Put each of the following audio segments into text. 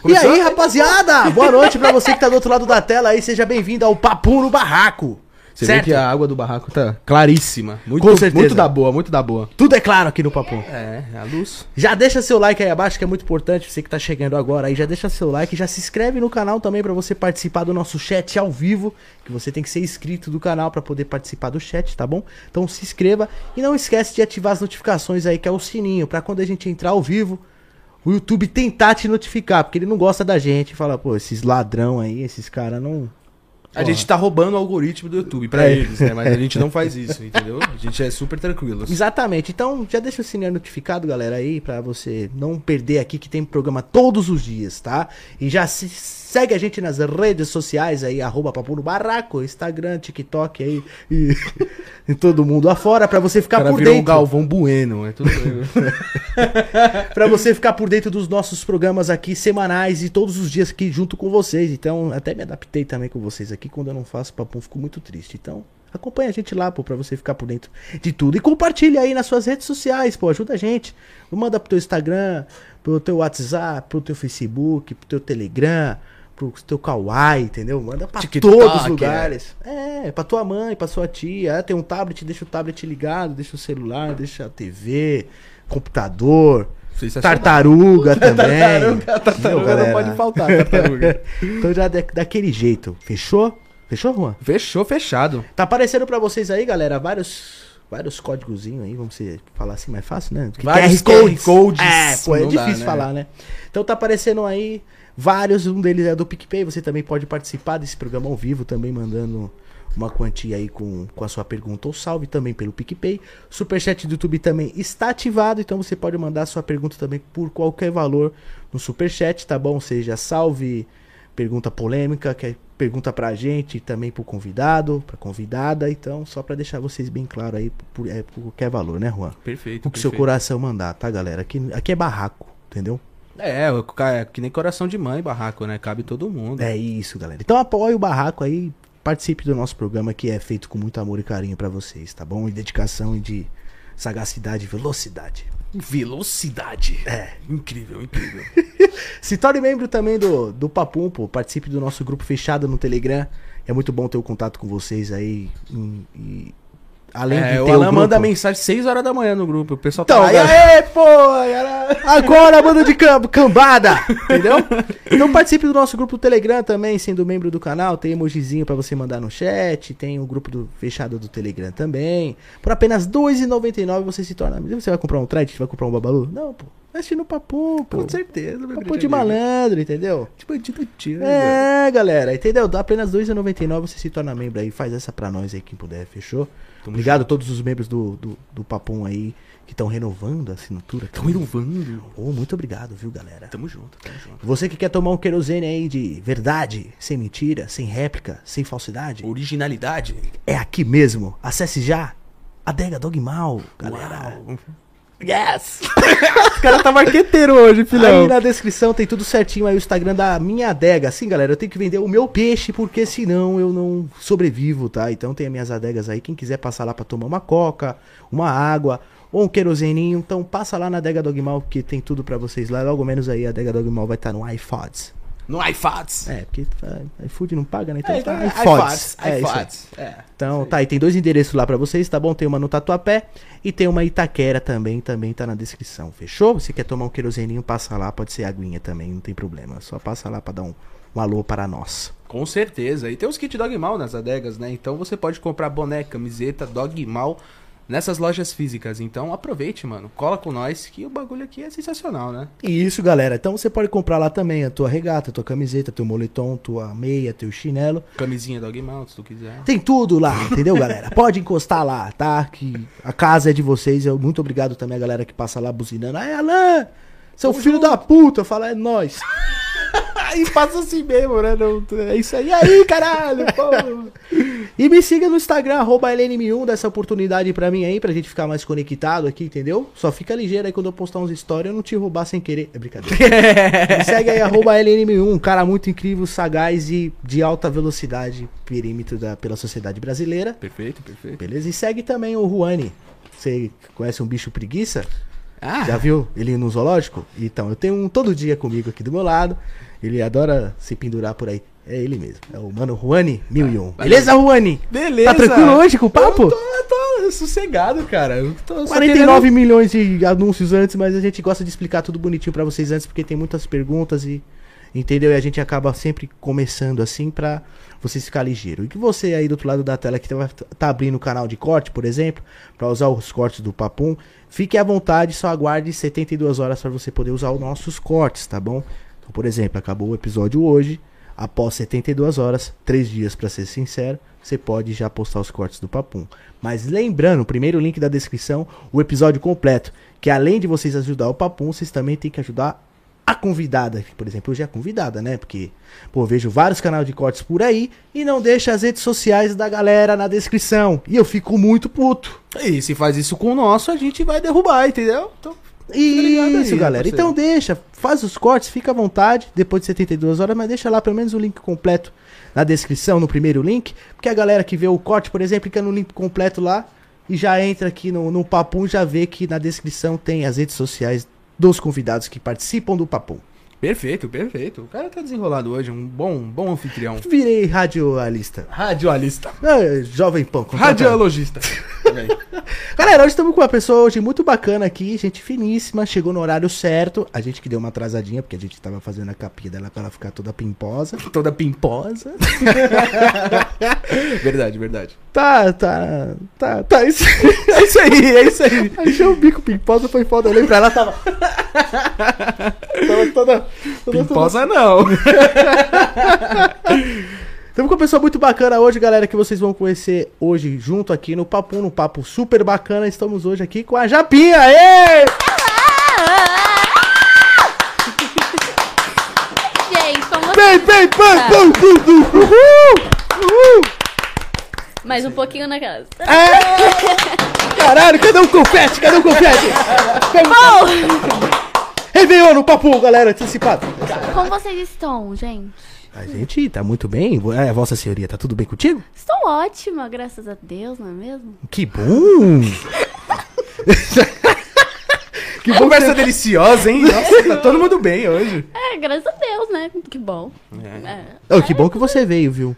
Começou? E aí, rapaziada? Boa noite pra você que tá do outro lado da tela aí. Seja bem-vindo ao Papo no Barraco. Você certo? vê que a água do barraco tá claríssima. Muito, Com certeza. Muito da boa, muito da boa. Tudo é claro aqui no Papo. É, a luz. Já deixa seu like aí abaixo, que é muito importante. Você que tá chegando agora aí, já deixa seu like. Já se inscreve no canal também pra você participar do nosso chat ao vivo. Que você tem que ser inscrito do canal pra poder participar do chat, tá bom? Então se inscreva. E não esquece de ativar as notificações aí, que é o sininho. Pra quando a gente entrar ao vivo, o YouTube tentar te notificar. Porque ele não gosta da gente. Fala, pô, esses ladrão aí, esses caras não... A gente tá roubando o algoritmo do YouTube pra eles, né? Mas a gente não faz isso, entendeu? A gente é super tranquilo. Exatamente. Então, já deixa o sininho notificado, galera, aí, pra você não perder aqui que tem programa todos os dias, tá? E já se- segue a gente nas redes sociais aí, arroba Papo no Barraco, Instagram, TikTok aí, e, e todo mundo afora, pra você O ficar cara por virou um dentro. Galvão Bueno, é tudo. Pra você ficar por dentro dos nossos programas aqui semanais e todos os dias aqui junto com vocês. Então, até me adaptei também com vocês aqui. Quando eu não faço papo, fico muito triste. Então, acompanha a gente lá, pô, pra você ficar por dentro de tudo. E compartilha aí nas suas redes sociais, pô, ajuda a gente. Manda pro teu Instagram, pro teu WhatsApp, pro teu Facebook, pro teu Telegram, pro teu Kawaii, entendeu? Manda pra TikTok, todos os né? lugares. É, pra tua mãe, pra sua tia. Ah, Tem um tablet, deixa o tablet ligado, deixa o celular, deixa a TV, computador. Sensacional. Tartaruga também. Tá Tartaruga, tartaruga Meu, galera. não tá, pode faltar, tartaruga. Então já da- daquele jeito. Fechou? Fechou, Juan? Fechou, fechado. Tá aparecendo pra vocês aí, galera, vários vários códigozinhos aí, vamos ser- falar assim mais fácil, né? Porque Vários QR codes. É, pô, é Não dá, difícil né? falar, né? Então tá aparecendo aí vários, um deles é do PicPay, você também pode participar desse programa ao vivo também mandando uma quantia aí com, com a sua pergunta ou salve também pelo PicPay. Superchat do YouTube também está ativado, então você pode mandar sua pergunta também por qualquer valor no Superchat, tá bom? Seja salve, pergunta polêmica, quer pergunta pra gente e também pro convidado, pra convidada. Então, só pra deixar vocês bem claro aí, por, é, por qualquer valor, né, Juan? Perfeito. O que seu perfeito. coração mandar, tá, galera? Aqui, aqui é barraco, entendeu? É, o ca- é que nem coração de mãe, barraco, né? Cabe todo mundo. É isso, galera. Então apoie o barraco aí, participe do nosso programa que é feito com muito amor e carinho pra vocês, tá bom? E dedicação e de sagacidade e velocidade. Velocidade. É. Incrível, incrível. Se torne membro também do, do Papum, pô. Participe do nosso grupo fechado no Telegram. É muito bom ter o contato com vocês aí. hum, E, além É, de o ter Alan grupo- manda mensagem 6 horas da manhã no grupo. O pessoal Então, tá. lá, galera. "Aê, pô! galera!" Agora, banda de campo, cambada! Entendeu? Então participe do nosso grupo do Telegram também, sendo membro do canal. Tem emojizinho pra você mandar no chat. Tem o grupo do- fechado do Telegram também. Por apenas R$2,99 você se torna. Você vai comprar um Thread? Vai comprar um Babalu? Não, pô. Mexe no papo, pô. Com certeza, meu Papo grande de amigo. malandro, entendeu? De bandido tira. É, galera, entendeu? Dá apenas R$2,99 você se torna membro aí. Faz essa pra nós aí, quem puder, fechou? Obrigado a todos os membros do, do, do Papum aí que estão renovando a assinatura. Tão inovando. Oh, muito obrigado, viu, galera? Tamo junto, tamo junto. Você que quer tomar um querosene aí de verdade, sem mentira, sem réplica, sem falsidade, Originalidade. é aqui mesmo. Acesse já Adega Dogmal, galera. Uau. Yes! O cara tá marqueteiro hoje, Aí na descrição tem tudo certinho aí o Instagram da minha adega. Assim, galera, eu tenho que vender o meu peixe porque senão eu não sobrevivo, tá? Então tem as minhas adegas aí. Quem quiser passar lá pra tomar uma coca, uma água ou um queroseninho, então passa lá na adega Dogmal que tem tudo pra vocês lá. Logo menos aí a adega Dogmal vai estar no iPods. No iFats. É, porque ah, iFood não paga, né? Então tá iFods, iFods. É, isso aí. iFods. É. Então, tá, e tem dois endereços lá pra vocês, tá bom? Tem uma no Tatuapé e tem uma em Itaquera também, também tá na descrição, fechou? Se quer tomar um queroseninho, passa lá, pode ser aguinha também, não tem problema. Só passa lá pra dar um, um alô para nós. Com certeza. E tem os kits Dogmal nas adegas, né? Então você pode comprar boné, camiseta, Dogmal nessas lojas físicas. Então aproveite, mano. Cola com nós que o bagulho aqui é sensacional, né? E isso, galera. Então você pode comprar lá também a tua regata, a tua camiseta, teu moletom, tua meia, teu chinelo. Camisinha Dogmal, se tu quiser. Tem tudo lá, entendeu, galera? Pode encostar lá, tá? Que a casa é de vocês. Eu muito obrigado também a galera que passa lá buzinando. Aí, Alan, seu filho da puta, fala é nós. Aí passa assim mesmo, né? É isso aí, aí, caralho, pô. E me siga no Instagram, arroba LNM1, dá essa oportunidade pra mim aí, pra gente ficar mais conectado aqui, entendeu? Só fica ligeiro aí quando eu postar uns stories, eu não te roubar sem querer. É brincadeira. me segue aí, arroba LNM1, um cara muito incrível, sagaz e de alta velocidade, perímetro da, pela sociedade brasileira. Perfeito, perfeito. Beleza? E segue também o Juani. Você conhece um bicho preguiça? Ah. Já viu ele no zoológico? Então, eu tenho um todo dia comigo aqui do meu lado. Ele adora se pendurar por aí. É ele mesmo. É o mano Juani 1001. Tá. Beleza, Juani? Beleza. Tá tranquilo hoje com o papo? Eu tô, eu tô sossegado, cara. Eu tô só 49 milhões de anúncios antes, mas a gente gosta de explicar tudo bonitinho pra vocês antes, porque tem muitas perguntas e. Entendeu? E a gente acaba sempre começando assim pra vocês ficar ligeiro. E que você aí do outro lado da tela que tá, tá abrindo o canal de corte, por exemplo, pra usar os cortes do Papum, fique à vontade, só aguarde 72 horas pra você poder usar os nossos cortes, tá bom? Então, por exemplo, acabou o episódio hoje, após 72 horas, 3 dias pra ser sincero, você pode já postar os cortes do Papum. Mas lembrando, primeiro link da descrição, o episódio completo, que além de vocês ajudar o Papum, vocês também têm que ajudar a convidada, que, por exemplo, hoje é a convidada, né? Porque, pô, eu vejo vários canais de cortes por aí e não deixa as redes sociais da galera na descrição. E eu fico muito puto. E se faz isso com o nosso, a gente vai derrubar, entendeu? Então, ligado aí, Isso, galera. parceiro. Então deixa, faz os cortes, fica à vontade, depois de 72 horas, mas deixa lá pelo menos o link completo na descrição, no primeiro link, porque a galera que vê o corte, por exemplo, clica no link completo lá e já entra aqui no, no Papum, já vê que na descrição tem as redes sociais dos convidados que participam do Papum. perfeito, perfeito. O cara tá desenrolado hoje, um bom, bom anfitrião. Virei radialista. Radialista. Ah, Jovem Pão. contratado. Radiologista. Galera, hoje estamos com uma pessoa hoje muito bacana aqui, gente finíssima, chegou no horário certo. A gente que deu uma atrasadinha, porque a gente tava fazendo a capinha dela pra ela ficar toda pimposa. Toda pimposa. verdade, verdade. Tá, tá, tá, tá, isso, é isso aí, é isso aí. Achei o bico pimposa, foi foda, né? eu lembro, ela tava... tava toda... toda, toda Pimposa não. Estamos com uma pessoa muito bacana hoje, galera, que vocês vão conhecer hoje junto aqui no Papo, no Papo super bacana. Estamos hoje aqui com a Japinha, aê! Gente, como Vem, vem, pam, pam, pum, pum, pum, uhul! Uhul! mais um pouquinho na casa. É. Caralho, cadê o confete? Cadê o confete? É Réveillon no papo, Um, galera, antecipado. Como vocês estão, gente? A gente tá muito bem. É, Vossa Senhoria, tá tudo bem contigo? Estou ótima, graças a Deus, não é mesmo? Que bom! Que conversa deliciosa, hein? Nossa, tá todo mundo bem hoje. É, graças a Deus, né? Que bom. É. Ô, que bom que você veio, viu?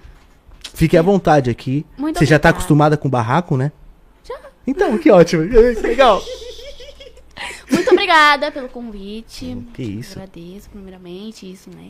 Fique à vontade aqui. Muito você já tá obrigada. acostumada com barraco, né? Já. Então, que ótimo. Que Legal. Muito obrigada pelo convite. Hum, Que isso. Agradeço, primeiramente, isso, né?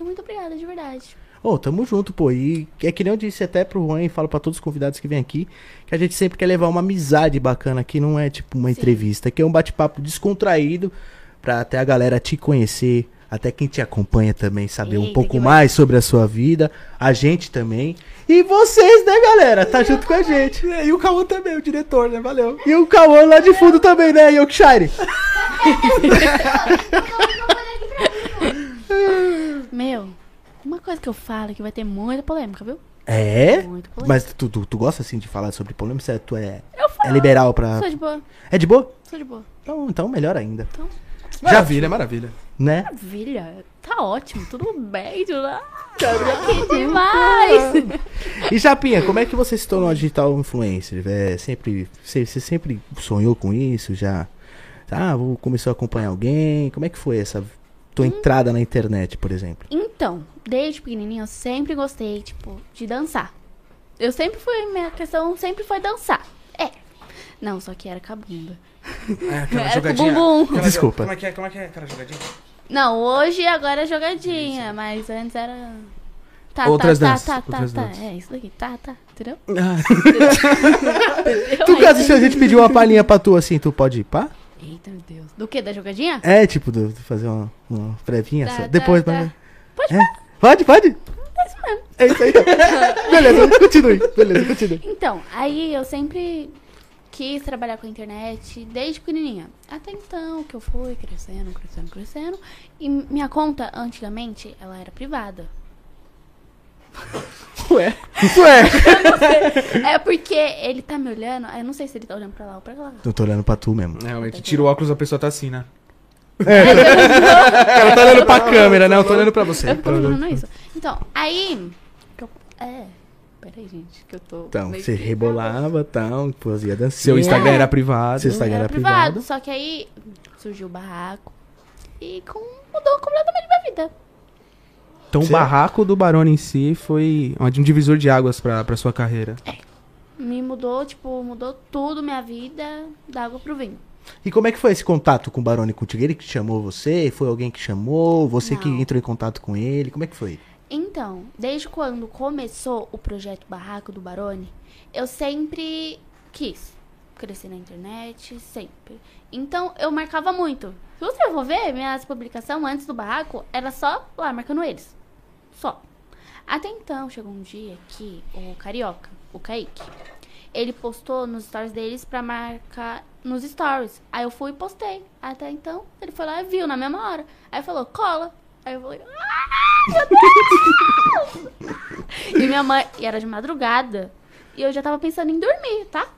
E muito obrigada, de verdade. Ô, tamo junto, pô. E é que nem eu disse até pro Juan e falo pra todos os convidados que vêm aqui, que a gente sempre quer levar uma amizade bacana aqui, não é tipo uma entrevista, que é um bate-papo descontraído pra até a galera te conhecer, até quem te acompanha também saber um Eita, pouco que mais sobre a sua vida, a gente também. E vocês, né, galera? Tá junto com a gente. É, E aí o Cauã também, o diretor, né? Valeu. E o Cauã lá de fundo também, né, Yorkshire? Meu, uma coisa que eu falo é que vai ter muita polêmica, viu? É? Muito polêmico. Mas tu, tu, tu gosta assim de falar sobre polêmica? Você- Tu é, Eu é falo. liberal pra. Sou de boa, É de boa? sou de boa. Então, então melhor ainda, Então, Maravilha, maravilha. né? maravilha. Tá ótimo, tudo bem, tudo lá. Que demais. E Japinha, como é que você se tornou uma digital influencer? É, sempre, você, você sempre sonhou com isso? Já ah, vou, começou a acompanhar alguém? Como é que foi essa Hum. tua entrada na internet, por exemplo? Então, desde pequenininha eu sempre gostei, tipo, de dançar. Eu sempre fui, minha questão sempre foi dançar. É. Não, só que era com a bunda. É, Era com o bumbum. Aquela- Desculpa. Como é que é? Como é que é aquela jogadinha? Não, hoje agora é jogadinha, mas antes era... Tá, Outras tá, danças, tá, tá, outras tá, danças. Ah. É isso daqui, tá, tá, entendeu? Tu Mas- caso se a gente pedir uma palhinha pra tu assim, tu pode ir pá? Eita, meu Deus. Do que, da jogadinha? É, tipo, do- do fazer uma, uma prévinha Tá, só. tá, Depois, tá. mas. Pode É? Pode, pode? É isso aí. então. Beleza, continue. Beleza, continue. Então, aí eu sempre quis trabalhar com a internet desde pequenininha. Até então que eu fui crescendo, crescendo, crescendo. E minha conta, antigamente, ela era privada. Ué. Isso é. É porque ele tá me olhando, eu não sei se ele tá olhando pra lá ou pra lá. Eu tô olhando pra tu mesmo. Realmente, tira o óculos, a pessoa tá assim, né? Ela tá olhando pra câmera, né? Eu tô olhando pra você. Eu fico imaginando isso. Então, aí. que eu- é. Peraí, gente, que eu tô. Então, meio você que- rebolava, tal, fazia dancinha. Seu Instagram era privado. É. Seu Instagram Era, era privado, privado. só que aí surgiu o barraco. E com, mudou completamente minha vida. Então Cê- o barraco do Barone em si foi um divisor de águas pra, pra sua carreira. Me mudou, tipo, mudou tudo minha vida, da água pro vinho. E como é que foi esse contato com o Barone contigo? Ele que chamou você? Foi alguém que chamou? Você que Não. entrou em contato com ele? Como é que foi? Então, desde quando começou o projeto Barraco do Barone, eu sempre quis crescer na internet, sempre. Então, eu marcava muito. Se você for ver, minhas publicações antes do barraco era só lá, marcando eles. Só. Até então, chegou um dia que o Carioca, o Kaique, ele postou nos stories deles pra marcar nos stories. Aí eu fui e postei. Até então, ele foi lá e viu na mesma hora. Aí falou, cola. Aí eu falei, E minha mãe, e era de madrugada, e eu já tava pensando em dormir, tá?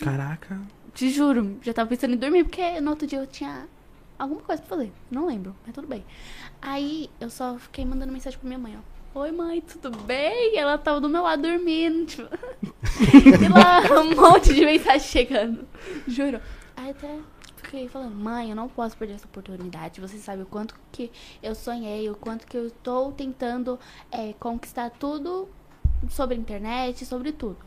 É. Caraca. Te juro, já tava pensando em dormir, porque no outro dia eu tinha alguma coisa pra fazer. Não lembro, mas tudo bem. Aí eu só fiquei mandando mensagem pra minha mãe, ó. Oi, mãe, tudo bem? E ela tava do meu lado dormindo, tipo. e lá um monte de mensagem chegando. Juro. Aí até fiquei falando, mãe, eu não posso perder essa oportunidade. Você sabe o quanto que eu sonhei, o quanto que eu tô tentando é, conquistar tudo sobre a internet, sobre tudo.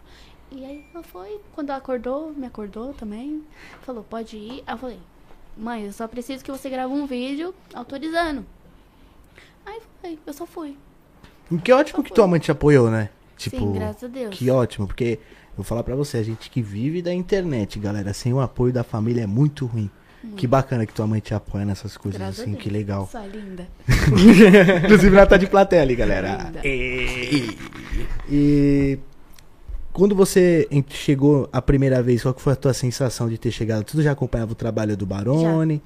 E aí ela foi, quando ela acordou, me acordou também, falou, pode ir. Aí eu falei, mãe, eu só preciso que você grave um vídeo autorizando. Aí foi, eu só fui. E Que é ótimo que tua mãe te apoiou, né? Tipo, Sim, graças a Deus. que ótimo, porque eu vou falar pra você, a gente que vive da internet, galera, sem o apoio da família é muito ruim. Que bacana que tua mãe te apoia nessas coisas Graças a assim, Deus. que legal. Só linda. Inclusive ela tá de plateia ali, galera. Linda. E... e quando você en- chegou a primeira vez, qual que foi a tua sensação de ter chegado? Tu já acompanhava o trabalho do Barone?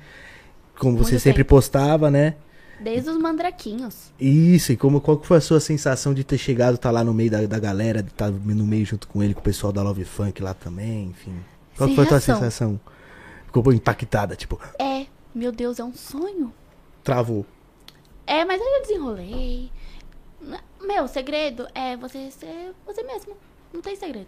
Como você Muito sempre tempo. postava, né? Desde os mandraquinhos. Isso, e como, qual que foi a sua sensação de ter chegado, tá lá no meio da, da galera, de tá no meio junto com ele, com o pessoal da Love Funk lá também, enfim. Qual Sem que foi a tua reação. sensação? Ficou impactada, tipo, É, meu Deus, é um sonho. travou. É, mas aí eu desenrolei. Na- Meu segredo é você ser você mesmo. Não tem segredo.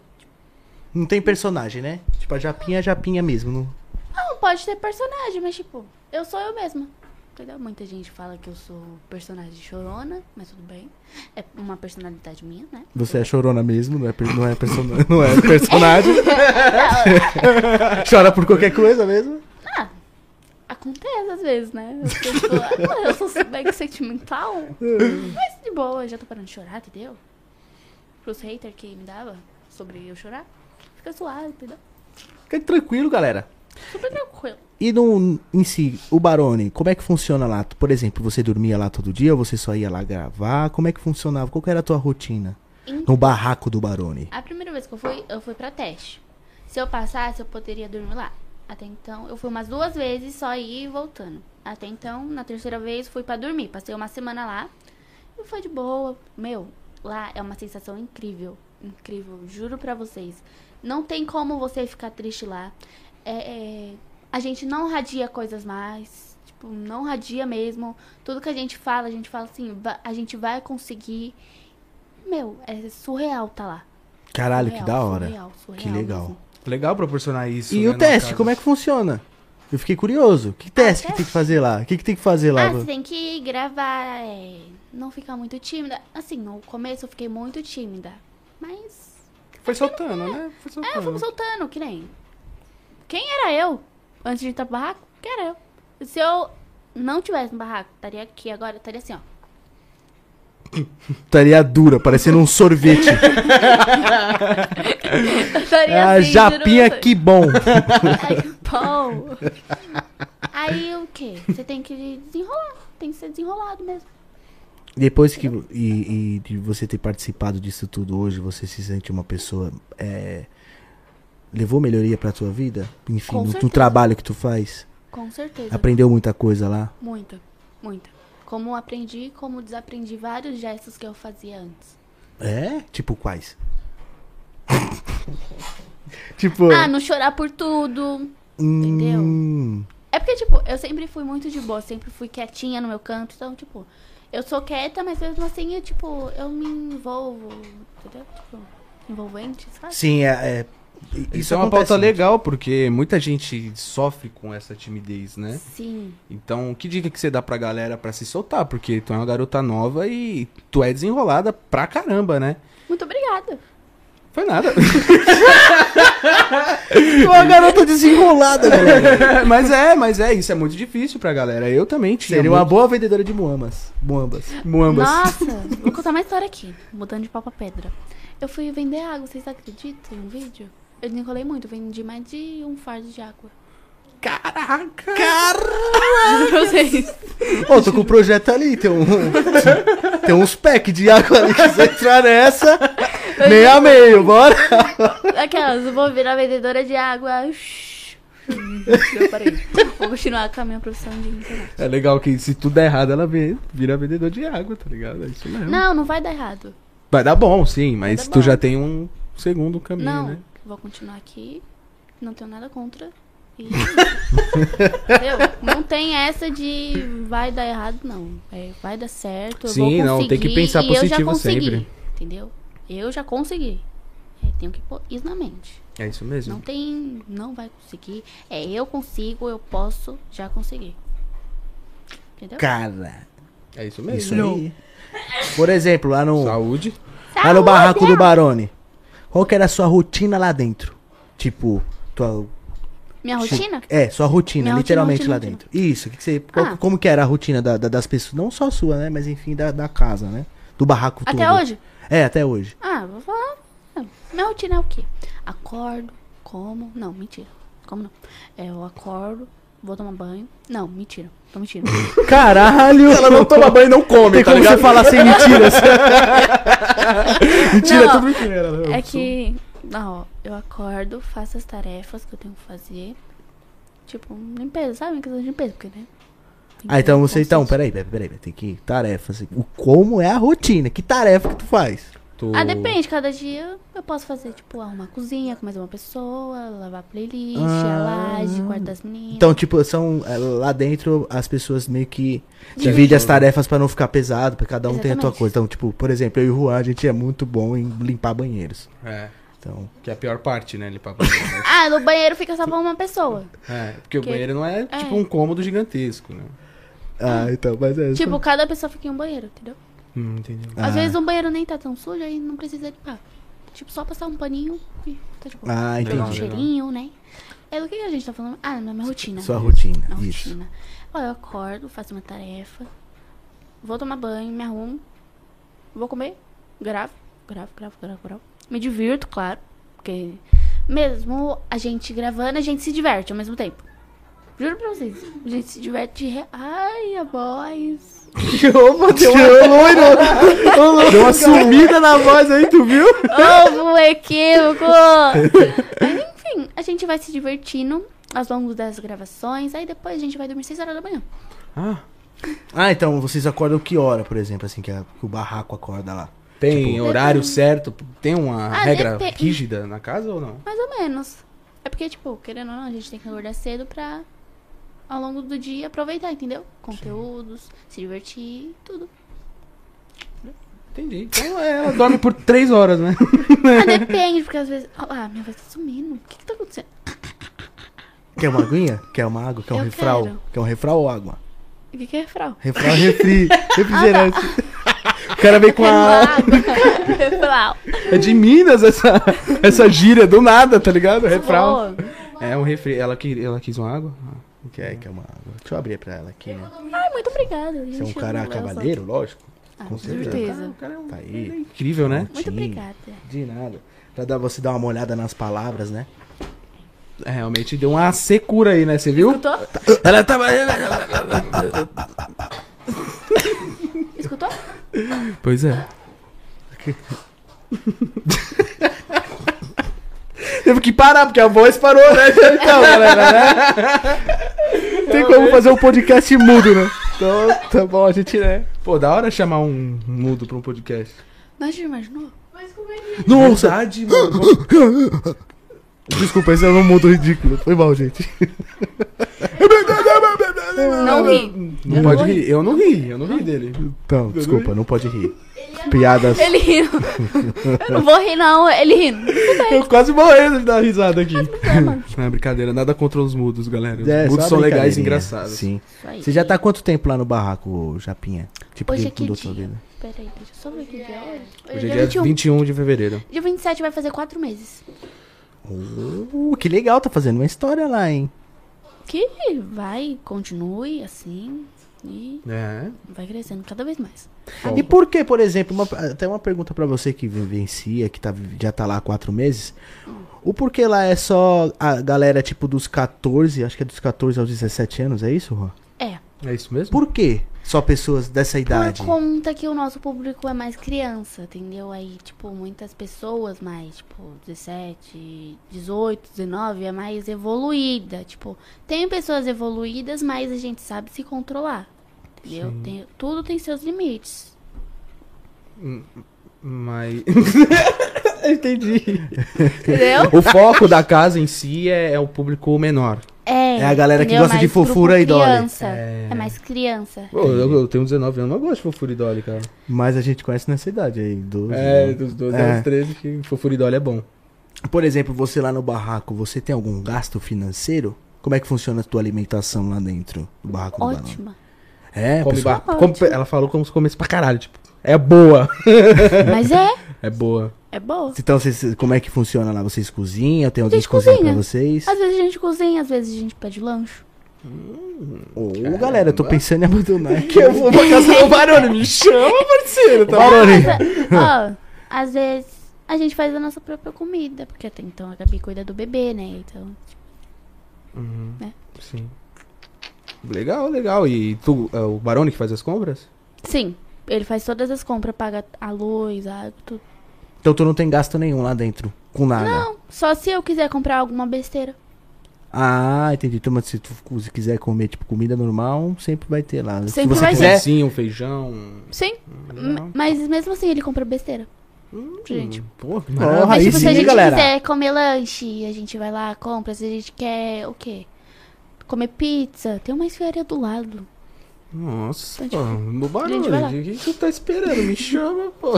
Não tem personagem, né? Tipo, a japinha é a japinha mesmo. Não... Não, pode ter personagem, mas tipo, eu sou eu mesma. Entendeu? Muita gente fala que eu sou personagem chorona, mas tudo bem. É uma personalidade minha, né? Você é chorona mesmo, não é, per- não é, persona- não é personagem. Chora por qualquer coisa mesmo. Ah, acontece às vezes, né? Eu, fico, tipo, ah, eu sou bem que sentimental. Mas de boa, eu já tô parando de chorar, entendeu? Pros haters que me dava sobre eu chorar, fica suave, entendeu? Fica tranquilo, galera. Super tranquilo. E no, em si, o Barone, como é que funciona lá? Por exemplo, você dormia lá todo dia, você só ia lá gravar? Como é que funcionava? Qual que era a tua rotina? No barraco do Barone. A primeira vez que eu fui, eu fui pra teste. Se eu passasse, eu poderia dormir lá. Até então, eu fui umas duas vezes só ir e voltando. Até então, na terceira vez, fui pra dormir. Passei uma semana lá e foi de boa. Meu, lá é uma sensação incrível. Incrível, juro pra vocês. Não tem como você ficar triste lá. É, é, a gente não radia coisas mais. Tipo, não radia mesmo. Tudo que a gente fala, a gente fala assim, "Va- a gente vai conseguir. Meu, é surreal tá lá. Caralho, que Surreal, da hora. surreal, surreal que legal. mesmo. Legal proporcionar isso. E né, o no teste, caso. como é que funciona? Eu fiquei curioso. Que teste que Ah, teste? tem que fazer lá? O que, que tem que fazer lá? Ah, você tem que gravar, é, não ficar muito tímida. Assim, no começo eu fiquei muito tímida, mas Foi soltando, né? Foi é, Hum. eu fui soltando. me soltando, que nem. Quem era eu antes de entrar pro barraco? Quem era eu? Se eu não tivesse no barraco, estaria aqui agora, estaria assim, ó. Estaria dura, parecendo um sorvete. Estaria a Ah, assim, japinha, juro. que bom. Ai, que bom. Aí o quê? Você tem que desenrolar, tem que ser desenrolado mesmo. Depois que e, e de você ter participado disso tudo hoje, você se sente uma pessoa é, levou melhoria pra tua vida, enfim, Com no, no certeza. trabalho que tu faz, Com certeza. aprendeu muita coisa lá. Muita, muita. Como aprendi, como desaprendi vários gestos que eu fazia antes. É? Tipo quais? tipo, Ah, não chorar por tudo. hum, É porque, tipo, eu sempre fui muito de boa, sempre fui quietinha no meu canto, então, tipo, eu sou quieta, mas mesmo assim, eu, tipo, eu me envolvo, entendeu? Tipo, envolvente, sabe? Sim, é, é, E- Isso, é uma pauta muito. legal, porque muita gente sofre com essa timidez, né? Sim. Então, que dica que você dá pra galera pra se soltar? Porque tu é uma garota nova e tu é desenrolada pra caramba, né? Muito obrigada. Foi nada. Uma garota desenrolada, né? velho. mas é, mas é, isso é muito difícil pra galera. Eu também tinha. Seria uma muito... boa vendedora de muambas. Muambas. Muambas. Nossa, vou contar uma história aqui, mudando de pau pra pedra. Eu fui vender água, vocês acreditam? Em um vídeo? Eu desenrolei muito, vendi mais de um fardo de água. Caraca! Juro pra vocês. Ô, tô com o projeto ali, tem um. tem uns packs de água ali que você entrar nessa. Meio a meio, bora! Aquelas, eu vou virar vendedora de água. Shhh. Eu parei. Vou continuar com a minha profissão de internet. É legal que se tudo der errado, ela vem- vira vendedor de água, tá ligado? É isso mesmo. Não, não vai dar errado. Vai dar bom, sim, mas dar tu bom. já tem um segundo caminho, Não, né? vou continuar aqui. Não tenho nada contra. E... Entendeu? Não tem essa de vai dar errado, não. É, vai dar certo, eu vou Sim, conseguir. não, tem que pensar e eu já positivo consegui, sempre. Entendeu? Eu já consegui. É, tenho que pôr isso na mente. É isso mesmo. Não tem. Não vai conseguir. É, eu consigo, eu posso, já consegui. Entendeu? Cara, É isso mesmo. isso aí. Por exemplo, lá no. Saúde. Tá Lá no barraco né? do Barone. Qual que era a sua rotina lá dentro? Tipo, tua. Minha rotina? É, sua rotina, Minha literalmente rotina, lá rotina, dentro. Isso, que que você. qual- Ah. Como que era a rotina da- da- das pessoas? Não só sua, né? Mas enfim, da, da casa, né? Do barraco todo. Até hoje? É, até hoje. Ah, vou falar. Ah, Minha rotina é o quê? Acordo, como. Não, mentira. Como não? É, eu acordo, vou tomar banho. Não, mentira. Tô mentindo. Caralho! Ela não toma banho e não come, Tem tá como ligado? você falar sem mentiras. Mentira, não, ó, mentira. É que. Não, ó, eu acordo, faço as tarefas que eu tenho que fazer. Tipo, limpeza, sabe? Questão de limpeza, porque, né? tem que Ah, então ter você. Então, consciência. peraí, peraí, peraí. peraí, Tem que. Tarefa. assim, O como é a rotina? Que tarefa que tu faz? Tu- Ah, depende, cada dia eu posso fazer, tipo, arrumar a cozinha com mais uma pessoa, lavar a playlist, Ah. a laje, quarto das meninas. Então, tipo, são. é, Lá dentro as pessoas meio que dividem as tarefas pra não ficar pesado, pra cada um tem a tua Exatamente. coisa. Então, tipo, por exemplo, eu e o Juan, a gente é muito bom em limpar banheiros. É, Então. que é a pior parte, né? Limpar banheiro. né? Ah, no banheiro fica só pra uma pessoa. É, porque o Que- banheiro não é tipo um cômodo gigantesco, né? Ah, então, mas é isso. Tipo, cada pessoa fica em um banheiro, entendeu? Hum, entendi. Ah. Às vezes um banheiro nem tá tão sujo, aí não precisa limpar. Tipo, só passar um paninho e tá de boa. Ah, Pegar um entendi. Legal. cheirinho, né? É do que que a gente tá falando? Ah, na minha rotina. Sua rotina. Na Isso. rotina. Ó, eu acordo, faço uma tarefa, vou tomar banho, me arrumo, vou comer, gravo, gravo, gravo, gravo, gravo. Me divirto, claro, porque mesmo a gente gravando, a gente se diverte ao mesmo tempo. Juro pra vocês, a gente se diverte de re... Ai, a voz. Opa, deu uma, deu uma sumida na voz aí, tu viu? Ovo equívoco! Mas enfim, a gente vai se divertindo ao longo das gravações, aí depois a gente vai dormir 6 horas da manhã. Ah, Ah, então vocês acordam que hora, por exemplo, assim, que, a- que o barraco acorda lá? tem Tipo, horário certo? Tem uma Ah, regra depende. rígida na casa ou não? Mais ou menos. É porque, tipo, querendo ou não, a gente tem que acordar cedo pra, ao longo do dia, aproveitar, entendeu? Conteúdos, se divertir, tudo. Entendi. Então é, ela dorme por três horas, né? Ah, depende, porque às vezes... Ó, Ah, minha voz tá sumindo. O que que tá acontecendo? Quer uma aguinha? Quer uma água? Quer um Eu refral? quero. Quer um refral ou água? O que que é frau? Refral Ah, refri, tá. refrigerante. O cara vem com a. É frau. É de Minas essa, essa gíria, do nada, tá ligado? Refrão. Boa. É um refri. Ela, que- ela quis uma água? Ah. Quer, quer uma água? Deixa eu abrir pra ela aqui, né? Ai, muito obrigada. Você é gente. um Eu cara não- eu só- cavalheiro, lógico. Ah, com com certeza. certeza. O cara é um- Tá aí. Incrível, né? Muito Sim. obrigada. De nada. Pra dar, você dar uma olhada nas palavras, né? É, realmente deu uma secura aí, né? Você viu? Escutou? Ela tá tava. Escutou? Pois é. Teve que parar, porque a voz parou, né? Então, galera, né? Tem como fazer um podcast mudo, né? Então, tá bom, a gente, né? Pô, da hora chamar um mudo pra um podcast. Mas já imaginou? Nossa! Verdade, mano. Desculpa, esse é um mudo ridículo. Foi mal, gente. Não ri. Não pode rir. Eu não ri, eu não ri dele. Então, desculpa, não pode rir. Ele piadas. Ele riu. Eu não vou rir, não. Ele rindo. Eu quase morrendo de dar risada aqui. É, mano. Não é brincadeira, nada contra os mudos, galera. Os É, mudos só são uma legais brincadeirinha. e engraçados. Sim. Isso aí. Você já tá há quanto tempo lá no barraco, Japinha? Tipo, É Hoje é dentro do que doutor dia? dele. Peraí, deixa eu só ver que dia é hoje. Hoje é dia 21 de fevereiro. Dia 27 vai fazer quatro meses. Uh, que legal, tá fazendo uma história lá, hein? Que vai, continue assim. E É. vai crescendo cada vez mais. E por que, por exemplo, uma, até uma pergunta pra você que vivencia, que tá, já tá lá há quatro meses. O porquê lá é só a galera, tipo, dos 14, acho que é dos 14 aos 17 anos, é isso, Rô? É. É isso mesmo? Por que só pessoas dessa idade? Por conta que o nosso público é mais criança, entendeu? Aí, tipo, muitas pessoas mais, tipo, 17, 18, 19, é mais evoluída. Tipo, tem pessoas evoluídas, mas a gente sabe se controlar. Entendeu? Tem- tudo tem seus limites. Mas. Entendi. Entendeu? O foco da casa em si é, é o público menor. É. É a galera que entendeu? gosta de Mais grupo fofura e dólar. criança. É. É... mais criança. Pô, eu, eu tenho 19 anos, não gosto de fofuridole, cara. Mas a gente conhece nessa idade aí, 12. É, né? dos 12 É. aos 13 que fofuridole é bom. Por exemplo, você lá no barraco, você tem algum gasto financeiro? Como é que funciona a tua alimentação lá dentro do barraco do Barão? Ótima. É, Come pessoal? bar- come- ela falou como se comesse pra caralho, tipo. É boa. Mas é, É boa. é boa. Então, vocês, como é que funciona lá? Vocês cozinham? Tem alguém gente que cozinha pra cozinha. vocês? Às vezes a gente cozinha, às vezes a gente pede lanche. Ô, galera, eu tô pensando em abandonar aqui. Que eu vou pra casa do Barone, me chama, parceiro, tá bom? Barone. Ó, às vezes a gente faz a nossa própria comida, porque até então a Gabi cuida do bebê, né? Então, Uhum. Né? Sim. Legal, legal. E tu, é o Barone que faz as compras? sim, ele faz todas as compras, paga a luz, a água, tudo. Então tu não tem gasto nenhum lá dentro, com nada. Não, só se eu quiser comprar alguma besteira. Ah, entendi. Então, mas se tu cu- se quiser comer, tipo, comida normal, sempre vai ter lá. se Sempre você vai Um quiser, pãozinho, um feijão. Sim, Legal. Hum, m- mas mesmo assim ele compra besteira. gente, Pô, que Porra, maravilha. aí Mas, tipo, se a sim, gente galera. quiser comer lanche, a gente vai lá, compra. Se a gente quer o quê? Comer pizza. Tem uma esfera do lado. Nossa, Então, pô, no barulho. gente, vai lá. O que que tu tá esperando? Me chama, pô.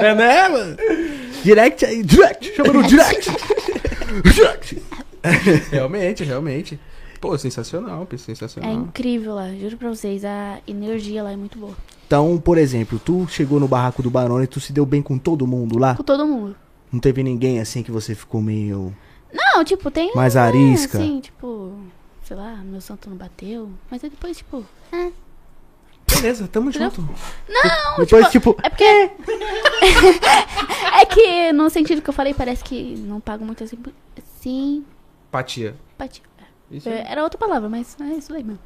É, né, mano? Direct aí, direct, chama no direct. direct. realmente, realmente. Pô, sensacional, pô, É sensacional. incrível lá, juro pra vocês. A energia lá é muito boa. Então, por exemplo, tu chegou no barraco do Barone, tu se deu bem com todo mundo lá? Com todo mundo. Não teve ninguém assim que você ficou meio Não, tipo, tem. mais né, arisca? assim, tipo, sei lá, meu santo não bateu. Mas aí depois, tipo. ah, Beleza, tamo junto. Não, Depois, tipo. tipo, É porque. é que no sentido que eu falei, parece que não pago muito assim. Sim, Patia. bati. Isso É, aí. Era outra palavra, mas é isso daí mesmo.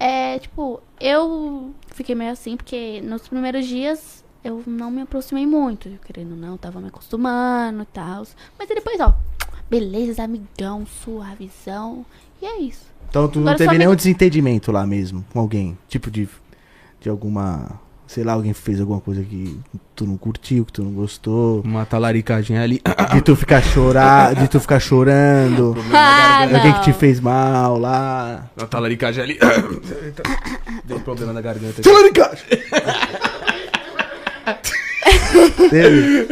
É, tipo, eu fiquei meio assim, porque nos primeiros dias eu não me aproximei muito, querendo ou não, tava me acostumando e tal. Mas aí depois, ó, beleza, amigão, suavizão. E é isso. então tu não Agora teve só me- nenhum desentendimento lá mesmo com alguém? Tipo de de alguma, sei lá, alguém fez alguma coisa que tu não curtiu, que tu não gostou, Uma talaricagem ali. de tu ficar chorar, de tu ficar chorando, Ah, alguém que te fez mal lá. Uma talaricagem ali. Deu problema na garganta. Teve?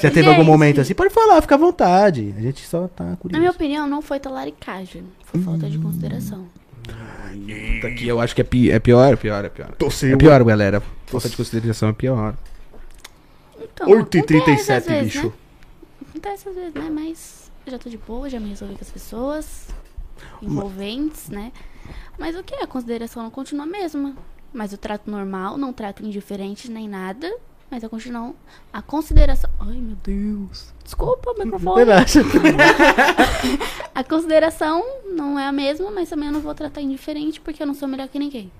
Já teve algum Gente. momento assim? Pode falar, fica à vontade. A gente só tá Na curioso. minha opinião, não foi talaricagem. Foi falta de consideração. Puta, aqui eu acho que é, pi- é pior, é pior, é pior. Tô sem É pior, galera. Falta de consideração é pior. Então, 8h37, acontece às vezes, bicho. Né? Acontece às vezes, né? Mas eu já tô de boa, já me resolvi com as pessoas envolventes, né? Mas o que? é? A consideração não continua a mesma. Mas eu trato normal, não trato indiferente nem nada. Mas eu continuo. A consideração. Ai, meu Deus. Desculpa, o microfone. Relaxa. A consideração não é a mesma, mas também eu não vou tratar indiferente porque eu não sou melhor que ninguém.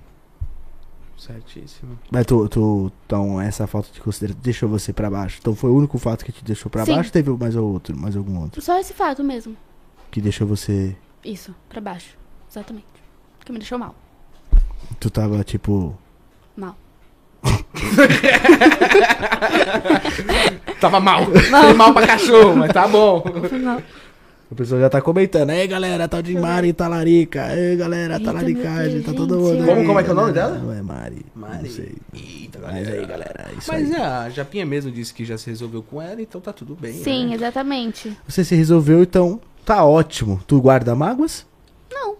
Certíssimo. Mas tu, tu, então essa falta de consideração deixou você pra baixo. Então foi o único fato que te deixou pra Sim. baixo? Teve mais outro, mais algum outro Só esse fato mesmo. que deixou você? Isso, pra baixo. Exatamente. Que me deixou mal. Tu tava tipo, Mal. Tava mal. Tava mal pra cachorro, mas tá bom. né? Mal. O pessoal já tá comentando. Ei, galera, tal de Mari Talarica. Ei, galera, Eita, talaricagem. meu Deus, Tá todo gente. mundo. Como- aí, como é que é o nome galera. dela? Não é Mari. Não Mari. sei. Eita, Mas aí, galera, é isso Mas aí. a Japinha mesmo disse que já se resolveu com ela, então tá tudo bem. Sim, né? exatamente. Você se resolveu, então tá ótimo. Tu guarda mágoas? Não.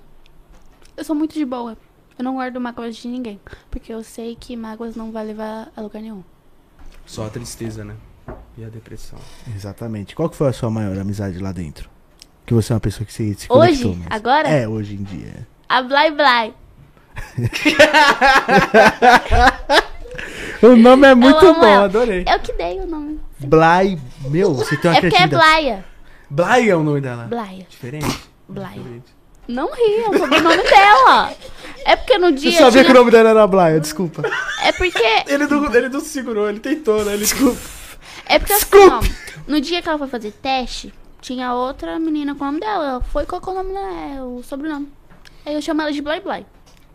Eu sou muito de boa. Eu não guardo mágoas de ninguém. Porque eu sei que mágoas não vai levar a lugar nenhum. Só a tristeza, né? E a depressão. Exatamente. Qual que foi a sua maior amizade lá dentro? Que você é uma pessoa que se, se Hoje? conectou mesmo. Agora? É, hoje em dia. A Blay Blay. O nome é muito amo bom, ela. adorei. Tá Eu que dei o nome. Bly, meu, você tem uma É porque é criatividade. Blaia. Bly é o nome dela. Blaia. Diferente. Blaia. Diferente. Não ri, é o sobrenome dela. É porque no Eu dia. sabia que o tinha- nome dela era Bly, desculpa. É porque. Ele não, ele não segurou, ele tentou, né? Ele... É porque assim, ó, no dia que ela foi fazer teste, tinha outra menina com o nome dela. Ela foi e colocou o nome dela, o sobrenome. Aí eu chamo ela de Blay Blay.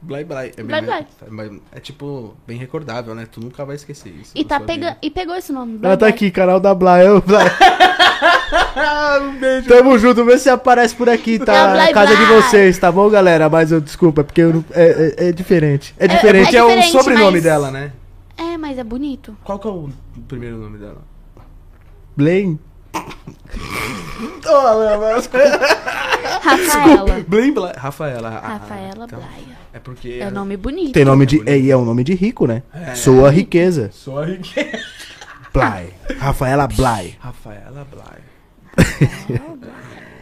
Bly Bly. É, Bly bem- Bly. tá, mas É tipo, bem recordável, né? Tu nunca vai esquecer isso. E, da tá sua pega... vida. e pegou esse nome. Blay Ela tá Blay. aqui, canal da Bly. Eu, Bly. Um beijo. Então, Tamo junto, vê se aparece por aqui, É tá? o Bly Na casa de Bly. vocês, tá bom, galera? Mas eu desculpa, porque eu não- é, é- é diferente. É É- diferente. Que é o diferente, sobrenome mas- dela, né? É, mas é bonito. Qual que é o primeiro nome dela? Blaine? Rafaela. Blay Bly. Rafaela. Ah, Rafaela então, Blaia. É porque... É um nome bonito. Tem nome de. É, e é um nome de rico, né? É. Sua riqueza. Sou a Rigue- Bly. Rafaela Bly. Rafaela Bly.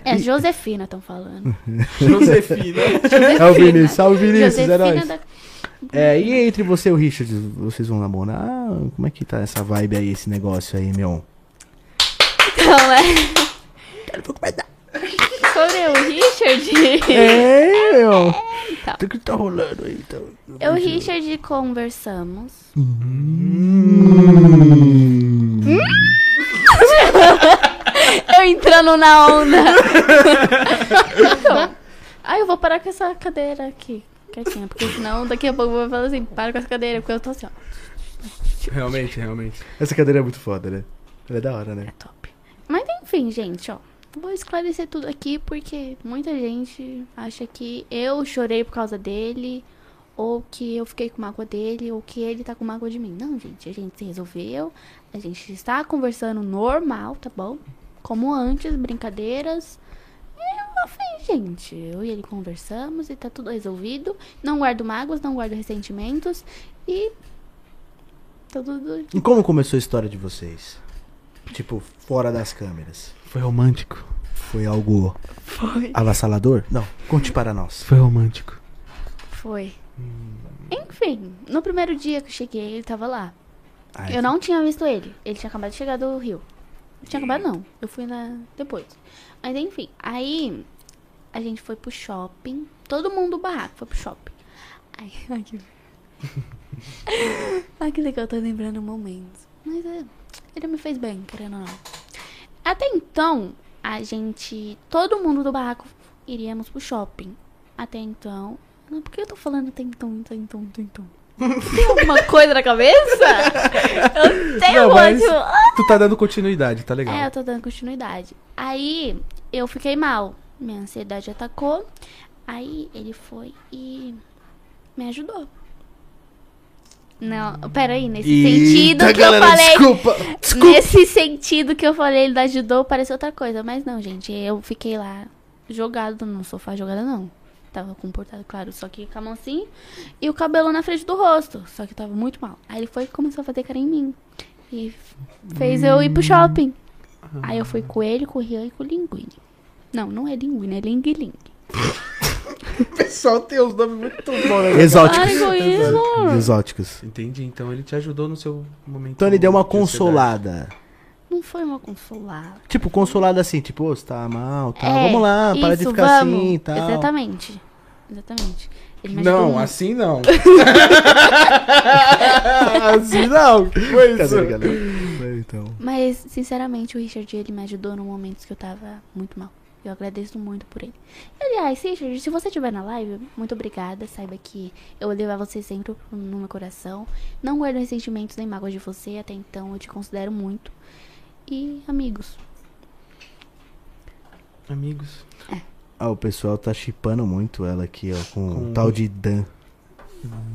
É Josefina, estão falando. Josefina. É o Vinícius, salve Vinícius, é Josefina nóis. da... É, e entre você e o Richard, vocês vão namorar? Como é que tá essa vibe aí, esse negócio aí, meu? Então, é. Sobre o Richard. É, meu. Então. O que tá rolando aí, então? Eu e o Richard conversamos. Hum. Eu entrando na onda. Então, Ai, eu vou parar com essa cadeira aqui. Quietinha, porque senão daqui a pouco eu vou falar assim, para com essa cadeira, porque eu tô assim, ó. realmente, realmente. Essa cadeira é muito foda, né? Ela é da hora, né? Top. Mas enfim, gente, ó. Vou esclarecer tudo aqui porque muita gente acha que eu chorei por causa dele, ou que eu fiquei com mágoa dele, ou que ele tá com mágoa de mim. Não, gente, a gente se resolveu, a gente está conversando normal, tá bom? Como antes, brincadeiras. E assim, gente, eu e ele conversamos e tá tudo resolvido. Não guardo mágoas, não guardo ressentimentos e. tá Tudo. E como começou a história de vocês? Tipo, fora das câmeras. Foi romântico. Foi algo Foi. avassalador? Não, conte para nós. Foi romântico. Foi. Enfim, no primeiro dia que eu cheguei, ele tava lá. Eu não tinha visto ele. Ele tinha acabado de chegar do Rio. Não tinha acabado, não. Eu fui na... depois. Mas enfim, aí a gente foi pro shopping. Todo mundo do barraco foi pro shopping. Ai, ai que. ai, que legal, eu tô lembrando momentos. Mas é, ele me fez bem, querendo ou não. Até então, a gente. Todo mundo do barraco iríamos pro shopping. Até então. Não, por que eu tô falando até então, até então, até então? Tem alguma coisa na cabeça? Eu tenho Não, mas- ódio. Tu tá dando continuidade, tá legal. É, eu tô dando continuidade. Aí eu fiquei mal. Minha ansiedade atacou. Aí ele foi e me ajudou. Não, peraí, nesse sentido que eu falei. Desculpa! Nesse sentido que eu falei, ele ajudou, parece outra coisa. Mas não, gente, eu fiquei lá jogado no sofá, jogada não. Tava comportado, claro, só que com a mão assim e o cabelo na frente do rosto. Só que tava muito mal. Aí ele foi e começou a fazer cara em mim. E f- fez eu ir pro shopping. Hum. Aí eu fui com ele, com o Rian e com o Linguine. Não, não é Linguine, é Ling Ling. O pessoal tem os nomes muito bons, né, Exóticos. Para com isso! Exóticos. Entendi, então ele te ajudou no seu momento. Então ele deu uma de ansiedade. consolada. Não foi uma consolada. Tipo, consolada assim, tipo, ô, você tá mal, tá? É, vamos lá, para de isso, ficar vamos. assim e tal. Exatamente. Exatamente. Ele me ajudou Não, muito. assim não. assim não. Foi isso. Então. Mas, sinceramente, o Richard, ele me ajudou num momento que eu tava muito mal. Eu agradeço muito por ele. E, aliás, Richard, se você estiver na live, muito obrigada. Saiba que eu vou levar você sempre no meu coração. Não guardo ressentimentos nem mágoas de você. Até então, eu te considero muito. E amigos. Amigos. Ah, o pessoal tá chipando muito ela aqui, ó, com, Com- o tal de Dan,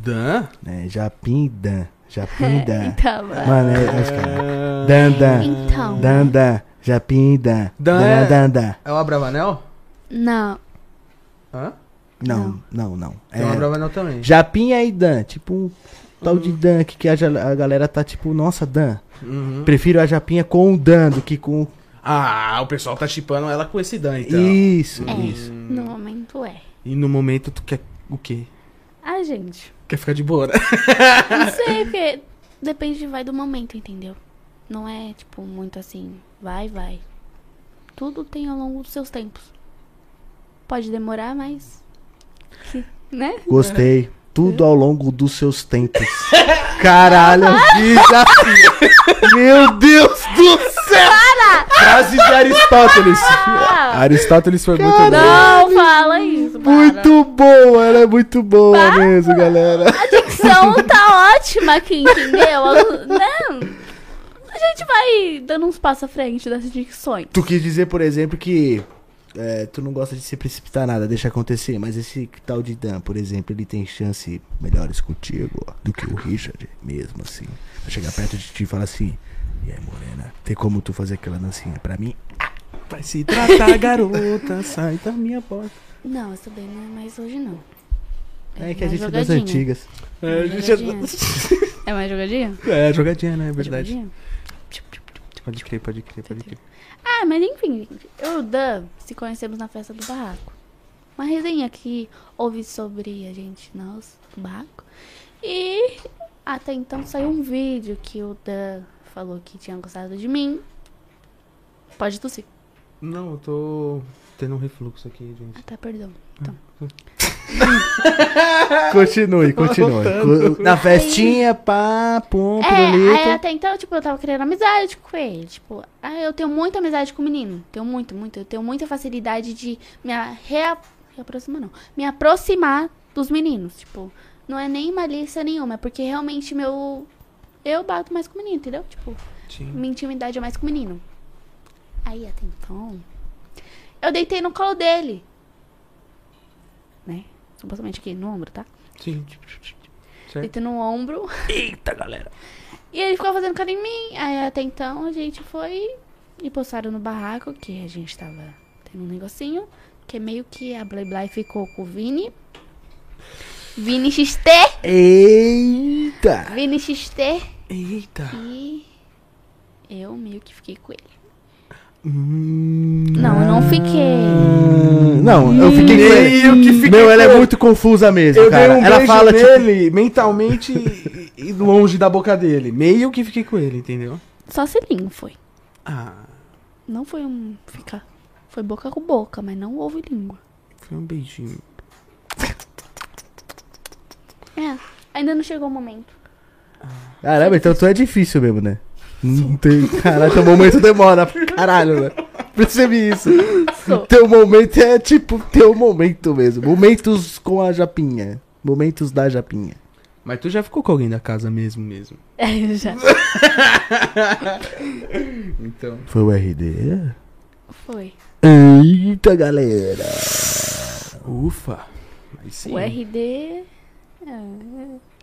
Dan? né? Japim Dan. Japim Dan. Então, Mano, é, é, os caras. Dan, Dan. então. Dan, Dan. Japim Dan. Dan Dan, é- Dan, Dan. É o Abravanel? Não, Hã? Não, não, não. Tem o É, Abravanel também. Japinha e Dan, tipo um tal de Dan aqui que a, ja- a galera tá tipo, nossa, Dan. Uhum. Prefiro a Japinha com o Dan do que com. Ah, o pessoal tá chipando ela com esse Dan, então. Isso, É. isso. no momento é. E no momento tu quer o quê? Ah, gente. Quer ficar de boa, né? Não sei, porque depende, vai do momento, entendeu? Não é, tipo, muito assim, vai, vai. Tudo tem ao longo dos seus tempos. Pode demorar, mas. que- Né? Gostei. Tudo ao longo dos seus tempos. Caralho, desafio. Meu Deus do céu! Frase de Aristóteles. Ah, Aristóteles foi muito Não fala isso, para. Muito boa, ela é muito boa mesmo, galera. A dicção tá ótima aqui, entendeu? As- Não. A gente vai dando uns passos à frente das dicções. Tu quis dizer, por exemplo, que é, tu não gosta de se precipitar nada, deixa acontecer, mas esse tal de Dan, por exemplo, ele tem chance melhores contigo do que o Richard, mesmo assim. Vai chegar perto de ti e falar assim: E aí, Morena, tem como tu fazer aquela dancinha pra mim? Vai se tratar, garota, sai da minha porta. Não, essa daí não é mais hoje, não. É que a mais gente é das jogadinha. antigas. É, a gente é... mais jogadinha? é jogadinha, né? É verdade. Jogadinha? Pode crer, pode crer, pode crer. Ah, mas enfim, eu e o Dan se conhecemos na festa do barraco. Uma resenha que houve sobre a gente, nós, o barraco. E até então saiu um vídeo que o Dan falou que tinha gostado de mim. Pode tossir. Não, eu tô tendo um refluxo aqui, gente. Ah, tá, perdão. Continue, continue. Co- Na festinha, pá, pum, pirulito. É, aí até então, tipo, eu tava querendo amizade com ele. Tipo, ah, eu tenho muita amizade com o menino. Tenho muito, muito. Eu tenho muita facilidade de me a- rea... reaproximar, não. Me aproximar dos meninos. Tipo, não é nem malícia nenhuma, é porque realmente meu. Eu bato mais com o menino, entendeu? Tipo, Sim. minha intimidade é mais com o menino. Aí até então. Eu deitei no colo dele. Né? Supostamente aqui no ombro, tá? Sim. Certo. Deitei no ombro. É. Eita, galera. E ele ficou fazendo carinho em mim. Aí até então a gente foi e postaram no barraco que a gente tava tendo um negocinho. Que é meio que a Blay Blay ficou com o Vini. Vini XT! Eita! Vini XT! Eita. E eu meio que fiquei com ele. Hum. Não, eu não fiquei. Hum, Não, eu fiquei com ele. Meio que fiquei Meu, ela com é ele. muito confusa mesmo, Eu cara. dei um ela beijo fala, tipo, nele mentalmente e- e longe da boca dele. Meio que fiquei com ele, entendeu? Só selinho foi. Ah, Não foi um ficar. Foi boca com boca, mas não houve língua. foi um beijinho. É, ainda não chegou o momento. Caramba, então tu é difícil mesmo, né? Não tem. Caralho, teu momento demora. pra Caralho, né? Percebi isso. Sou. Teu momento é tipo teu momento mesmo. Momentos com a Japinha. Momentos da Japinha. Mas tu já ficou com alguém da casa mesmo, mesmo. É, já. Então. Foi o RD? Foi. Eita, galera. Ufa. Aí sim. O RD. é-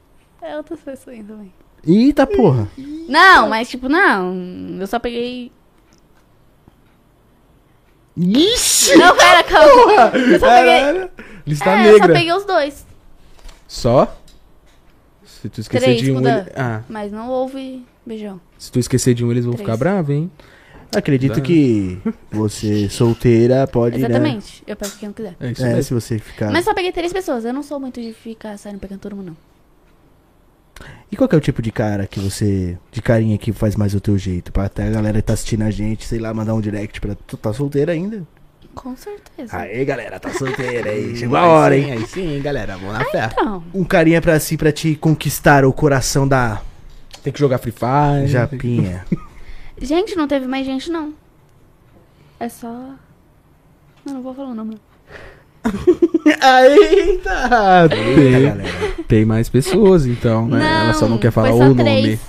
É outras pessoas também. Eita porra. Não, mas tipo, não. Eu só peguei. Ixi! Não, pera, calma. Eu só peguei. Caralho. Lista é, eu só negra. peguei os dois. Só? Se tu esquecer Três, de um, mudando. ele... ah, Mas não houve beijão. se tu esquecer de um, eles vão Três. ficar bravos, hein? Acredito Tá. que você solteira pode, né? Exatamente. Eu pego quem eu quiser. É isso É, mesmo. se você ficar. Mas só peguei três pessoas. Eu não sou muito de ficar saindo pegando todo mundo, não. E qual que é o tipo de cara que você. De carinha que faz mais o teu jeito? Pra até a galera que tá assistindo a gente, sei lá, mandar um direct pra. Tu tá solteira ainda? Com certeza. Aí, galera, tá solteira aí. Chegou Aí a hora, sim, hein? Aí sim, galera, vamos na fé. Então, Um carinha pra si, pra te conquistar o coração da Tem que jogar Free Fire. Japinha. gente, não teve mais gente, não. É só. Não, não vou falar o nome. não. Eita! Eita, Tem, galera. tem mais pessoas, então, né? Ela só não quer falar foi só o três. nome.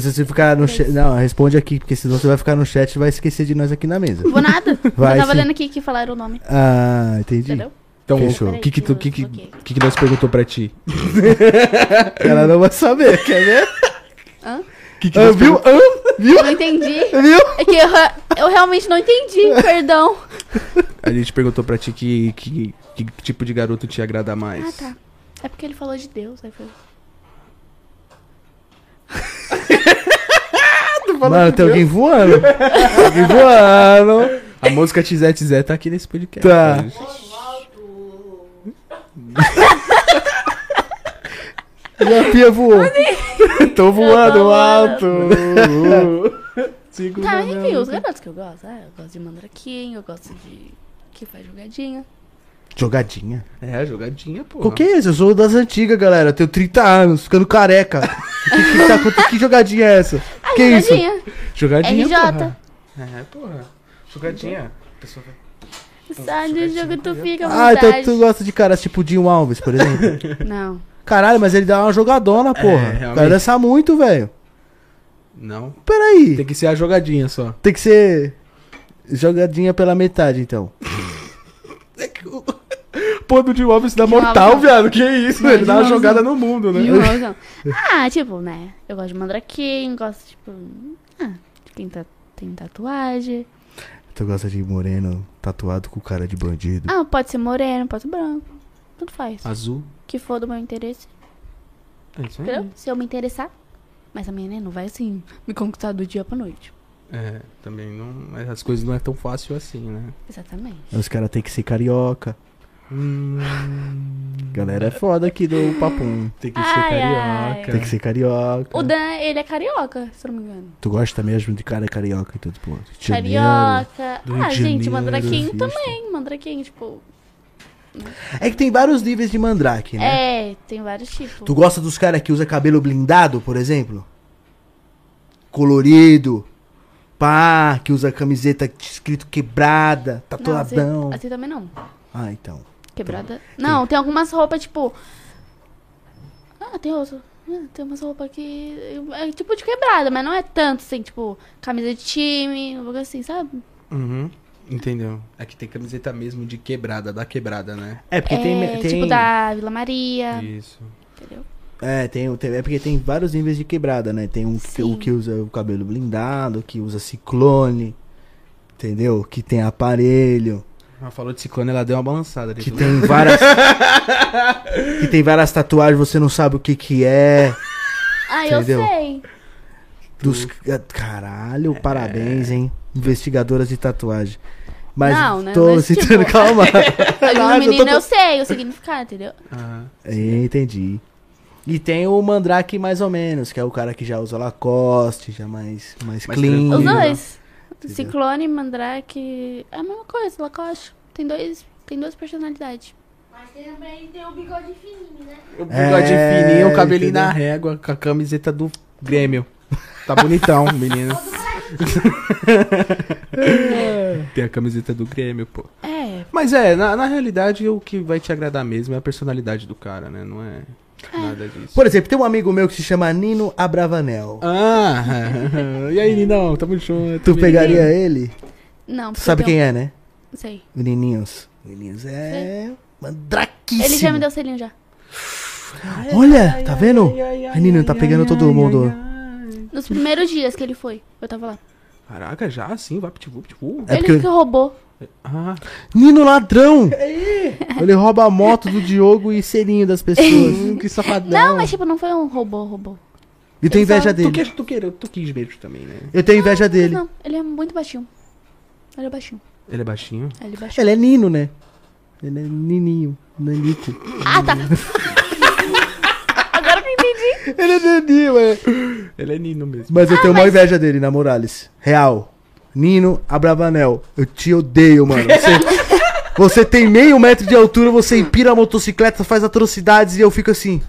Se você ficar no chat. Não, responde aqui, porque senão você vai ficar no chat e vai esquecer de nós aqui na mesa. Vou nada. Vai, eu tava sim. lendo aqui que falaram o nome. Ah, entendi. Entendeu? Então, Fechou. o que que, tu, que, que, Peraí, que que nós perguntou pra ti? Ela não vai saber, quer ver? Que que Ah, nós viu? Ah, viu? Não entendi. Viu? É que eu, ra- eu realmente não entendi, perdão. pergun- A gente perguntou pra ti que, que, que, que tipo de garoto te agrada mais. Ah, tá. É porque ele falou de Deus, aí foi. Mano, tem alguém voando. alguém voando. A música Tizé Tizé tá aqui nesse podcast. né? Tá. E a pia voou. Tô voando voando alto. alto. Tá, enfim, os garotos que eu gosto. Ah, eu gosto de mandraquinho, eu gosto de. que faz jogadinha. Jogadinha. É, a jogadinha, pô. Qual que é isso? Eu sou das antigas, galera. Eu tenho 30 anos, ficando careca. O que, que tá acontecendo? Que jogadinha é essa? Ah, que isso? jogadinha. Jogadinha, RJ. porra. É, porra. Jogadinha. A pessoa vai... Sabe do jogo tu fica à Ah, então vontade. tu gosta de caras tipo Dinho Alves, por exemplo. Não. Caralho, mas ele dá uma jogadona, porra. o cara É, realmente. dança muito, velho. Não. Peraí. Tem que ser a jogadinha só. Tem que ser jogadinha pela metade, então. É Pô, do Jim Alves dá Jim mortal, Alves viado. Que isso? Não, Ele Jim dá uma Alves jogada no mundo, né? E o Raulzão? Ah, tipo, né? Eu gosto de mandraquinho, gosto, tipo. Ah, de quem tá, tem tatuagem. Tu gosta de moreno tatuado com cara de bandido. Ah, pode ser moreno, pode ser branco. Tudo faz. Ah. Azul. Que for do meu interesse. É isso aí. Entendeu? Hum. Se eu me interessar. Mas a minha né, não vai assim me conquistar do dia pra noite. É, também não. mas As coisas não é tão fácil assim, né? Exatamente. Os caras tem que ser carioca. Hum. Galera é foda aqui do papum. Tem que ser Ai, carioca. ai. Tem que ser carioca. O Dan, ele é carioca, se eu não me engano. Tu gosta mesmo de cara carioca e tudo, pô. Rio de Janeiro. Carioca. do Rio Ah, de gente, Janeiro, mandraquinho existe. também. Mandraquinho, tipo. É que tem vários níveis de mandrake, né? É, tem vários tipos. Tu gosta dos caras que usa cabelo blindado, por exemplo? Colorido. Pá, que usa camiseta escrito quebrada, não, assim, tatuadão. assim também não. Ah, então. Quebrada. Não, tem algumas roupas, tipo. Ah, tem outro. Ah, tem umas roupas que. É tipo de quebrada, mas não é tanto assim, tipo, camisa de time, um bagulho assim, sabe? Uhum. Entendeu? Aqui É tem camiseta mesmo de quebrada, da quebrada, né? É, porque é, tem. tem Tipo da Vila Maria, Isso. entendeu? É, tem, tem- é porque tem vários níveis de quebrada, né? Tem um que, Sim. o que usa o cabelo blindado, que usa ciclone, entendeu? Que tem aparelho, Ela falou de ciclone, ela deu uma balançada ali. que tem várias. que tem várias tatuagens, você não sabe o que que é. Ah, Entendeu? eu sei. Dos, ah, caralho, É. parabéns, hein? Investigadoras de tatuagem. Mas Não, né? tô Mas, tipo, citando, calma. Mas Caralho, menino, eu eu sei o significado, entendeu? Ah, É, Entendi. E tem o Mandrake mais ou menos, que é o cara que já usa Lacoste, já mais, mais, Mais clean. Os Sim, dois. Ciclone, Mandrake. É a mesma coisa, Lacoste. Tem dois. Tem duas personalidades. Mas tem também tem o bigode fininho, né? O bigode É, fininho, o cabelinho entendeu? na régua, com a camiseta do Grêmio. Tá bonitão, menino. tem a camiseta do Grêmio, pô. É. Mas é, na, na realidade, o que vai te agradar mesmo é a personalidade do cara, né? Não é nada disso. Por exemplo, tem um amigo meu que se chama Nino Abravanel. Ah, e aí, Ninão? Tamo junto. tu menino. pegaria ele? Não, Tu sabe quem é, né? é? Sei. Menininhos. Menininhos é. Mandraquíssimo. Ele já me deu selinho já. Olha, tá vendo? Ai, Nino, tá pegando todo mundo. Nos primeiros dias que ele foi, eu tava lá. Caraca, já assim, vai pitivu, pitivu. É ele porque- que roubou. Ah, Nino ladrão! Ele rouba a moto do Diogo e selinho das pessoas. que safadão. Não, mas tipo, não foi um robô, robô. E tem inveja Tu, dele. que, tu, que, tu quis beijo também, né? Eu tenho inveja dele. Não, ele é muito baixinho. Ele é baixinho. Ele é baixinho? Ele é baixinho. Ele é Nino, né? Ele é Nininho. Nanico. Ah, tá. Agora que eu entendi. Ele é Naninho, é. Ele é Nino mesmo. Mas eu tenho uma inveja dele, na Morales. Real. Nino Abravanel, eu te odeio, mano. Você, você tem meio metro de altura, você empira a motocicleta, faz atrocidades e eu fico assim,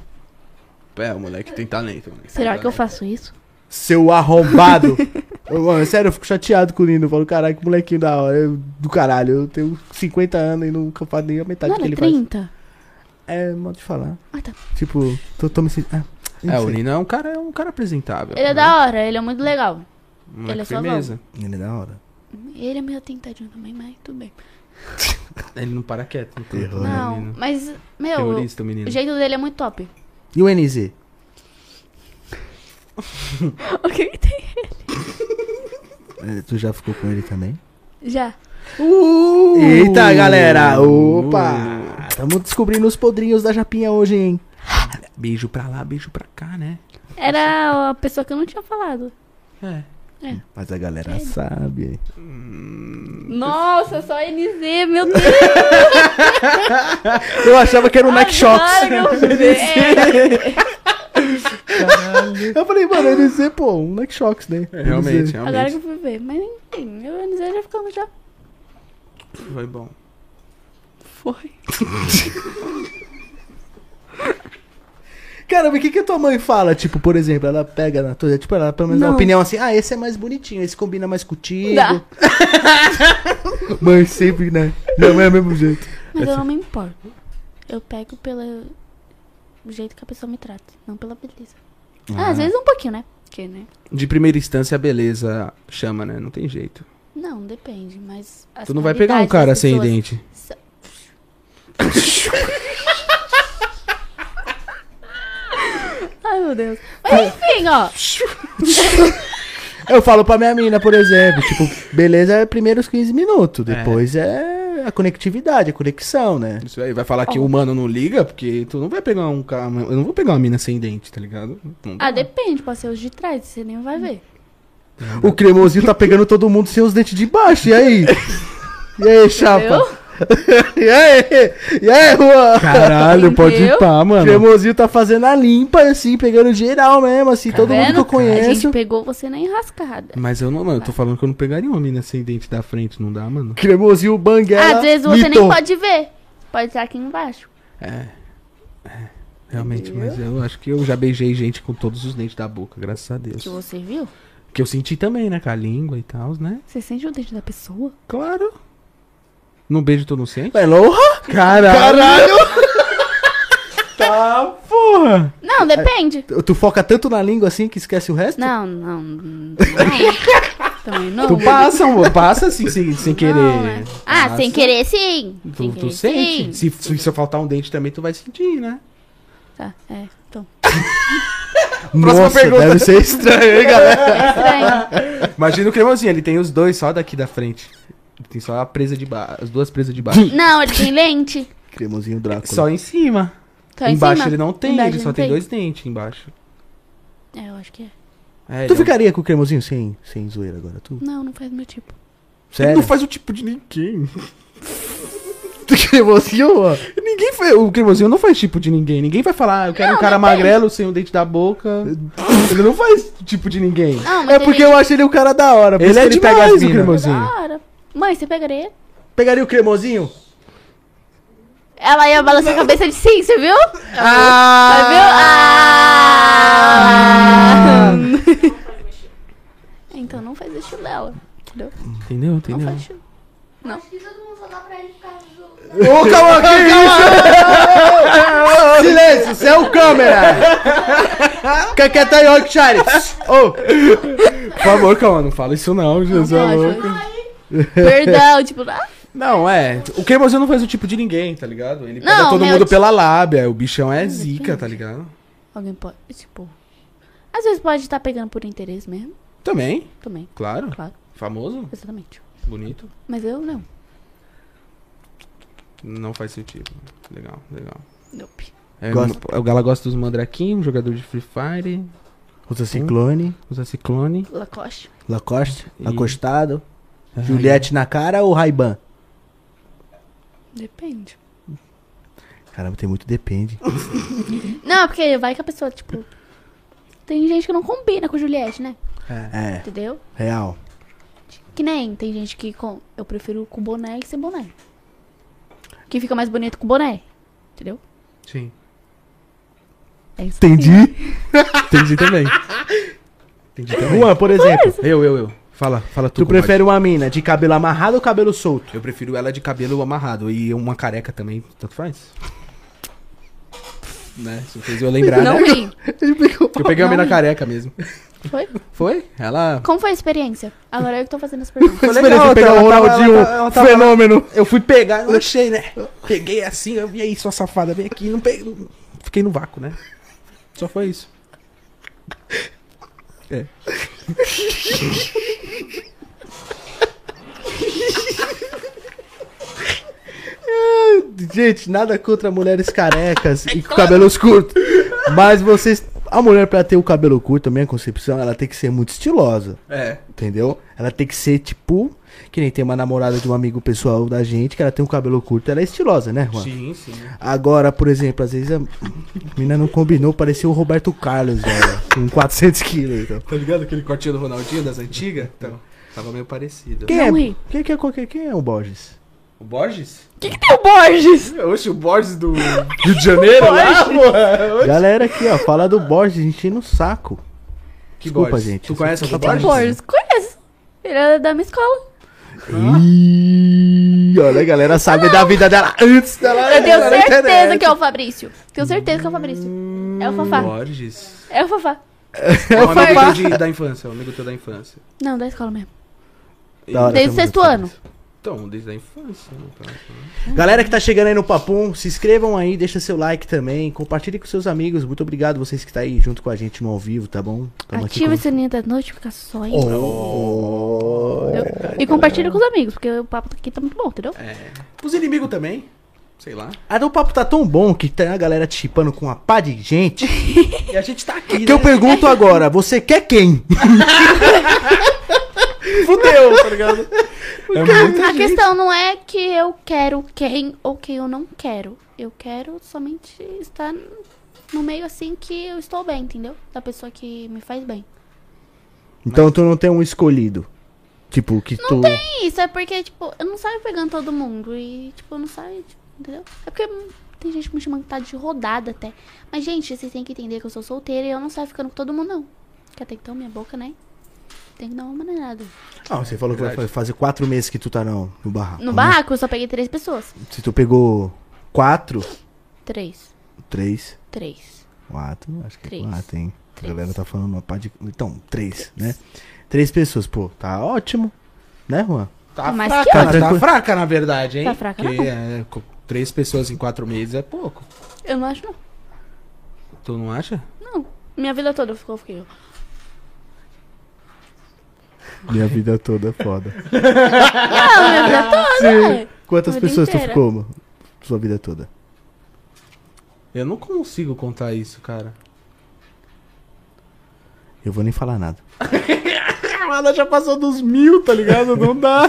É, o moleque tem talento. Mano. Será que eu faço isso? seu arrombado. Eu, mano, sério, eu fico chateado com o Nino. Eu falo, caralho, que molequinho da hora. eu- do caralho, eu tenho 50 anos e nunca faço nem a metade Não é do que era ele 30? faz. É, modo de falar. Ah, tá. Tipo, tô, tô me sentindo. ah, É, o Nino é um cara, é um cara apresentável. Ele é da hora, ele é muito legal. Moleque ele é suavão. firmeza. Ele é da hora. Ele é meio tentadinho também, mas tudo bem. Ele não para quieto. Não, tem Terror. problema, Não, menino. mas, meu, o Terrorista, o menino. o jeito dele é muito top. E o NZ? O que que tem? Eh, Tu já ficou com ele também? Já. Uh! Eita, galera! Opa! Estamos descobrindo os podrinhos da Japinha hoje, hein? Beijo pra lá, beijo pra cá, né? Era a pessoa que eu não tinha falado. É. Mas a galera sabe. Nossa, só NZ, meu Deus! Eu achava que era um o Mac agora Shox. que eu É, vi. Eu falei, mano, NZ, pô, um Mac Shox, né? É, realmente, NZ. Agora que realmente. eu fui ver. Mas enfim, meu NZ já ficamos já. Foi bom. Foi. Cara, mas o que, que a tua mãe fala? Tipo, por exemplo, ela pega na tua. Tipo, ela pelo menos dá uma Não. opinião assim: ah, esse é mais bonitinho, esse combina mais contigo. Dá. Mãe sempre, né? Não é o mesmo jeito. Mas eu não me importo. Eu pego pelo jeito que a pessoa me trata, não pela beleza. Ah, às vezes um pouquinho, né? Porque, né? De primeira instância, a beleza chama, né? Não tem jeito. Não, depende, mas. as tu não vai pegar um qualidades cara das sem pessoas- dente. Sa- Ai, meu Deus. Mas enfim, ó. Eu falo pra minha mina, por exemplo, tipo, beleza é primeiros 15 minutos, depois é, a conectividade, a conexão, né? Isso aí, vai falar que o humano não liga, porque tu não vai pegar um cara. Eu não vou pegar uma mina sem dente, tá ligado? Não dá. Ah, depende, pode ser os de trás, você nem vai ver. O cremosinho tá pegando todo mundo sem os dentes de baixo, e aí? E aí, chapa? e aí? E aí, Juan? Caralho, pode ir Entendeu? pá, O mano. cremosinho tá fazendo a limpa, assim, pegando geral mesmo, assim, todo mundo que eu Tá A conheço. gente pegou você na enrascada. Mas eu não, mano, eu tô falando que eu não pegaria uma mina sem dente da frente, não dá, mano? Cremosinho, banguela, Às vezes você Litton. nem pode ver. Pode estar aqui embaixo. Realmente, mas eu acho que eu já beijei gente com todos os dentes da boca, graças a Deus. Que você viu? Que eu senti também, né? Com a língua e tal, né? Você sente o dente da pessoa? Claro. Num beijo tu não sente? É Aloha? Caralho! tá, porra! Não, depende. Tu- Tu foca tanto na língua assim que esquece o resto? Não, não. não. Também não. Tu passa, amor, passa assim, sem, sem querer. Não, né? Ah, sem Passa. querer sim. sem Tu, querer, tu sente? Se, se, se faltar um dente também, tu vai sentir, né? Tá, é. Então. Nossa, pergunta. deve ser estranho, hein, galera? É estranho. Imagina o cremosinho, ele tem os dois só daqui da frente. Ele tem só a presa de baixo, as duas presas de baixo. Não, ele tem lente. Cremosinho Drácula. Hum. só em cima. Tá em embaixo cima. ele não tem, Embaixo ele só não tem, dois dentes embaixo. É, eu acho que é. É, ele é Tu um- ficaria com o cremosinho sem, sem zoeira agora, tu? Não, não faz meu tipo. Sério? Não faz o tipo de ninguém. cremosinho, ó. Ninguém foi. O cremosinho não faz tipo de ninguém. Ninguém vai falar, "Ah, eu quero um cara magrelo sem o dente da boca. ele não faz tipo de ninguém. Não, Ah, mas É tem porque gente eu acho ele o cara da hora. por Ele isso é que pega demais, as o mina. cremosinho. da hora. Mãe, você pegaria? Pegaria o cremosinho? Ela ia balançar a cabeça de sim, você viu? Você viu? Ah! Ah! Então não faz o estilo dela. Entendeu? Entendeu? Não Entendeu? faz o estilo. Acho que todo mundo só dá pra ele ficar junto. Ô, calma aqui, calma! Silêncio, você é o câmera! Fica quieto aí, ó, Charles. Ô, Por favor, calma, não fala isso não, Jesus. é Não, Não, acho- Perdão, tipo, ah, é. O cremosinho não faz o tipo de ninguém, tá ligado? Ele pega Não, todo meu, mundo tipo- pela lábia. O bichão é zica, tá ligado? alguém pode. Tipo. Às vezes pode estar pegando por interesse mesmo. Também, Também, claro. claro, Famoso, exatamente. bonito. Mas eu não. Não faz seu tipo. Legal, legal. Nope. É, Gosto. O Gala gosta dos Mandraquinhos, jogador de Free Fire, Usa ciclone, usa Ciclone. Lacoste. Lacoste, E- acostado, Ah, Juliette na cara ou Ray-Ban? Depende. Caramba, tem muito depende. Não, porque vai que a pessoa, tipo. Tem gente que não combina com Juliette, né? É, Entendeu? real. Que nem tem gente que com. Eu prefiro com boné e sem boné. Que fica mais bonito com boné. Entendeu? Sim. É isso. Entendi. Entendi também. Entendi também. é Juan, por exemplo, Eu, eu, eu. Fala, fala tu. tu compadre. prefere uma mina de cabelo amarrado ou cabelo solto? Eu prefiro ela de cabelo amarrado e uma careca também, tanto faz. né? Isso fez eu lembrar, Não né? ri. Eu peguei a Não mina ri. careca mesmo. Foi? Foi? Ela. Como foi a experiência? Agora eu que tô fazendo as perguntas. Foi Experiência de pegar ela o tava- Ronaldinho, ela tava- ela tava- fenômeno. Eu fui pegar, eu achei, né? Peguei assim, eu vi aí, sua safada, vem aqui. Não peguei. Fiquei no vácuo, né? Só foi isso. É. Gente, nada contra mulheres carecas e com cabelos curtos. Mas vocês. A mulher, pra ter o cabelo curto, a minha concepção, ela tem que ser muito estilosa. É. Entendeu? Ela tem que ser tipo. Que nem tem uma namorada de um amigo pessoal da gente, que ela tem um cabelo curto, ela é estilosa, né, Juan? Sim, sim. Agora, por exemplo, às vezes a mina não combinou, parecia o Roberto Carlos, velho. Com 400 quilos. Então. Tá ligado aquele cortinho do Ronaldinho das antigas? Então, tava meio parecido. Quem, Não é, ri. quem, que é, qualquer- quem é o Borges? O Borges? O que, que tem o Borges? Oxe, o Borges do Rio de Janeiro? lá, é, porra. Galera aqui, ó, fala do Borges, enchendo o saco. Que Desculpa, Borges? gente. Tu conhece Desculpa. o Tem o Borges? Borges? Conheço. Ele era da minha escola. Ah. Ih, olha, a galera sabe da vida dela antes dela. Eu tenho na certeza internet. que é o Fabrício. Tenho certeza que é o Fabrício. É o Fafá. Borges. É o Fafá. É um amigo teu Fafá. de- da infância, é um amigo teu da infância. Não, da escola mesmo. Da hora, Desde o tamo sexto junto. ano. Então, desde a infância. né, então. Galera que tá chegando aí no Papum, se inscrevam aí, deixa seu like também, compartilhe com seus amigos. Muito obrigado vocês que tá aí junto com a gente no ao vivo, tá bom? Tamo aqui Ativa o com- sininho das notificações. Oh. entendeu? E compartilha com os amigos, porque o papo aqui tá muito bom, entendeu? Os inimigos também. Sei lá. Ah, o papo tá tão bom que tem a galera te chipando com uma pá de gente. E a gente tá aqui, Que eu pergunto agora, você quer quem? Fudeu, tá ligado? É muito... A questão não é que eu quero quem ou quem eu não quero. Eu quero somente estar no meio assim que eu estou bem, entendeu? Da pessoa que me faz bem. Então tu não tem um escolhido. Tipo, que tu. E isso é porque, tipo, eu não saio pegando todo mundo. E, tipo, eu não saio, tipo, entendeu? É porque hum, tem gente que me chama que tá de rodada até. Mas, gente, vocês têm que entender que eu sou solteira e eu não saio ficando com todo mundo, não. Porque até então, minha boca, né? Tem que dar uma maneirada. Ah, você falou que vai Verdade. fazer quatro meses que tu tá não, no barraco. No né? barraco, eu só peguei três pessoas. Se tu pegou quatro, Três. três, Três. quatro, acho que é Três. quatro, hein? A Três. galera tá falando uma pá de. Então, três, né? Três pessoas, pô, tá ótimo. Né, Juan? Tá Mas fraca, que mas ótimo. tá fraca, na verdade, hein? Tá fraca, Porque não. é, com três pessoas em quatro meses é pouco. Eu não acho, não. Tu não acha? Não. Minha vida toda ficou fiquei. Minha vida toda é foda. Não, Ah, minha vida toda. ué. Quantas Vida pessoas tu inteira. ficou, mano? Sua vida toda. Eu não consigo contar isso, cara. Eu vou nem falar nada. Ah. Ela já passou dos mil, tá ligado? Não dá.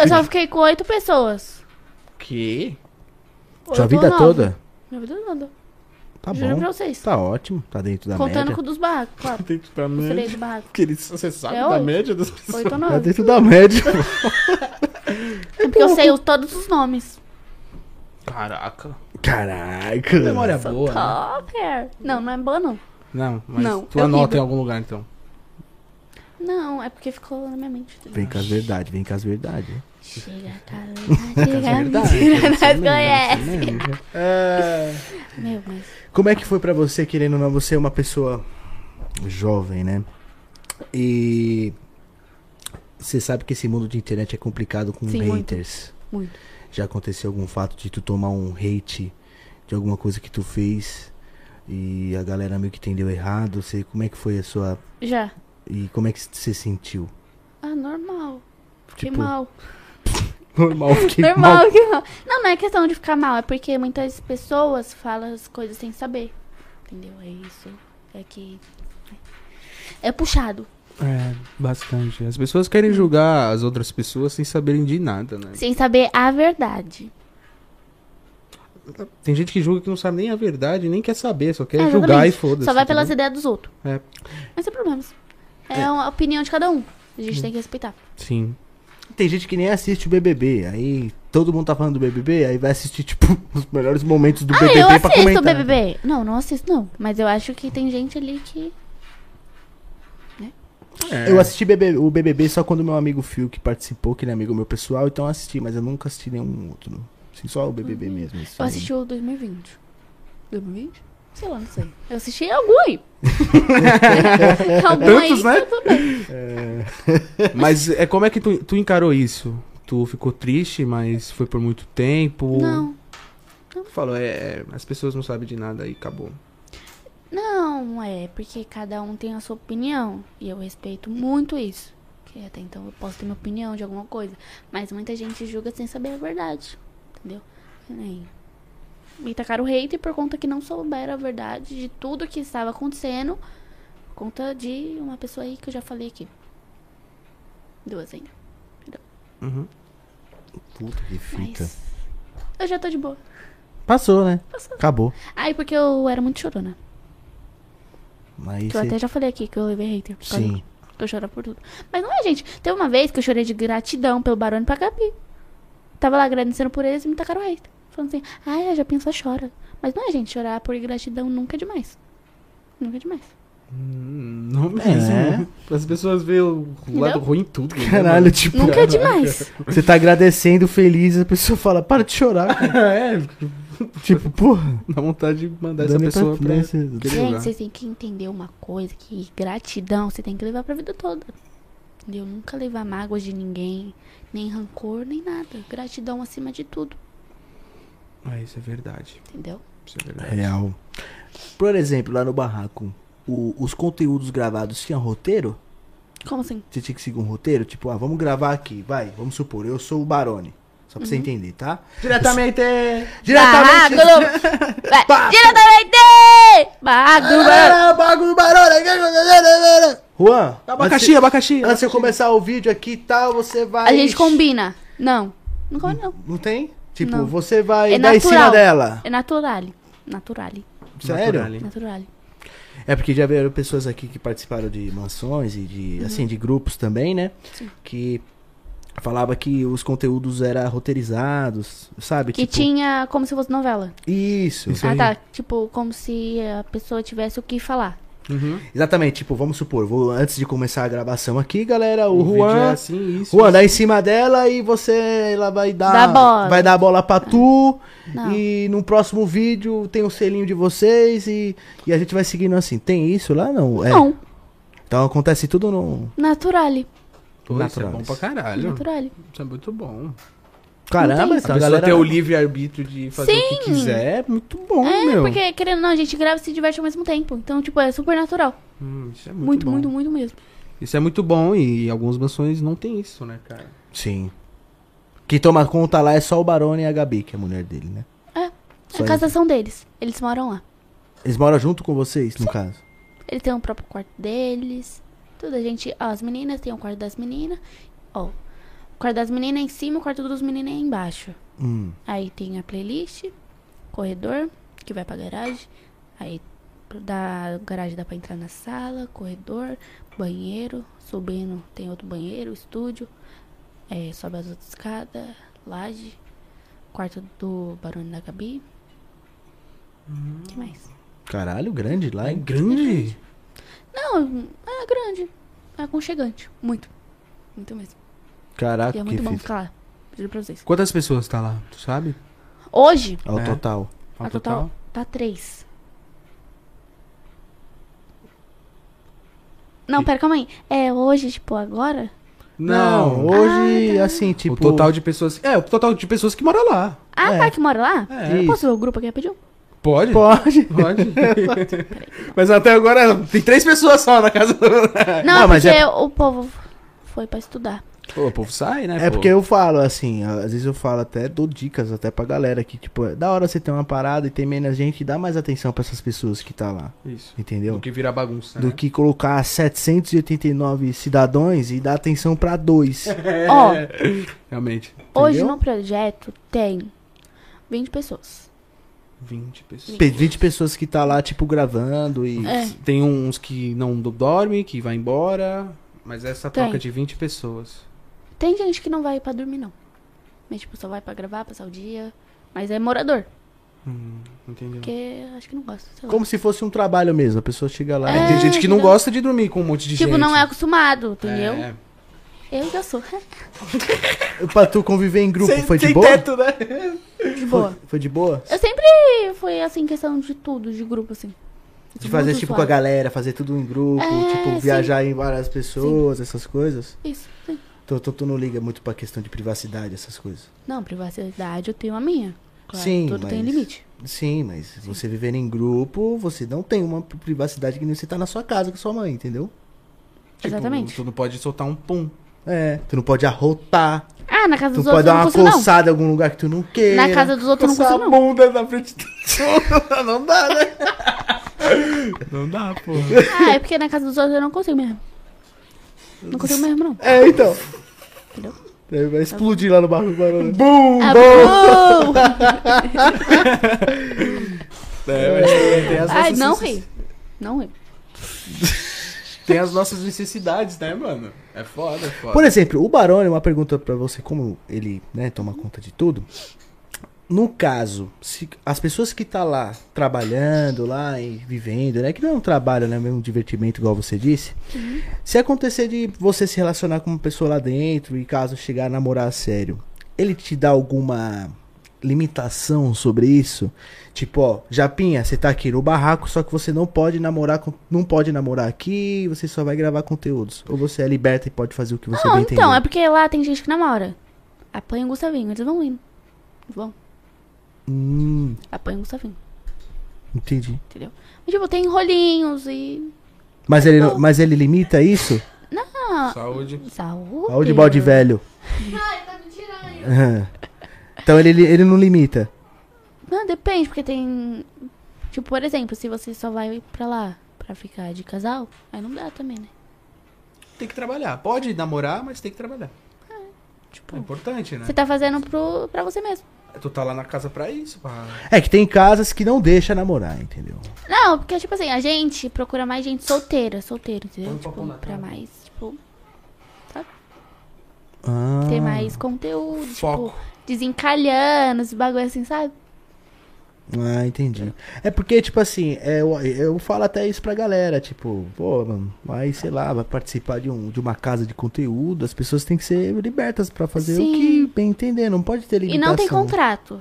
Eu só fiquei com oito pessoas. que? Sua Oito ou vida nove. toda? Minha vida toda. Tá Juro bom. pra vocês. Tá ótimo, tá dentro da Tá Contando média. com o dos barracos, claro. Tem que pra Serei do barraco. Porque eles- você sabe É oito. média das pessoas. Oito ou Tá nove. dentro da média. É porque eu sei os- todos os nomes. Caraca. Caraca. Memória tá. boa. né? Tá. Topper. Não, não é boa, não. Não, mas Não, tu eu anota ligo. em algum lugar, então. Não, é porque ficou na minha mente. entendeu? Vem com as verdades, vem com as verdades. Chega, tá Chega, é verdade, mentira, é nós isso mesmo, isso conhece. mesmo. Meu, mas... Como é que foi pra você, querendo ou não, você é uma pessoa jovem, né? E você sabe que esse mundo de internet é complicado com Sim, muito. haters. Muito. Já aconteceu algum fato de tu tomar um hate de alguma coisa que tu fez e a galera meio que entendeu errado? Você, como é que foi a sua Já. e como é que você sentiu? Ah, normal. Fiquei Tipo, mal. Normal, fiquei mal. Normal, que não. Não, não é questão de ficar mal, é porque muitas pessoas falam as coisas sem saber. Entendeu? É isso. É que. É puxado. É, bastante. As pessoas querem julgar as outras pessoas sem saberem de nada, né? Sem saber a verdade. Tem gente que julga que não sabe nem a verdade, nem quer saber, só quer É, julgar e exatamente. foda-se. Só vai pelas entendeu? ideias dos outros. É. Mas sem problemas. É, a opinião de cada um. A Hum. gente tem que respeitar. Sim. Tem gente que nem assiste o BBB, aí todo mundo tá falando do BBB, aí vai assistir tipo os melhores momentos do ah, BBB eu pra assisto comentar. o BBB. Não, não assisto, não. Mas eu acho que tem gente ali que. É. Eu assisti BB o BBB só quando meu amigo Phil que participou, que ele é amigo meu pessoal, então Uhum. eu assisti, mas eu nunca assisti nenhum outro. Assim, só o BBB mesmo. assim. Eu assisti o 2020. 2020? Sei lá, não sei. Eu assisti algum aí. algum Tantos, aí né? que eu tô bem. Mas é, como é que tu, tu encarou isso? Tu ficou triste, mas foi por muito tempo? Não. Tu falou, é, é, as pessoas não sabem de nada e acabou. Não, é porque cada um tem a sua opinião. E eu respeito muito isso. Porque até então eu posso ter minha opinião de alguma coisa. Mas muita gente julga sem saber a verdade. Entendeu? Que nem- Me tacaram hate por conta que não souberam a verdade de tudo que estava acontecendo. Por conta de uma pessoa aí que eu já falei aqui. Duas ainda. Uhum. Puta que fita. um Mas. Eu já tô de boa. Passou, né? Passou. Acabou. Ai, porque eu era muito chorona. Mas Que eu até já falei aqui que eu levei hater. por causa Sim. que Eu choro por tudo. Mas não é, gente. Teve uma vez que eu chorei de gratidão pelo Barone Pacapi. Tava lá agradecendo por eles e me tacaram hater. Falando assim, ai, a Japinha só chora. Mas não é, gente. Chorar por gratidão nunca é demais. Nunca é demais. Hum, Não É. mesmo. As pessoas veem o lado Não. ruim em tudo. né, Caralho, tipo, Nunca é demais. você tá agradecendo, feliz, a pessoa fala, para de chorar. cara." mano? é, tipo, porra. dá vontade de mandar essa Dani tá- pessoa pra... nesse- Aquele Gente, lugar. vocês têm que entender uma coisa, que gratidão você tem que levar pra vida toda. Entendeu? Nunca levar mágoas de ninguém, nem rancor, nem nada. Gratidão acima de tudo, Ah, isso é verdade. entendeu? Isso é verdade. Real. Por exemplo, lá no barraco, o- os conteúdos gravados tinha roteiro? Como assim? Você tinha que seguir um roteiro? Tipo, ah, vamos gravar aqui, vai, vamos supor, eu sou o Barone. Só pra Uhum. você entender, tá? Diretamente! É Diretamente! Bagulho! Vai, Pá, diretamente! Bagulho! Ah, bagulho do é Barone! Juan, Abacaxi, abacaxi! Antes de eu começar o vídeo aqui e tal, você vai. A gente combina. Não. Não combina, Hum. não. Não tem? Tipo, Não. você vai É dar em cima natural. dela. É natural. Natural. Sério? Natural. Natural. É porque já vieram pessoas aqui que participaram de mansões e de, assim, de grupos também, né? Uhum. Sim. Que falava que os conteúdos eram roteirizados, sabe? Tipo, tipo, Que tinha como se fosse novela. Isso. Isso ah, aí. tá. Tipo, como se a pessoa tivesse o que falar. Uhum. Exatamente, tipo, vamos supor, vou, antes de começar a gravação aqui, galera, o, vídeo é Juan. assim, isso. Juan, dá em cima dela e você ela vai dar. Dá bola. Vai dar a bola pra tu. Não. E no próximo vídeo tem o selinho de vocês e, e a gente vai seguindo assim. Tem isso lá? Não. É. Não. Então acontece tudo no. Natural. Pô, isso é Natural. bom pra caralho. Natural. Isso é muito bom. Caramba, tem essa a pessoa galera. ter o livre-arbítrio de fazer o que Sim. quiser é muito bom, É, meu. porque querendo ou não, a gente grava e se diverte ao mesmo tempo. Então, tipo, é super natural. Hum, isso é muito, Muito, bom. muito, muito, mesmo. Isso é muito bom e algumas mansões não tem isso, né, cara? Sim. Quem toma conta lá é só o Barone e a Gabi, que é a mulher dele, né? Só É a casação deles. Eles moram lá. Eles moram junto com vocês, no caso. Eles têm o próprio quarto deles. Tudo, a gente. Ó, as meninas têm o quarto das meninas. Ó. O quarto das meninas é em cima, o quarto dos meninos é embaixo. Hum. Aí tem a playlist, corredor, que vai pra garagem. Aí da garagem dá pra entrar na sala, corredor, banheiro, subindo tem outro banheiro, estúdio, é, sobe as outras escadas, laje, quarto do barulho da Gabi. O que Hum. mais? Caralho, grande lá, É hein? grande. Não, é grande. É aconchegante. Muito. Muito mesmo. Caraca, E é Ah, que muito bom fita. ficar lá. Juro pra vocês. Quantas pessoas tá lá, tu sabe? Hoje, Ao É. total. Ao a total tá três. Não, E- pera, calma aí. É hoje, tipo, agora? Não. o- hoje, assim, tipo. O total de pessoas. É, o total de pessoas que moram lá. Ah, É. tá, que mora lá? É. Posso ver o grupo aqui rapidinho? Pode? Pode. Pode. Mas até agora tem três pessoas só na casa. Não, mas porque é- o povo foi pra estudar. Pô, o povo sai, né? É pô? porque eu falo, assim, às vezes eu falo até, dou dicas até pra galera que, tipo, é da hora você ter uma parada e tem menos gente, dá mais atenção pra essas pessoas que tá lá, Isso. Do entendeu? que vira bagunça. Do né? que colocar 789 cidadãos e dar atenção pra dois. Ó, Realmente. hoje Entendeu? no projeto tem 20 pessoas. 20 pessoas. Pe- 20 pessoas que tá lá, tipo, gravando e. É. Tem uns que não do- dorme, que vai embora. Mas essa Tem. troca de 20 pessoas. Tem gente que não vai pra dormir, não. Mas, tipo, só vai pra gravar, passar o dia. Mas é morador, Hum, entendeu? porque acho que não gosta. sei lá. Como se fosse um trabalho mesmo, a pessoa chega lá. É, e- tem gente que não entendeu? gosta de dormir com um monte de gente. Tipo, não é acostumado, entendeu? É. Eu já sou. Pra tu conviver em grupo, Sem- foi de sem boa? teto, né? De boa. Foi de boa? Eu sempre foi assim, questão de tudo, de grupo, assim. De fazer tipo com a galera, fazer tudo em grupo, É, tipo sim. viajar em várias pessoas, essas coisas. Isso, sim. Então tu, tu não liga muito pra questão de privacidade, essas coisas. Não, privacidade eu tenho a minha. Claro, Sim, tudo tem mas- tipo, limite. Sim, mas você viver em grupo, você não tem uma privacidade que nem você tá na sua casa com sua mãe, entendeu? Tipo, Exatamente. Tu não pode soltar um pum. É. Tu não pode arrotar, Ah, na casa tu dos não pode outros eu dar não uma consigo, não. coçada em algum lugar que tu não queira. Na casa dos outros eu não Coçar consigo, a não. bunda na frente do outro, não dá, né? Não dá, porra. Ah, é porque na casa dos outros eu não consigo mesmo. Não consigo mesmo, não. É, então. Entendeu? Daí Vai explodir lá no barulho. barulho. Bum! Ah, bom. É, mas também tem as Ai, nossas não necess- ri. Não ri. Tem as nossas necessidades, né, mano? É foda, é foda. Por exemplo, o Barone, uma pergunta pra você, como ele né, toma conta de tudo. No caso, se as pessoas que tá lá trabalhando lá e vivendo, né? Que não é um trabalho, né? É um divertimento, igual você disse. Uhum. Se acontecer de você se relacionar com uma pessoa lá dentro e caso chegar a namorar a sério, ele te dá alguma limitação sobre isso? Tipo, ó, Japinha, você tá aqui no barraco, só que você não pode namorar, com- não pode namorar aqui, você só vai gravar conteúdos. Ou você é liberta e pode fazer o que você Não, bem entender. então, é porque lá tem gente que namora. Apanha o Gustavinho, eles vão indo. Vão, Hum, apanha o Gustavinho, entendi. entendeu? Mas, tipo, tem rolinhos e... Mas ele, não- mas ele limita isso? Não, Saúde. Ah, saúde. Olha o de balde velho. Não, ele tá me tirando. Aham. Então ele, ele não limita. Não, depende, porque tem... Tipo, por exemplo, se você só vai pra lá pra ficar de casal, aí não dá também, né? Tem que trabalhar. Pode namorar, mas tem que trabalhar. Tipo, É importante, né? você tá fazendo pro, pra você mesmo. Tu tá lá na casa pra isso, pá. É que tem casas que não deixa namorar, entendeu? Não, porque, tipo assim, a gente procura mais gente solteira, solteira, entendeu? Põe um papo Tipo, na pra cara. mais, tipo, Ah. ter mais conteúdo, Foco. tipo, desencalhando, esse bagulho assim, sabe? Ah, entendi. É porque, tipo assim, é, eu, eu falo até isso pra galera, tipo, pô, mano, aí, sei lá, vai participar de, um, de uma casa de conteúdo, as pessoas têm que ser libertas pra fazer o Sim. que bem entender, não pode ter E limitação. não tem contrato.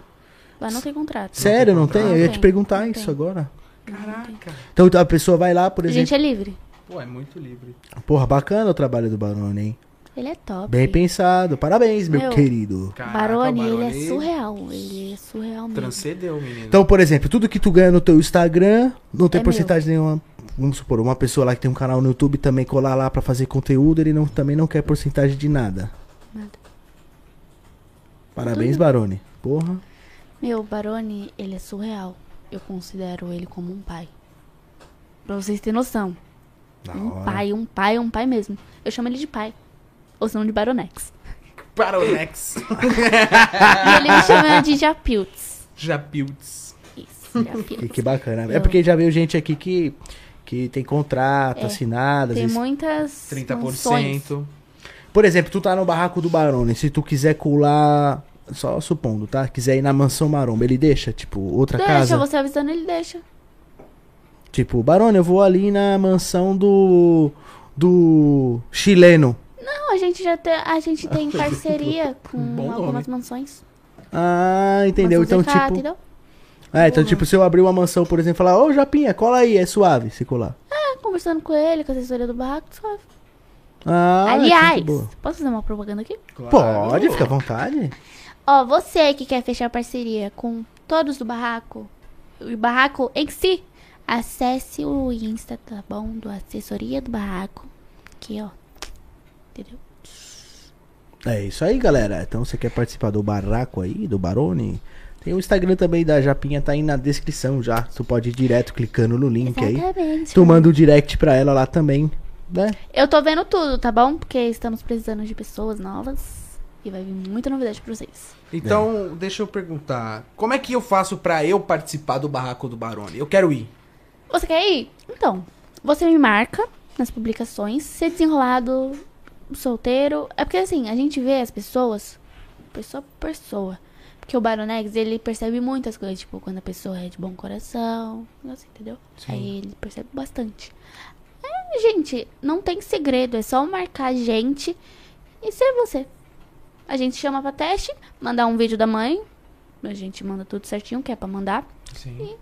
Lá não tem contrato. Sério, não tem? contrato. Eu ia Não te tem, perguntar não isso tem. agora. Caraca. Então a pessoa vai lá, por A gente exemplo, é livre. Pô, é muito livre. porra, bacana o trabalho do Barone, hein? Ele é top. Bem pensado, parabéns, meu, Meu. querido. Caraca, Barone, o ele Barone é surreal. Ele é surreal mesmo. Transcendeu, menino. Então, por exemplo, tudo que tu ganha no teu Instagram, não tem É porcentagem nenhuma. Vamos supor, uma pessoa lá que tem um canal no YouTube também colar lá pra fazer conteúdo, ele não, também não quer porcentagem de nada. Nada. Uhum. Parabéns, Barone. Porra. Meu, Barone, ele é surreal. Eu considero ele como um pai. Pra vocês terem noção. Da um hora. pai, um pai, um pai mesmo. Eu chamo ele de pai. Ou senão de Baronex. Paronex. E ele me chama de Japiltz. Japilts. Isso, Que, Japiltz. que bacana. É Eu- porque já veio gente aqui que, que tem contrato, É, assinado. às Tem vezes- muitas 30%. mansões. Por exemplo, tu tá no barraco do Barone, se tu quiser colar, só supondo, tá? Quiser ir na mansão Maromba, ele deixa, tipo, outra Deixa, casa. você avisando, ele deixa. Tipo, Barone, eu vou ali na mansão do. do. chileno. Não, a gente já tem, a gente tem parceria Bom com algumas mansões. Ah, entendeu? Mansão Então, ZK, tipo. entendeu? É, então, tipo, se eu abrir uma mansão, por exemplo, e falar, ô Japinha, cola aí, é suave se colar. Tá conversando com ele, com a assessoria do barraco, suave. Ah, Aliás, que boa. posso fazer uma propaganda aqui? Claro. Pode, fica à vontade. Ó, você que quer fechar parceria com todos do barraco, o barraco em si, acesse o Insta, tá bom? Do assessoria do barraco. Aqui, ó. Entendeu? É isso aí, galera. Então, você quer participar do barraco aí, do Barone? Tem o Instagram também da Japinha, tá aí na descrição já. Tu pode ir direto clicando no link aí. Exatamente. Tu manda o direct pra ela lá também, né? Eu tô vendo tudo, tá bom? Porque estamos precisando de pessoas novas. E vai vir muita novidade pra vocês. Então, deixa eu perguntar. Como é que eu faço pra eu participar do Barraco do Barone? Eu quero ir. Você quer ir? Então, você me marca nas publicações, ser desenrolado, solteiro. É porque assim, a gente vê as pessoas, pessoa por pessoa. Porque o Baronex, ele percebe muitas coisas, tipo, quando a pessoa é de bom coração, assim, entendeu? Aí ele percebe bastante. É, gente, não tem segredo, é só marcar a é gente e ser você. A gente chama pra teste, mandar um vídeo da mãe, A gente manda tudo certinho, que é pra mandar. Sim.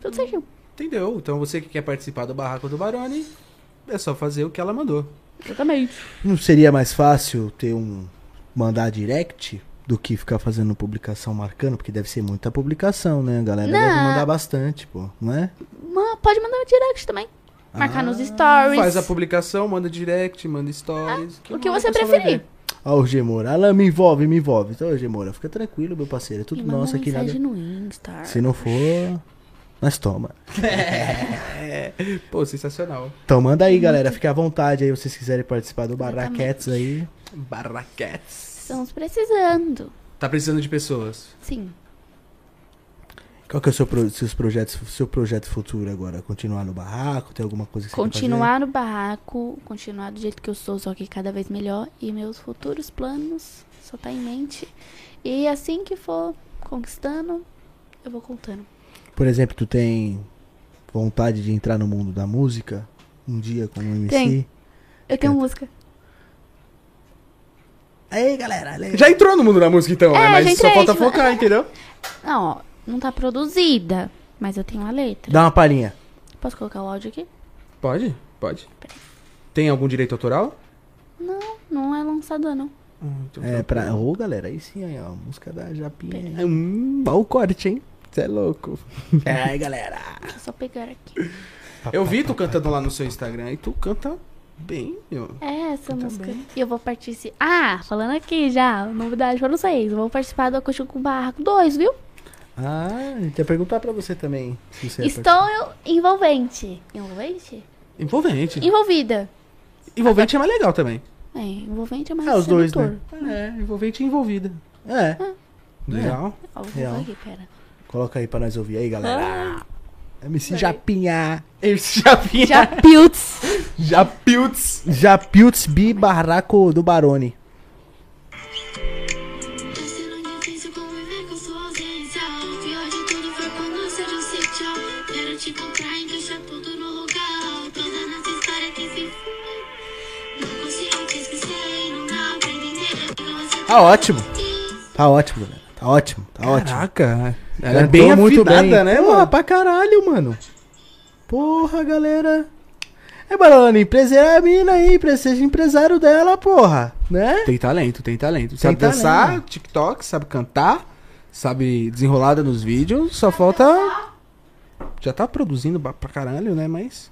Tudo certinho. Entendeu? Então você que quer participar do Barraco do Barone, é só fazer o que ela mandou. Exatamente. Não seria mais fácil ter um. mandar direct do que ficar fazendo publicação marcando? Porque deve ser muita publicação, né? A galera deve Não. mandar bastante, pô, não é? Ma- pode mandar um direct também. Marcar Ah, nos stories. Faz a publicação, manda direct, manda stories. Então, Ah, o uma que hora você a pessoa vai preferir. ver. Ó, o Gemora. Ela me envolve, me envolve. Então, ô, Gemora, fica tranquilo, meu parceiro. É tudo E manda nosso aqui, nada. mensagem no Insta. Se não for, nós toma. Pô, sensacional. Então manda aí, galera. Fique à vontade aí, vocês quiserem participar do Barraquetes aí. Barraquetes. Estamos precisando. Tá precisando de pessoas. Sim. Qual que é o seu, pro- seus projetos, seu projeto futuro agora? Continuar no barraco? Tem alguma coisa que você quer Continuar no barraco, continuar do jeito que eu sou, só que cada vez melhor. E meus futuros planos só tá em mente. E assim que for conquistando, eu vou contando. fazer? Por exemplo, tu tem vontade de entrar no mundo da música? Um dia como MC? Tenho. Eu tenho Canta. música. Aí, galera, lembra? Já entrou no mundo da música então, né? É, Mas já só entrei, falta tipo- focar, entendeu? Não, ó, não tá produzida, mas eu tenho a letra. Dá uma palhinha. Posso colocar o áudio aqui? Pode, pode. Tem algum direito autoral? Não, não é lançada, não. É, pra... Ô, galera, aí sim, aí, ó. Música da Japinha. Hum, olha o corte, hein? Você é louco. É, galera. É só pegar aqui. Eu vi tu cantando lá no seu Instagram e tu canta bem, meu. É essa Muito música. bem. E eu vou participar. Ah, falando aqui já, novidade pra vocês. Eu vou participar do Acústico com Barraco 2, viu? Ah, a gente ia perguntar pra você também. Se você ia Estou eu envolvente. Envolvente? Envolvente. Envolvida. Envolvente é mais legal também. É, envolvente é mais Ah, os dois, sedutor. né? É, envolvente e envolvida. É, Legal. Ó, vou Real. colocar aqui, pera. coloca aí pra nós ouvir aí, galera. MC Japinha. Esse Japinha. Já pilts. Japiltz. Japiuts Bi Barraco do Barone. Tá sendo difícil conviver com sua ausência. O pior de tudo foi quando você disse tchau. Quero te encontrar e deixar tudo no lugar. Toda nossa história que se foi. Não consigo te esquecer. Não dá pra entender. Você Tá ótimo. Tá ótimo, galera. Tá ótimo, tá ótimo. Caraca. Ela é Cantou bem afinada, né, Porra, mano? pra caralho, mano. Porra, galera. É, Barone, empresária é a mina aí, precisa ser empresário dela, porra. Né? Tem talento, tem talento. Sabe Tem dançar, talento. TikTok, sabe cantar, sabe desenrolada nos vídeos, só falta... Já tá produzindo ba- pra caralho, né? Mas...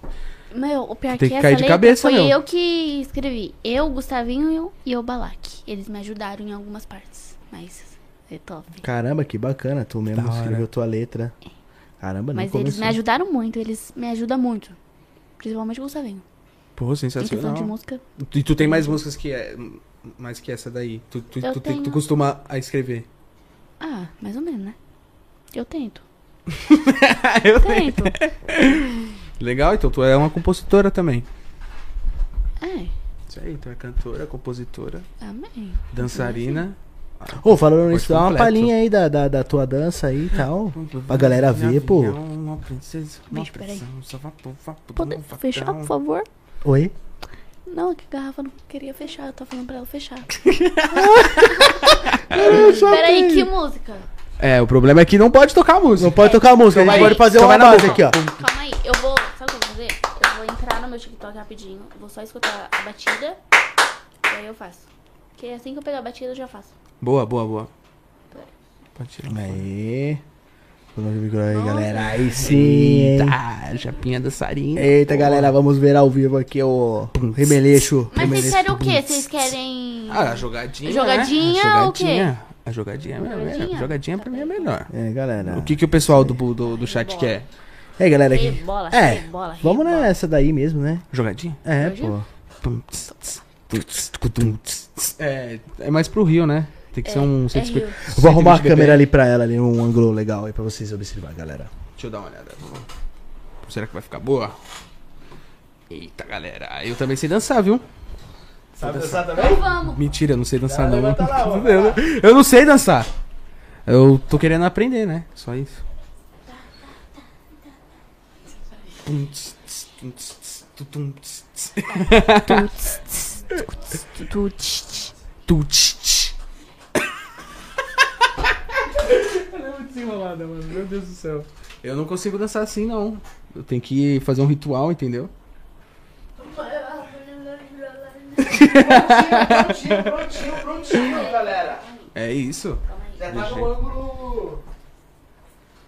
Meu, o pior Tem que que essa cair de letra cabeça, foi meu. eu que escrevi. Eu, Gustavinho eu- e o Balak. Eles me ajudaram em algumas partes, mas é top. Caramba, que bacana. Tu mesmo Da hora. escreveu tua letra. Caramba, não Mas eles me ajudaram muito, eles me ajudam muito. Principalmente o Gustavinho. Pô, Em questão de sensacional. música. E tu tem mais músicas que é... Mais que essa daí. Tu, tu, Eu tu, tem- tu tenho. costuma a escrever. Ah, mais ou menos, né? Eu tento. Eu Tento. Legal, então tu é uma compositora também. é, Isso aí, tu é cantora, compositora, amém. dançarina. Ô, falando Pode nisso, dá uma completo. palhinha aí da, da, da tua dança aí e tal. Pra galera ver, pô. Uma princesa, uma Bicho, peraí. pressão, só vapor, vapor, Poder um facão. fechar, por favor? Oi? Não, é que garrafa não queria fechar. Eu tava falando pra ela fechar. Peraí, que música? É, o problema é que não pode tocar a música. Não pode tocar a música, Então a gente vai- pode fazer então uma vai na base boca. aqui, ó. Calma aí, eu vou. Sabe o que eu vou fazer? Eu vou entrar no meu TikTok rapidinho. Vou só escutar a batida. E aí eu faço. Porque assim que eu pegar a batida, eu já faço. Boa, boa, boa. Pode tirar. Aí. Coloca o micro aí, galera. Aí sim. hein? Tá, japinha dançarina. Eita, Boa. galera, vamos ver ao vivo aqui o remeleixo. Mas vocês remeleixo. querem o quê? Vocês querem. Ah, a jogadinha. Jogadinha né? A ou o quê? jogadinha. A jogadinha é melhor. Jogadinha? Tá então. Jogadinha, jogadinha pra mim é melhor. É, galera. O que, que o pessoal do, do, do chat quer? É, galera. Ei, que- bola, é, ei, bola, ei, vamos bola. nessa daí mesmo, né? Jogadinha? É, Hoje? pô. É, é mais pro Rio, né? Tem que ser um é 150 Rio. Eu vou arrumar a 120 câmera ali pra ela, ali, um ângulo legal aí pra vocês observar, galera. Deixa eu dar uma olhada. Será que vai ficar boa? Eita, galera. Eu também sei dançar, viu? Sabe dançar também? Vamos! Mentira, eu não sei dançar, não. levanta tá lá, ó. eu, eu não sei dançar. Eu tô querendo aprender, né? Só isso. Tum, tss, tss, tum, tss, tss, tu, tum, tss, tss. Tu, tss, tss, tu, tss, tu, tss, tss. Tu, tss, tss. desenrolada, mano. Meu Deus do céu. Eu não consigo dançar assim, não. Eu tenho que fazer um ritual, entendeu? Prontinho, prontinho, prontinho, galera. É isso. Já tá Deixa no eu- ângulo.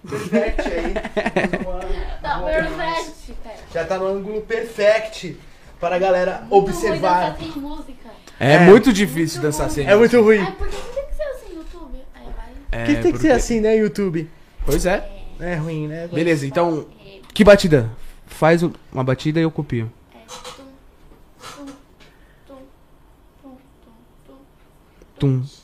Perfect aí. No ângulo- Tá perfect, cara. Já tá no ângulo perfect para a galera observar. Tem música. É, É. muito difícil dançar assim. É muito ruim. Ai, por que que tem que ser assim, YouTube? Aí vai. O que, tem que ser É porque- assim, né, YouTube? Pois é. É ruim, né? velho? Beleza, então. É, Que batida? Faz o- uma batida e eu copio. é, tum, tum, É, tum, tum, tum, tum, Tum. tum.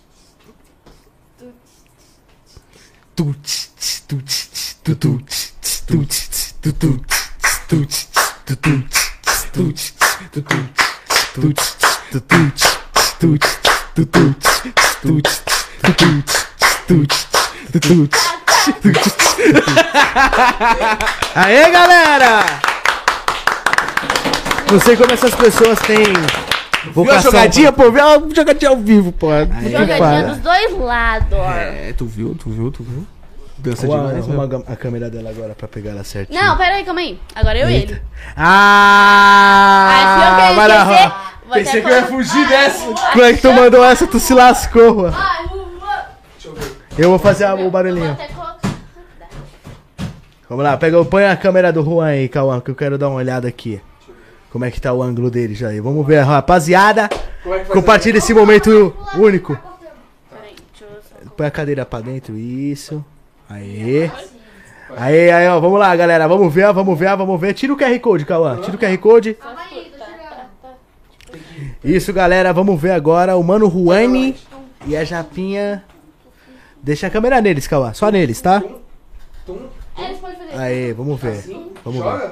Tu, tch, tch, tu, tch, tch, tu, tu, tch, tch, tu, tch, tch, tu, tu, tch, tch, tu, tch, tch, tu, tu, tch, tch, tu, tch, tch, tu, tu, tch, tu, tch, tch, tu, tu, tch, tch, tu, tch, tch, tu, tu, tch, tch, tu, tch, tch, tu, tu, tch, tch, tu, tch, tch, tu, tu, tch, tch, tu, tch, tch. Aê, galera! Não sei como essas pessoas têm. Viu a vocação jogadinha, pô? Viu a jogadinha ao vivo, pô. Puta que Jogadinha pariu. dos dois lados. É, tu viu, tu viu, tu viu? Dança Vou demais, arrumar né? a gam- a câmera dela agora pra pegar ela certinho. Não, pera aí, calma aí. Agora eu e ele. Ah! Ah, se eu vai lá, queria Rô. dizer, você coloca- fugir dessa. Como é que tu mandou essa? Tu se lascou, Rô. Ai, uh, uh. Eu vou fazer a- o Eu barulhinho. vou até colocar- Vamos lá, pega, põe a câmera do Juan aí, Cauã, que eu quero dar uma olhada aqui. Como é que tá o ângulo dele já aí. Vamos ver, rapaziada. Compartilha esse momento único. Peraí, deixa eu só- Põe a cadeira pra dentro, isso. Aê. Aê, aê, ó. Vamos lá, galera. Vamos ver, ó, vamos ver, ó, vamos ver. Tira o QR Code, Cauã. Tira o QR Code. Isso, galera. Vamos ver agora o Mano Ruane e a Japinha. Deixa a câmera neles, Cauã. Só neles, tá? Tum, É, eles podem fazer Aê, vamos ver. assim, Vamos lá. joga.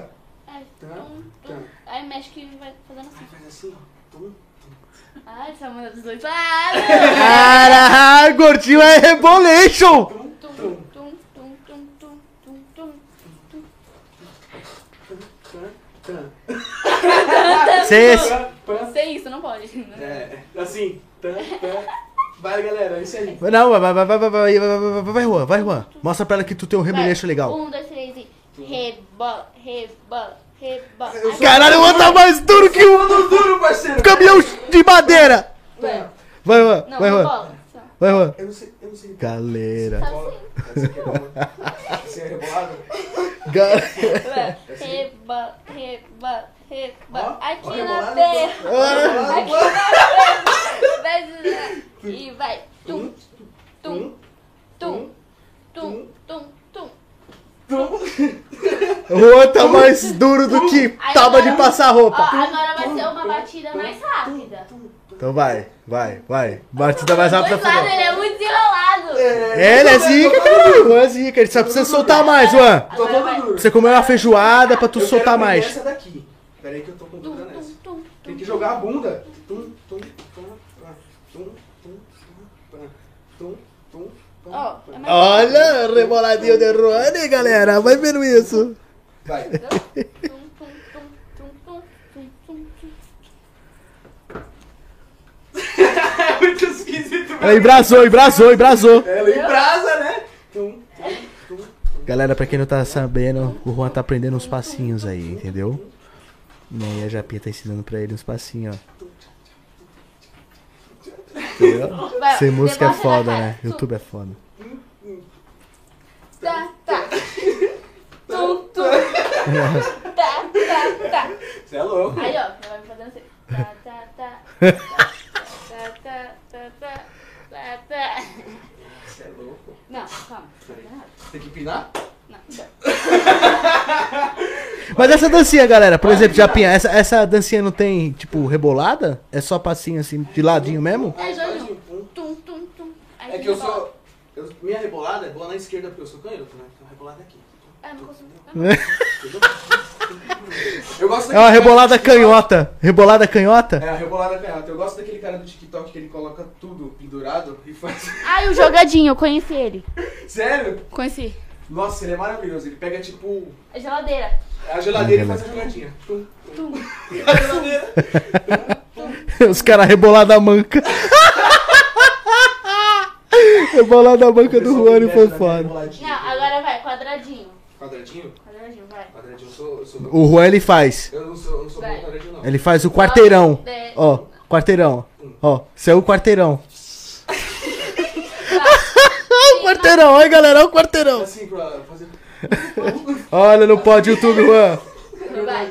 É, tum, tum. Aí mexe que vai fazendo assim. Faz assim, ó. Tum. Ai, essa manda dos dois lados. Caralho, gordinho é Rebolation! Tum, tum, tum, tum, tum, tum, tum. Cês... Sei isso, não pode. Não. É, assim. Vai, galera, é isso aí. Não, vai, vai, vai, vai, vai, vai, vai, vai, vai, vai, Juan, vai, Juan. Mostra pra ela que tu tem um rebeleixo legal. Um, dois, três e. Rebola, rebola, rebola. Caralho, o Juan tá mais duro que um Duro, parceiro! caminhão de madeira! Vai. Vai, Juan, Não, vai, Juan, rebola. Só. vai, Juan. Eu não sei, eu não sei. Galera, Assim. Você é rebolado? galera. Vai. Rebola, rebola, rebola. Ó, ó, Aqui na rebolada, perna. Ah, Aqui na perna. Vai, vai, vai. E vai. Tum, tum, tum, tum, tum, tum. O Juan tá mais duro do que tábua de passar Ó, roupa. agora vai ser uma batida mais rápida. Então vai, vai, vai. Batida mais rápida. Dois lados, fudeu. ele é muito desenrolado. É, ele é zica, caralho. O Juan é zica, ele só precisa soltar mais, Juan. Tô todo duro. Você comeu uma feijoada pra tu Eu quero soltar aprender mais. essa daqui. Pera aí que eu tô Tum, completando tum, essa. tum, Tem tum. que jogar a bunda. Tum, tum, tum, pá. tum, tum, tum, pá. tum, tum, pá. Ó, é mais Olha, reboladinho de Ruane, galera. Vai vendo isso. Vai. Tum, tum, tum, tum, tum, tum, tum, tum. É muito esquisito, Ela embrasou, embrasou, embrasou. Ela embrasa, né? Tum, tum, tum. Galera, pra quem não tá sabendo, o Juan tá aprendendo uns passinhos aí, entendeu? E aí a Japinha tá ensinando pra ele uns passinhos, ó. Entendeu? Vai, Sem música é debocha na foda, cara. né? Tum, YouTube é foda. Tá, tá. Tum, tum. Tá, tá, tá. Você é louco. Aí, ó, vai me fazendo assim. Tá, tá, tá. Tá, tá, tá, tá. Tá, tá. Você é louco. Não, calma. tá errado. Tem que pinar? Não, tá. Mas essa dancinha, galera, por exemplo, Japinha, essa, essa dancinha não tem, tipo, rebolada? É só passinho assim, de ladinho mesmo? É, Faz Jorginho. um, um. Tum, tum, tum. Aí É tem que eu bola. sou. eu- minha rebolada é bola na esquerda porque eu sou canhoto, né? Então a rebolada é aqui. Ah, não consigo. Eu gosto É uma daquele rebolada cara do TikTok. canhota. Rebolada canhota? É, a rebolada canhota. Eu gosto daquele cara do TikTok que ele coloca tudo pendurado e faz. Ah, e o jogadinho, eu conheci ele. Sério? Conheci. Nossa, ele é maravilhoso. Ele pega tipo A É geladeira. a geladeira e faz a jogadinha. Tum, tum. A geladeira. Os caras rebolada manca. Eu vou lá na banca do Juan e foi foda. Não, agora vai, quadradinho. Quadradinho? Quadradinho, vai. Quadradinho, eu sou. Eu, sou bom. O Juan ele faz. eu não sou, eu não sou bom em quadradinho, não. Ele faz o quarteirão. Ó, quarteirão. Ó, isso é o quarteirão. o quarteirão, olha galera, olha o quarteirão. Assim, pra fazer. Olha no pod YouTube, Juan. é Vai.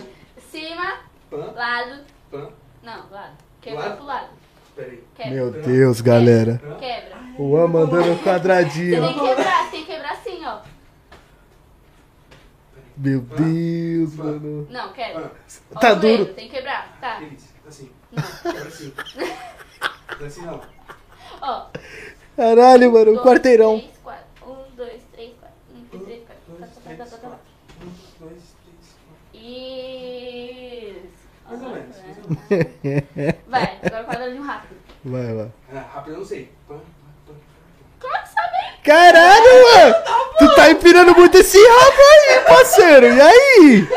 Cima, Pã, lado. pã. Não, lado. Quebra Lado? pro lado. Peraí. Quebra. Meu Deus, galera. Quebra. O Juan mandando o Você quadradinho. tem que quebrar, você tem que quebrar assim, ó. Meu Deus, mano. Não, quebra. Ó, Tá o joelho, duro. Tem que quebrar, tá. Feliz. Assim. Quebra assim. Não é assim, não. Ó. Caralho, mano, dois, o quarteirão. três, quatro. Um, dois, três, quatro. Um, dois, três, quatro. Tá, tá, tá, tá, tá, tá, tá. Um, dois, três, quatro. Isso. Mais ou menos, mais ou Vai, agora quadradinho rápido. Vai lá. Ah, rápido eu não sei. Pã, pã, pã. Claro que sabe. Caralho, mano. Tu tá empinando muito esse rabo aí, parceiro. E aí?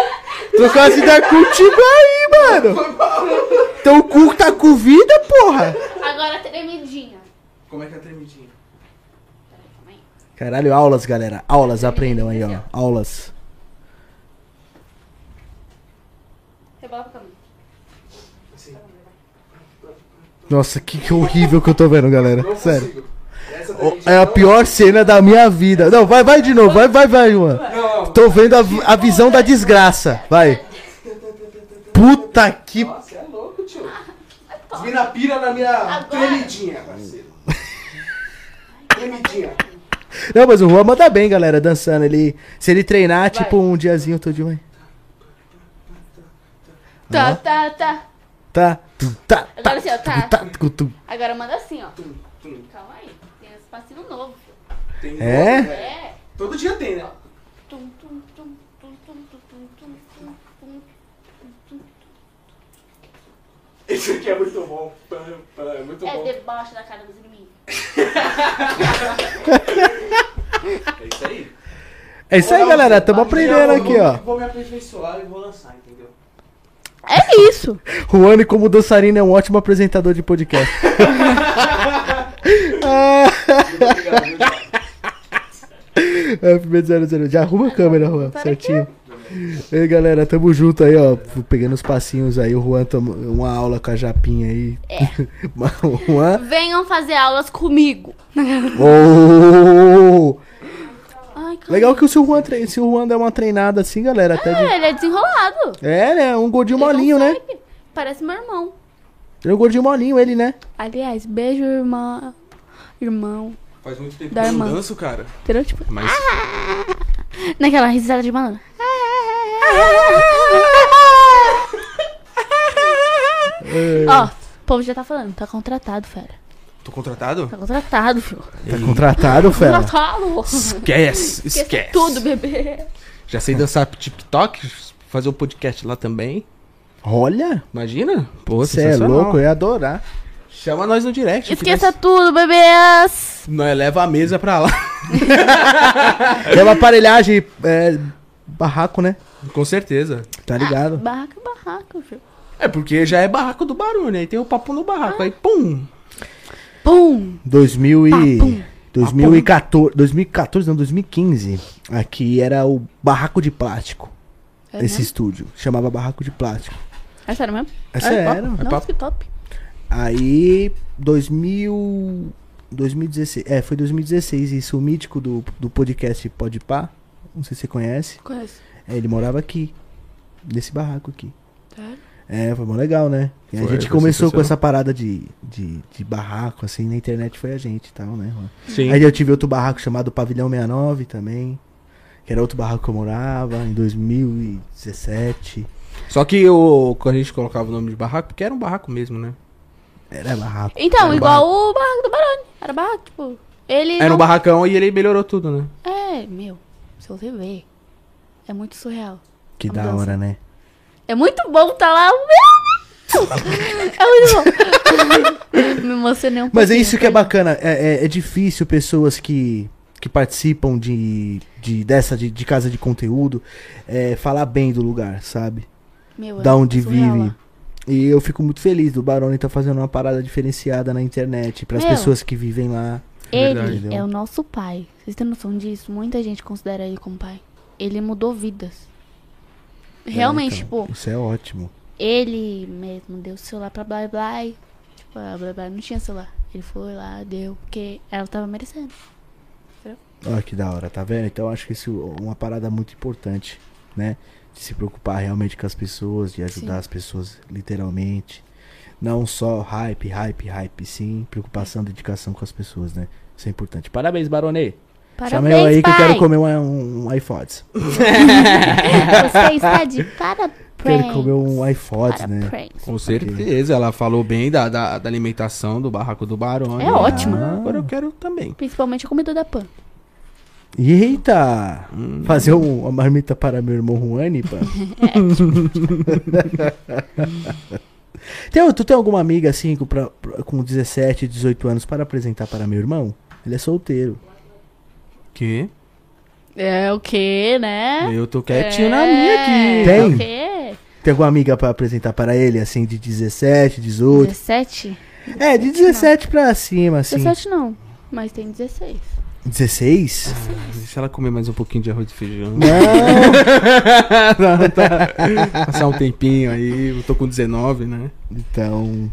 Trocar as ideias contigo aí, mano. Então o cu tá com vida, porra. Agora tremidinha. Como é que é a tremidinha? Peraí, calma aí. Caralho, aulas, galera. Aulas, aprendam aí, ó. Aulas. Rebola pra caminho. Assim. Nossa, que, que horrível que eu tô vendo, galera. Não Sério. consigo. Essa O- tremidinha É a não- pior cena da minha vida. Não, vai, vai de novo. Vai, vai, vai, mano. Não, não. Tô vendo a, vi- a visão da desgraça. Vai. Puta que. Nossa, é louco, tio. Vira pira na minha tremidinha, parceiro. tremidinha. Não, mas o Juan manda bem, galera, dançando. Ele, se ele treinar, tipo, um diazinho todo dia vai. Tá, tá, tá. Tá. tu, tá, tá, Agora assim, ó, tu, tá. tá, tu, tu. Agora manda assim, ó. Tum, tum. Calma aí. Tem um espacinho novo. Tem É? novo, velho. É. Todo dia tem, né? Tum, tum, tum, tum, tum, tum, tum, tum, tum, tum. Esse aqui é muito bom. Pã, pã, É muito É bom. deboche da cara dos inimigos. É isso aí. É isso aí, galera. Tamo aprendendo aqui, ó. Vou me aperfeiçoar e vou lançar, entendeu? É isso. Juan, como dançarino, é um ótimo apresentador de podcast. Ah. Muito obrigado, muito obrigado. FB00. Já arruma a câmera, Juan. Certinho. Ei, galera, tamo junto aí, ó. Pegando os passinhos aí. O Juan tomou uma aula com a Japinha aí. É. o Juan. Venham fazer aulas comigo. Oh! Ai, cara. Legal que se o Juan, tre... se o Juan der uma treinada assim, galera, até de. É, ele é desenrolado. É, né? Um gordinho Ele molinho, né? consegue. Parece meu irmão. Ele é um gordinho molinho, ele, né? Aliás, beijo, irmã. Irmão. Faz muito tempo Da que eu não irmã. danço, cara. Entendeu? Tipo, Mas. naquela risada de banana. É. Ó, o povo já tá falando. Tá contratado, fera. Tô contratado? Tá contratado, filho. Tá contratado, fera. Contratado. Esquece, Esquece tudo, bebê. Já sei dançar TikTok, fazer o podcast lá também. Olha, Imagina? Pô, você é louco, eu ia adorar. Chama nós no direct. Esqueça tudo, bebês. Nós leva a mesa pra lá. É uma aparelhagem, é, barraco, né? Com certeza. Tá ligado? Barraca, é barraca, filho. É porque já é barraco do barulho, aí tem o papo no barraco, aí pum. Pum. 2000 e... 2014, 2014, não, 2015. Aqui era o Barraco de Plástico. É esse mesmo? estúdio. Chamava Barraco de Plástico. É sério mesmo? Essa era. É Nossa, papo. que top. Aí, 2000, 2016. É, foi 2016 isso. O mítico do, do podcast Podpah. Não sei se você conhece. Conhece. É, ele morava aqui. Nesse barraco aqui. Sério? É, foi mó legal, né? E a Foi, gente foi começou com sensacional. essa parada de, de, de barraco, assim, na internet foi a gente e tal, né? mano? Sim. Aí eu tive outro barraco chamado Pavilhão 69 também, que era outro barraco que eu morava, em 2017. Só que eu, quando a gente colocava o nome de barraco, porque era um barraco mesmo, né? Era barraco. Então, Era um igual o barraco do Barone. Era barraco, tipo. Ele. Era não- um barracão e ele melhorou tudo, né? É, meu. Se você ver. É muito surreal. Que A da mudança. hora, né? É muito bom tá lá. Meu Deus! É muito bom. Me emocionei um pouco. Mas é isso que é bacana, é, é, é difícil pessoas que, que participam de, de dessa, de, de casa de conteúdo, é, falar bem do lugar, sabe? Meu, é da onde surreal vive. lá. E eu fico muito feliz do Barone tá fazendo uma parada diferenciada na internet para as Meu. pessoas que vivem lá. Ele Verdade. um é o nosso pai. Vocês têm noção disso? Muita gente considera ele como pai. Ele mudou vidas. Realmente, É, então, tipo, Isso é ótimo. ele mesmo deu o celular pra Blá Blá. e, Tipo, a Blá Blá não tinha celular. Ele foi lá, deu, porque ela tava merecendo. Olha que da hora, tá vendo? Então acho que isso é uma parada muito importante, né? De se preocupar realmente com as pessoas, de ajudar Sim. as pessoas literalmente. Não só hype, hype, hype, sim. Preocupação, dedicação com as pessoas, né? Isso é importante. Parabéns, Baronê. Chama Parabéns, eu aí que pai! eu quero comer um, um, um iPods. Você está de Quero comer parabéns. um iPods, né? Parabéns. Com certeza, ela falou bem da, da, da alimentação do barraco do Barone. É ótimo. Ah, Agora eu quero também. Principalmente a comida da Pan. Eita! Fazer um- uma marmita para meu irmão Juani, pá. Tem- tu tem alguma amiga assim com, pra- pra- com 17, 18 anos para apresentar para meu irmão? Ele é solteiro. Que? É o quê, né? é Eu tô quietinho na minha aqui. Tem? O quê? Tem alguma amiga para apresentar para ele, assim, de 17, 18? 17? É, de 17 pra cima, assim. 17 não, mas tem 16. 16? Deixa ela comer mais um pouquinho de arroz e feijão. Não! Não, tá. Passar um tempinho aí. Eu tô com 19, né? Então.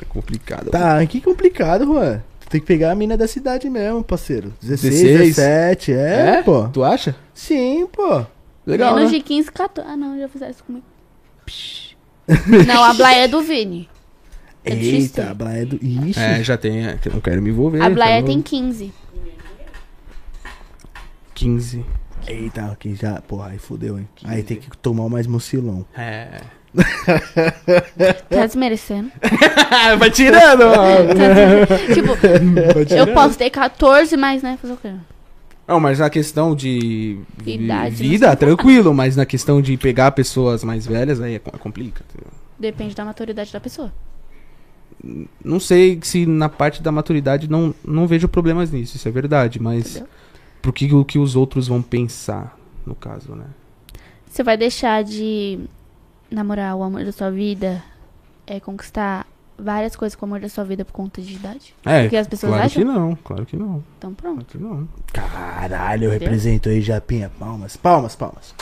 É complicado. Tá, que complicado, Juan. Tu tem que pegar a mina da cidade mesmo, parceiro. 16, 16? 17, é, pô. Tu acha? Sim, pô. Legal, Menos né? de 15, 14. Ah, não, já fizeram isso comigo. não, a Blaia é do Vini. É difícil. Eita, a Blaia do. Ixi. É, já tem. é, que eu não quero me envolver. então, A Blaia quero tem 15. 15. Eita, aqui já. Porra, aí fodeu, hein? Aí tem que tomar mais mocilão. É. Tá desmerecendo. Vai tirando! Tá desmerecendo. Tá tipo, eu posso ter 14, mas né, fazer o quê? Não, mas na questão de vi- Idade, né? vida, é tranquilo, mas na questão de pegar pessoas mais velhas, aí é com- complica. entendeu? Depende da maturidade da pessoa. Não sei se na parte da maturidade não, não vejo problemas nisso, isso é verdade, mas Entendeu? pro que, o que os outros vão pensar, no caso, né? Você vai deixar de namorar o amor da sua vida, é, conquistar várias coisas com o amor da sua vida por conta de idade? É, que as pessoas claro acham? que não, claro que não, Então claro pronto. que não. Caralho, eu represento aí, Japinha. Palmas, palmas, palmas.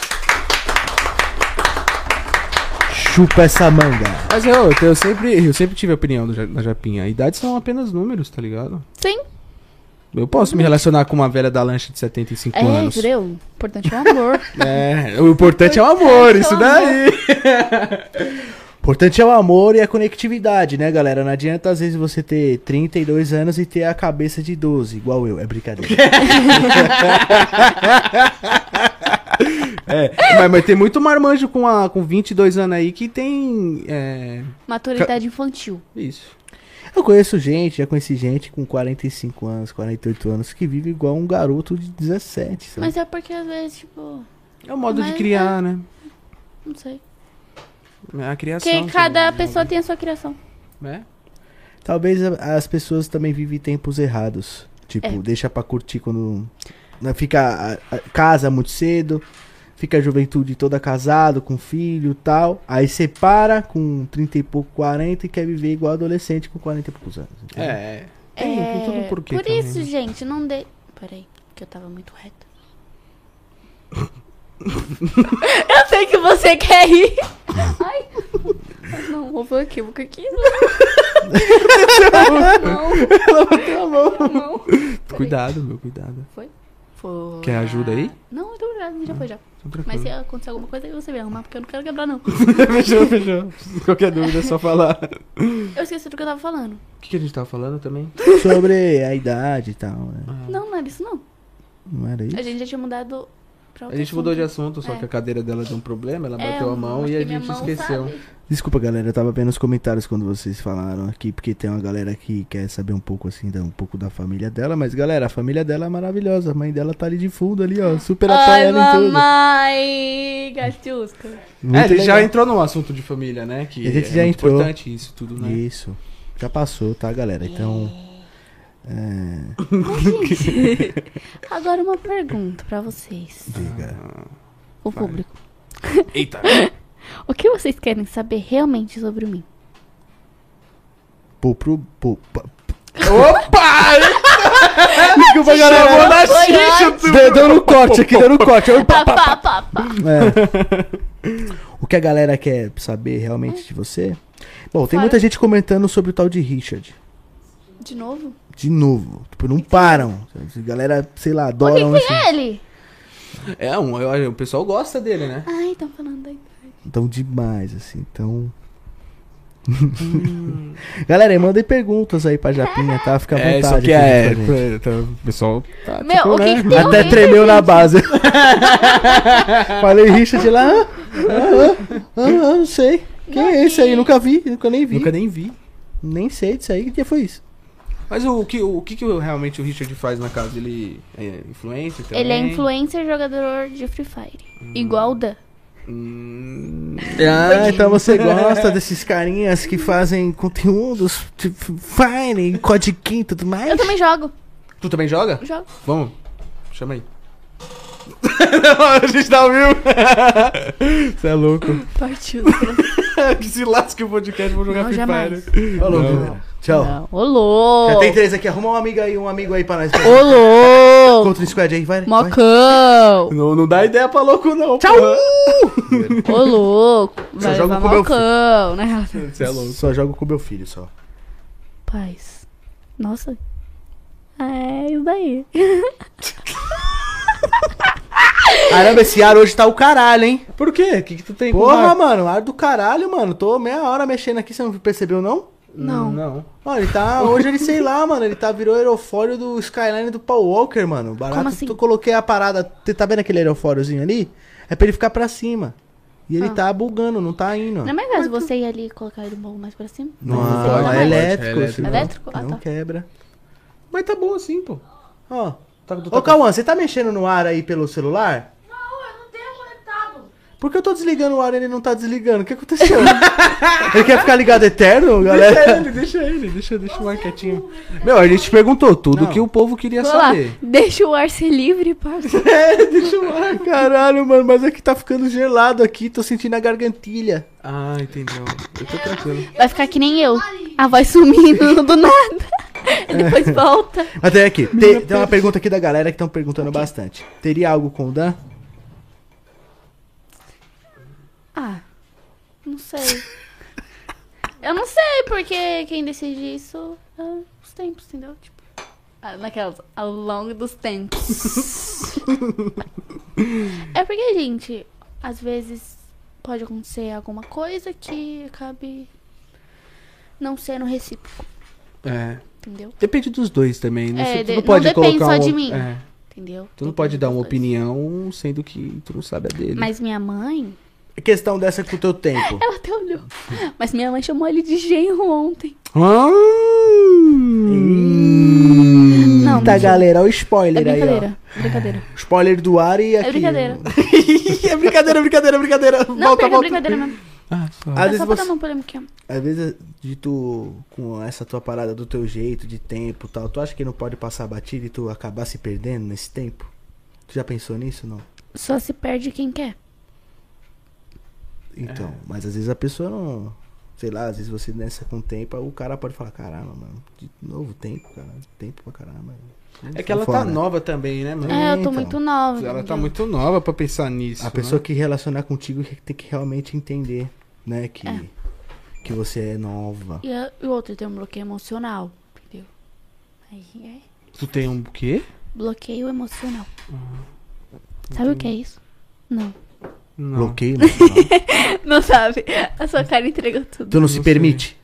Chupa essa manga. Mas eu, eu, tenho- eu sempre, eu sempre tive a opinião do Ja- da Japinha, idades são apenas números, tá ligado? Sim. Eu posso me relacionar com uma velha da lancha de 75 É, anos. entendeu? O importante é o amor. É, o importante é o amor, isso daí. Importante é o amor e a conectividade, né, galera? Não adianta às vezes você ter 32 anos e ter a cabeça de 12, igual eu. É brincadeira. É, mas, mas tem muito marmanjo com, a, com 22 anos aí que tem. É, Maturidade infantil. isso. Eu conheço gente, já conheci gente com 45 anos, 48 anos, que vive igual um garoto de 17. sabe? Mas é porque às vezes, tipo, É o modo de Mas, criar, né? não sei. É a criação. Porque cada também, pessoa tem a sua criação. né? Talvez a- as pessoas também vivem tempos errados. Tipo, É. deixa pra curtir quando. né, Fica. a- a- Casa muito cedo, fica a juventude toda casado, com filho e tal. Aí separa com 30 e pouco, 40 e quer viver igual adolescente com 40 e poucos anos. É. entendeu? é. Tem, tem todo um porquê. Por também, isso, né? gente, não dê. Peraí, que eu tava muito reta. eu sei que você quer rir. Ai. Não, houve um equívoco aqui. Não. não. Não. Cuidado, meu, cuidado. Foi. Quer ajuda aí? Não, então já, já foi já. Tô tranquilo. Mas se acontecer alguma coisa, aí você vem arrumar, porque eu não quero quebrar, não. fechou, fechou. Qualquer dúvida é só falar. Eu esqueci do que eu tava falando. O que, que a gente tava falando também? Sobre a idade e tal, né? Não, não era isso, não. Não era isso? A gente já tinha mudado pra A outro gente mudou de assunto. assunto, só É. que a cadeira dela deu um problema, ela É, bateu a mão acho e a que minha gente mão, esqueceu. sabe? Desculpa, galera, eu tava vendo os comentários quando vocês falaram aqui, porque tem uma galera que quer saber um pouco assim, da, um pouco da família dela, mas galera, a família dela é maravilhosa, a mãe dela tá ali de fundo ali, ó, super Ai, apoiando em tudo. mamãe! Gatusca. Muito É, a gente legal. já entrou num assunto de família, né? Que A gente é já muito entrou. importante isso tudo, né? Isso. Já passou, tá, galera? Então. É. Agora uma pergunta pra vocês, Diga. o público. Eita! O que vocês querem saber realmente sobre mim? Pô, pro. Pô, pa- Opa! Liga pra Chamou galera. na Foi xixi, ótimo. Dê- Dando um corte aqui, dando um corte. Aí, pá, Pá, pá, pá. pá, pá, pá. É. O que a galera quer saber realmente de você? Bom, tem muita gente comentando sobre o tal de Richard. De novo? De novo. Tipo, não param. A galera, sei lá, O que adoram. que Assim. é ele? É, um, eu- o pessoal gosta dele, né? Ai, tão falando da idade. Então, demais, assim. Então. Galera, aí mandem perguntas aí pra Japinha, tá? Hum. Fica à vontade. É, isso que aqui é. pra gente. é, tá, O pessoal tá. Meu, o que que tem né? Até alguém, tremeu na gente? base. Falei Richard lá. Ah, ah, ah, ah, não sei. Quem é esse aí? Nunca vi, nunca nem vi. Nunca nem vi. Nem sei disso aí. Que dia foi isso? Mas o que, o que, que realmente o Richard faz na casa? Ele é influencer também? Ele é influencer jogador de Free Fire. Igual o Dan. Hum, Ah, então você gosta desses carinhas que fazem conteúdos tipo Fire, Codiquinho e tudo mais? Eu também jogo. tu também joga? Jogo. Vamos, chama aí. Não, a gente tá ao vivo. Você é louco. Partiu. que se lasque o podcast, vou jogar Não, Free jamais. Fire. Falou, Não. galera. Tchau. Não, Ô, louco. Já tem três aqui. Arruma um amigo aí, um amigo aí pra nós. Ô, louco. Contra o squad aí, vai. vai. Mocão. Não, não dá ideia pra louco, não. Tchau! Ô, louco. Vai jogo levar com meu mocão, né? Você é louco. Só jogo com meu filho, só. Paz. Nossa. É isso daí. Ah. Caramba, esse ar hoje tá o caralho, hein? Por quê? O que, que tu tem Porra, com mano, ar do caralho, mano. Tô meia hora mexendo aqui, você não percebeu, não? Não. Não. Mano, ele tá. Hoje ele, sei lá, mano, ele tá virou aerofólio do Skyline do Paul Walker, mano. Barato. Como assim? Eu coloquei a parada. Você tá vendo aquele aerofóliozinho ali? É pra ele ficar pra cima. E ele Ah. tá bugando, não tá indo. ó. Não é mais fácil você ir ali e colocar ele um pouco mais pra cima? Não, Mas você pode, usa é pode. mais. elétrico. É senão- elétrico? Ah, não tá. quebra. Mas tá bom assim, pô. Ó. Tá, tá, Ô, Cauã, você tá mexendo no ar aí pelo celular? Por que eu tô desligando o ar e ele não tá desligando? O que aconteceu? ele quer ficar ligado eterno, galera? Deixa ele, deixa ele, deixa, deixa o ar quietinho. Meu, a gente perguntou tudo Não. que o povo queria Vou lá. saber. Deixa o ar ser livre, parça. É, deixa eu ar. Caralho, mano, mas é que tá ficando gelado aqui, tô sentindo a gargantilha. Ah, entendeu. Eu tô tranquilo. Vai ficar que nem eu. A voz sumindo do nada. É. E depois volta. Até aqui, é te- tem uma pergunta aqui da galera que estão perguntando bastante. Teria algo com o Dan? Ah, não sei. Eu não sei, porque quem decide isso é os tempos, entendeu? Tipo, ah, naquelas, ao longo dos tempos. é porque, gente, às vezes pode acontecer alguma coisa que acabe não sendo recíproco, É. entendeu? Depende dos dois também. Não, É, sei- tu de- não não pode depende colocar só um- de mim. É, Entendeu? tu não pode Depende dar dos uma dois. opinião sendo que tu não sabe a dele. Mas minha mãe, Questão dessa com o teu tempo. ela até olhou. Mas minha mãe chamou ele de genro ontem. Ah! Hum, Não, Tá, mentira. galera, olha o spoiler É aí, brincadeira, ó. brincadeira. Spoiler do ar e aqui. brincadeira. é brincadeira, brincadeira, brincadeira. Não, volta, pega a volta. brincadeira mesmo. Ah, só. Às é vezes só pra dar você... uma polêmica. Às vezes, de tu, com essa tua parada do teu jeito, de tempo e tal, tu acha que não pode passar batida e tu acabar se perdendo nesse tempo? Tu já pensou nisso, não? Só se perde quem quer. Então, mas às vezes a pessoa não. Sei lá, às vezes você nessa com o tempo, o cara pode falar, caramba, mano, de novo tempo, cara, tempo pra caramba. É que ela tá Fora. nova também, né, mano? É, eu tô então. muito nova. Ela tá entendeu? muito nova pra pensar nisso. A né? pessoa que relacionar contigo tem que realmente entender, né, que, É. que você é nova. E a- e o outro tem um bloqueio emocional, entendeu? Aí é Tu tem um quê? bloqueio emocional. Sabe o que é isso? Não. Não. Bloqueio, mano. Não sabe. A sua cara entregou tudo. tu Então não se Não sei. permite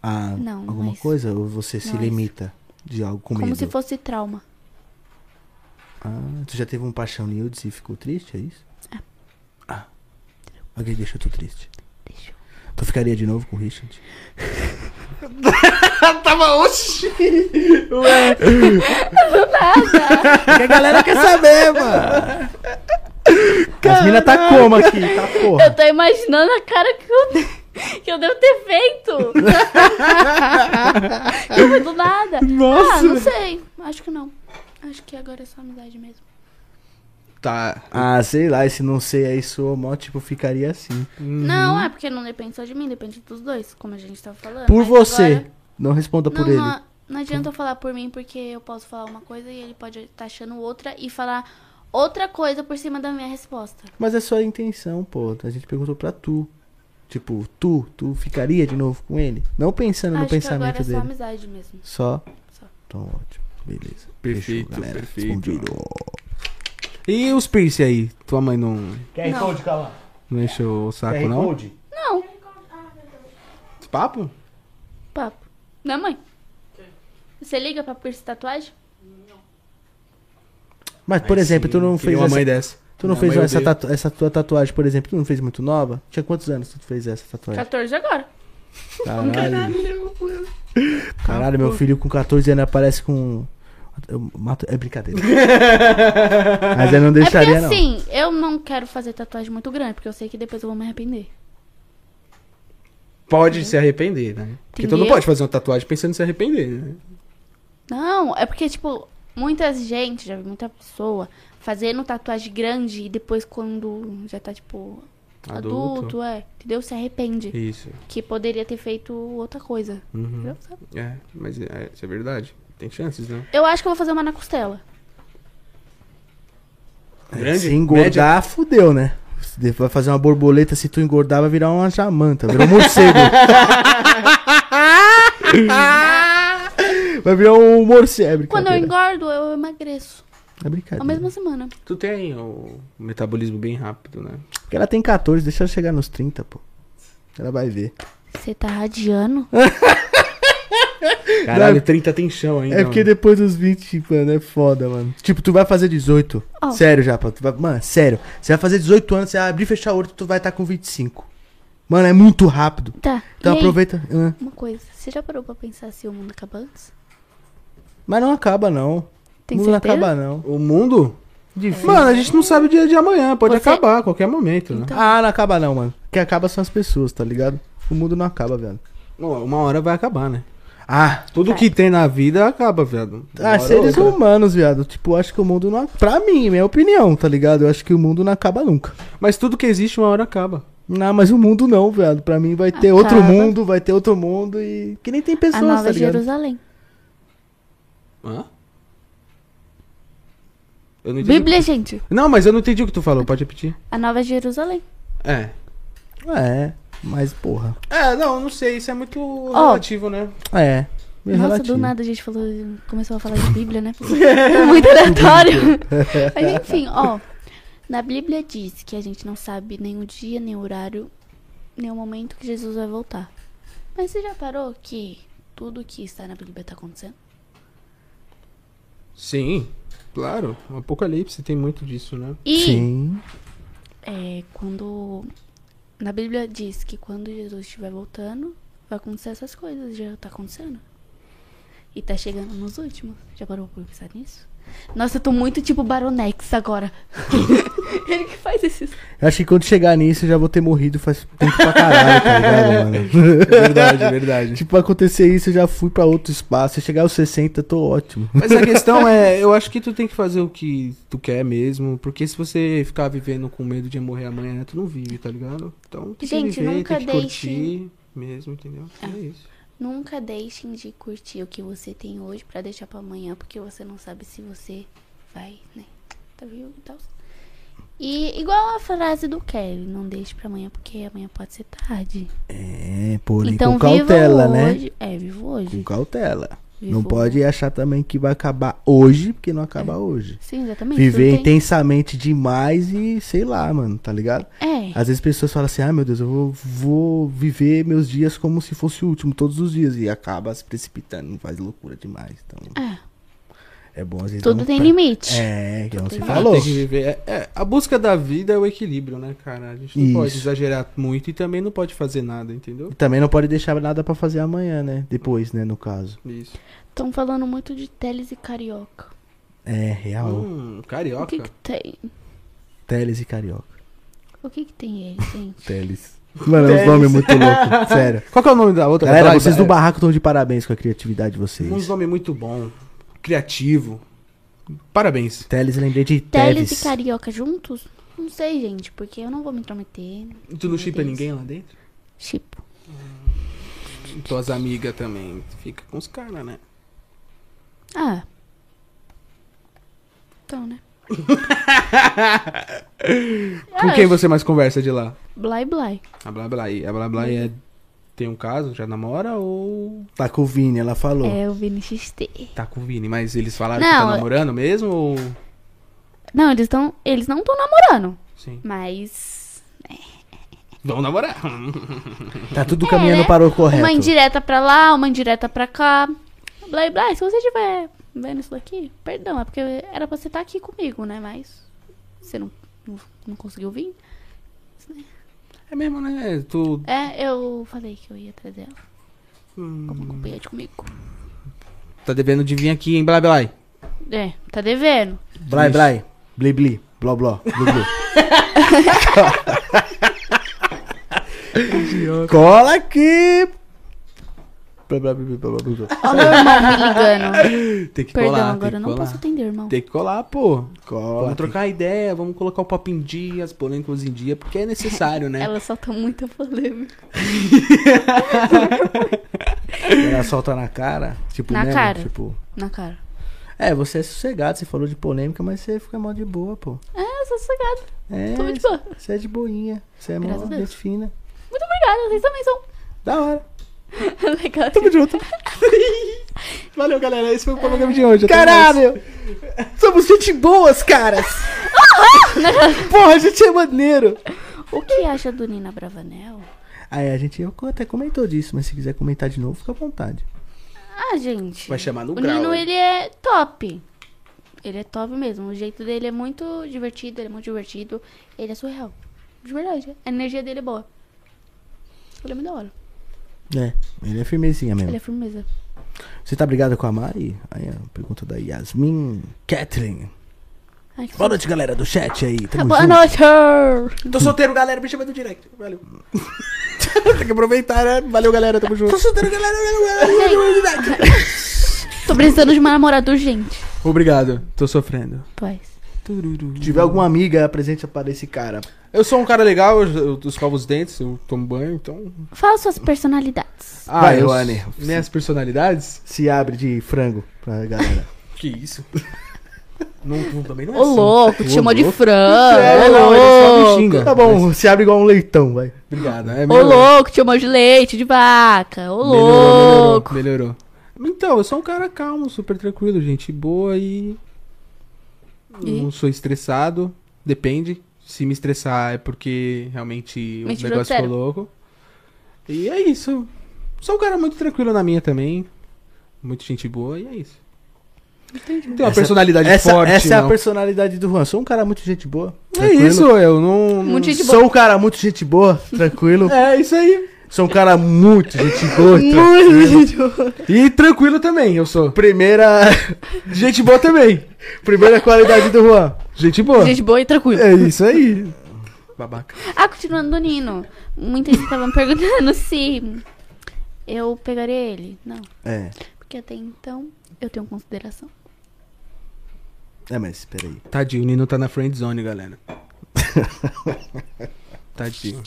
a Não, não Ah, alguma é isso. coisa ou você se Não é limita de algo com Como medo? se fosse trauma. Ah, tu já teve um paixão nudes e ficou triste, é isso? Ah. Alguém deixou tu triste. Deixa eu. Tu ficaria de novo com o Richard? Tava, oxi! Que a galera quer saber, mano. As mina tá como aqui? Tá Eu porra. tô imaginando a cara que eu, de- que eu devo ter feito. Tipo, do nada. Ah, não sei. Acho que não. Acho que agora é só amizade mesmo. Tá. Ah, sei lá, esse não sei aí sou mó, tipo, ficaria assim. Não, é porque não depende só de mim, depende dos dois, como a gente tava falando. Por Mas você. agora- Não responda por Não, ele. não, Não adianta eu falar por mim, porque eu posso falar uma coisa e ele pode estar achando outra e falar outra coisa por cima da minha resposta. Mas é só a intenção, pô. A gente perguntou pra tu. Tipo, tu, tu ficaria de novo com ele? Não pensando no Acho que agora é pensamento só dele. amizade mesmo. Só? Só. Então, ótimo. Beleza. Perfeito, Fechou, galera. perfeito. Respondido. E os piercing aí? Tua mãe não, Quer Não. Code, Calma? não encheu o saco, Quer não? Code? Não, Esse Papo? papo. Não, mãe? Você liga pra piercing tatuagem? Mas, por Aí exemplo, sim, tu não queria fez uma essa, mãe dessa. tu não Minha fez mãe essa, odeia. tatu- essa tua tatuagem, por exemplo, tu não fez muito nova? Tinha quantos anos que tu fez essa tatuagem? 14 agora. É Caralho. Caralho, meu filho com 14 anos aparece com eu mato... É brincadeira. Mas eu não deixaria, é não. porque assim, eu não quero fazer tatuagem muito grande, porque eu sei que depois eu vou me arrepender. Pode se arrepender, né? Porque tu não Entendeu? pode fazer uma tatuagem pensando em se arrepender, né? Não, é porque, tipo, muita gente, já vi muita pessoa fazendo tatuagem grande e depois quando já tá, tipo, adulto, é, entendeu? Se arrepende. Isso. Que poderia ter feito outra coisa. Uhum. entendeu? Sabe? É, mas é, isso é verdade. Tem chances, né? Eu acho que eu vou fazer uma na costela. Grande? É, Se engordar, fudeu, né? Se de- Vai fazer uma borboleta, se tu engordar, vai virar uma jamanta, virar um morcego. vai virar um morcego. É Quando eu brincadeira. engordo, eu emagreço. É Na brincadeira. mesma semana. Tu tem o metabolismo bem rápido, né? Porque ela tem 14, deixa ela chegar nos 30, pô. Ela vai ver. Você tá radiando? Caralho, 30 tem chão ainda. é porque mano. depois dos 20, mano, é foda, mano. Tipo, tu vai fazer 18. Ó. Sério, Japa. Tu vai... Mano, sério. Você vai fazer 18 anos, você vai abrir e fechar o olho, tu vai estar com 25. Mano, é muito rápido. Tá. Então e aí, aproveita. Hã? Uma coisa, você já parou pra pensar se o mundo acaba antes? Mas não acaba, não. Tem não certeza? acaba, não. O mundo? Mano, a gente não sabe o dia de amanhã. Pode Você- acabar a qualquer momento, né? Tá. Ah, não acaba não, mano. O que acaba são as pessoas, tá ligado? O mundo não acaba, velho. Então- Bom, Uma hora vai acabar, né? Ah, Tudo que tem na vida acaba, viado. Uma ah hora seres ou outra. humanos, viado. Tipo, eu acho que o mundo não. Pra mim, minha opinião, tá ligado? Eu acho que o mundo não acaba nunca. Mas tudo que existe, uma hora acaba. Não, mas o mundo não, viado. Pra mim vai ter Acaba. outro mundo, vai ter outro mundo e. Que nem tem A pessoas, tá Nova ligado? Jerusalém. Hã? Eu não entendi. Bíblia, gente. Não, mas eu não entendi o que tu falou. Pode repetir? A Nova Jerusalém. É. É, mas porra. É, não, não sei. Isso é muito Ó. relativo, né? É. meio Nossa, relativo. do nada a gente falou, começou a falar de Bíblia, né? É muito aleatório. Mas enfim, ó. Na Bíblia diz que a gente não sabe nem o dia, nem o horário, nem o momento que Jesus vai voltar. Mas você já parou que tudo que está na Bíblia tá acontecendo? Sim, claro. O Apocalipse tem muito disso, né? E Sim. é, quando. Na Bíblia diz que quando Jesus estiver voltando, vai acontecer essas coisas, já tá acontecendo. E tá chegando nos últimos. Já parou pra pensar nisso? Nossa, eu tô muito tipo Baronex agora. Ele que faz esses. Eu acho que quando chegar nisso eu já vou ter morrido faz tempo pra caralho, tá ligado, mano? Verdade, verdade. tipo, acontecer isso, eu já fui pra outro espaço. Se eu chegar aos 60, eu tô ótimo. Mas a questão é, eu acho que tu tem que fazer o que tu quer mesmo, porque se você ficar vivendo com medo de morrer amanhã, tu não vive, tá ligado? Então, tem Gente, que viver, nunca tem que deixe- curtir mesmo, entendeu? É isso. Nunca deixem de curtir o que você tem hoje pra deixar pra amanhã, porque você não sabe se você vai, né? Tá vivo e tal. E igual a frase do Kelly, não deixe pra amanhã, porque amanhã pode ser tarde. É, porém, então com cautela, viva né? hoje. É, vivo Com hoje. cautela. Vivo Não pode achar também que vai acabar hoje, porque não acaba hoje. Sim, exatamente. Viver É. não tem- intensamente demais e sei lá, mano, tá ligado? É. Às vezes pessoas falam assim, ah, meu Deus, eu vou, vou viver meus dias como se fosse o último, todos os dias. E acaba se precipitando, faz loucura demais. Então, É, é bom às vezes... dar tudo um tem pé. limite. É, que não se tem falou. Tem que viver. É, é, a busca da vida é o equilíbrio, né, cara? A gente não pode Isso. exagerar muito e também não pode fazer nada, entendeu? E também não pode deixar nada pra fazer amanhã, né? Depois, né, no caso. Isso. Estão falando muito de Teles e Carioca. É, real. Hum, carioca. O que que tem? Teles e Carioca. O que que tem ele, gente? Teles. Mano, é um nome muito louco, sério. Qual que é o nome da outra? É. Galera, Vai, vocês vai. do barraco estão de parabéns com a criatividade de vocês. Um nome muito bom, criativo. Parabéns. Teles, eu lembrei de Teles e Teles. Carioca juntos? Não sei, gente, porque eu não vou me intrometer. Tu não chipa Deus. ninguém lá dentro? Tipo. Tuas amigas também. Fica com os caras, né? Ah. Então, né? É, Com quem você mais conversa de lá? Blay Blay. A Blá Blá. A Blá Blá é... tem um caso, já namora ou Tá com o Vini, ela falou. É o Vini XT. tá com o Vini? Mas eles falaram que Não, é- tá eu- namorando mesmo ou... Não, eles estão. Eles não estão namorando. Sim. Mas. Vão namorar. Tá tudo caminhando né? para o correto. Uma indireta pra lá, uma indireta pra cá. Blay Blay, se você estiver vendo isso daqui, perdão, é porque era pra você estar aqui comigo, né? Mas. Você não, não, não conseguiu vir? É mesmo, né? Tu... É, eu falei que eu ia trazer ela como acompanhante comigo. Tá devendo de vir aqui, hein, Blá Blá? É, tá devendo. Blai, blai, bli, bli, bló, bló, blu, blu. Cola aqui! Blá, blá, blá, blá, blá, blá, blá. Ó, meu irmão me ligando. Tem que Perdão, colar, tem agora eu que não colar. posso atender, irmão. Tem que colar, pô. Cola. Vamos trocar ideia, vamos colocar o papo em dia, as polêmicas em dia, porque é necessário, né? Ela solta muita polêmica. Ela solta na cara. Tipo, Na né? cara. Tipo, Na cara. é, você é sossegado, você falou de polêmica, mas você fica mal de boa, pô. É, eu sou sossegada. É, Tô de boa. Você é de boinha. Você é mó Graças a Deus. gente fina. Muito obrigada, vocês também são. Da hora. Legal. Tamo junto. Valeu, galera. Esse foi o programa de hoje. Caralho! Somos gente boas, caras! Porra, a gente é maneiro! O que acha do Nina Bravanel? Aí a gente eu até comentou disso, mas se quiser comentar de novo, fica à vontade. Ah, gente. Vai chamar no o grau, Nino, hein? ele é top. Ele é top mesmo. O jeito dele é muito divertido, ele é muito divertido. Ele é surreal. De verdade. A energia dele é boa. Ele é muito da hora. É, ele é firmezinha mesmo. Ele é firmeza. Você tá brigado com a Mari? Aí a pergunta da Yasmin Catherine. Ai, que Boa noite, galera do chat aí. Tamo Boa junto. noite! Tô solteiro, galera. Me chama no direct. Valeu. Tem que aproveitar, né? Valeu, galera. Tamo junto. Tô solteiro, galera. Tô precisando de uma namorada urgente. Obrigado. Tô sofrendo. Pois. Tururu. Se tiver alguma amiga, apresente para esse cara. Eu sou um cara legal, eu, eu escovo os dentes, eu tomo banho, então... Fala suas personalidades. Ah, Vai, eu- Luane. Minhas personalidades? Se abre de frango pra galera. Que isso? não, não, também não é Ô, louco, te chamou de frango. É, Ô, não, ele só me louco. xinga. Tá bom, se abre igual um leitão, vai. Obrigado. É Ô melhorou. louco, te chamou de leite, de vaca. Ô louco. Melhorou, melhorou. Então, eu sou um cara calmo, super tranquilo, gente boa e. E? Não sou estressado. Depende. Se me estressar é porque realmente o Mentira, negócio ficou sério. louco. E é isso. Sou um cara muito tranquilo na minha também. Muito gente boa e é isso. Entendi. Tem uma Essa- personalidade essa, forte. Essa é a não. personalidade do Juan. Sou um cara muito gente boa. É tranquilo. isso, eu não. não- Muito gente boa. Sou um cara muito gente boa, tranquilo. É isso aí. Sou um cara muito gente boa. tranquilo. Muito gente boa. E tranquilo também, eu sou. Primeira, Gente boa também. primeira qualidade do Juan. Gente boa. Gente boa e tranquila. É isso aí. Babaca. Ah, continuando do Nino. Muita gente tava me perguntando se eu pegaria ele. Não, É, porque até então eu tenho consideração. é, mas peraí. Tadinho, o Nino tá na friend zone, galera. Tadinho.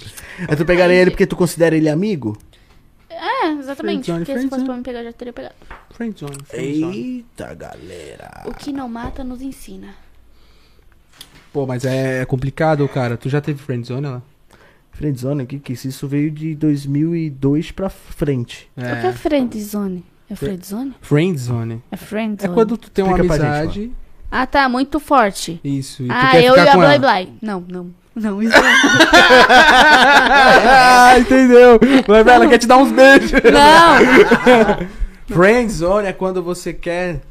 Aí tu pegaria ele porque tu considera ele amigo? É, exatamente. Friendzone, porque se fosse friendzone. pra me pegar, eu já teria pegado. Friend zone, friend zone. Eita, galera. O que não mata nos ensina. Pô, mas é complicado, cara. Tu já teve friend zone lá? Friendzone, o que que isso? Isso veio de 2002 pra frente. O que é friendzone? É friendzone? Friend zone. É friendzone. É quando tu tem uma Explica pra amizade. Ah, tá, muito forte. isso. E tu ah, quer eu ficar e a com Blay ela. Blay. Não, não. Não, isso não. Ah, entendeu? Mas ela quer te dar uns beijos. não. Friend zone é quando você quer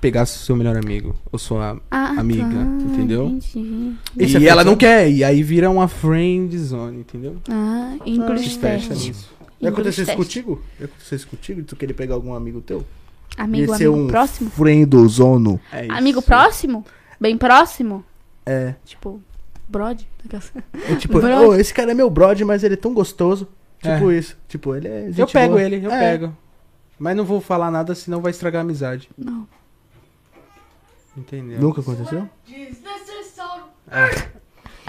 pegar seu melhor amigo ou sua Ah, amiga, tá, entendeu? Entendi. Isso é e ela friend não quer, e aí vira uma friend zone, entendeu? Ah, English test. Fecha English nisso. Já aconteceu isso test. contigo? Já aconteceu isso contigo? De tu querer pegar algum amigo teu? Amigo, Ia ser amigo um próximo? friendozono. É isso. Amigo próximo? Bem próximo? É. Tipo, brode? É tipo, Brother. "Ô, esse cara é meu brother, mas ele é tão gostoso. Tipo É. isso. Tipo, ele é. Eu gente pego boa. ele, eu É. pego. Mas não vou falar nada, senão vai estragar a amizade. Não. Entendeu? Nunca aconteceu?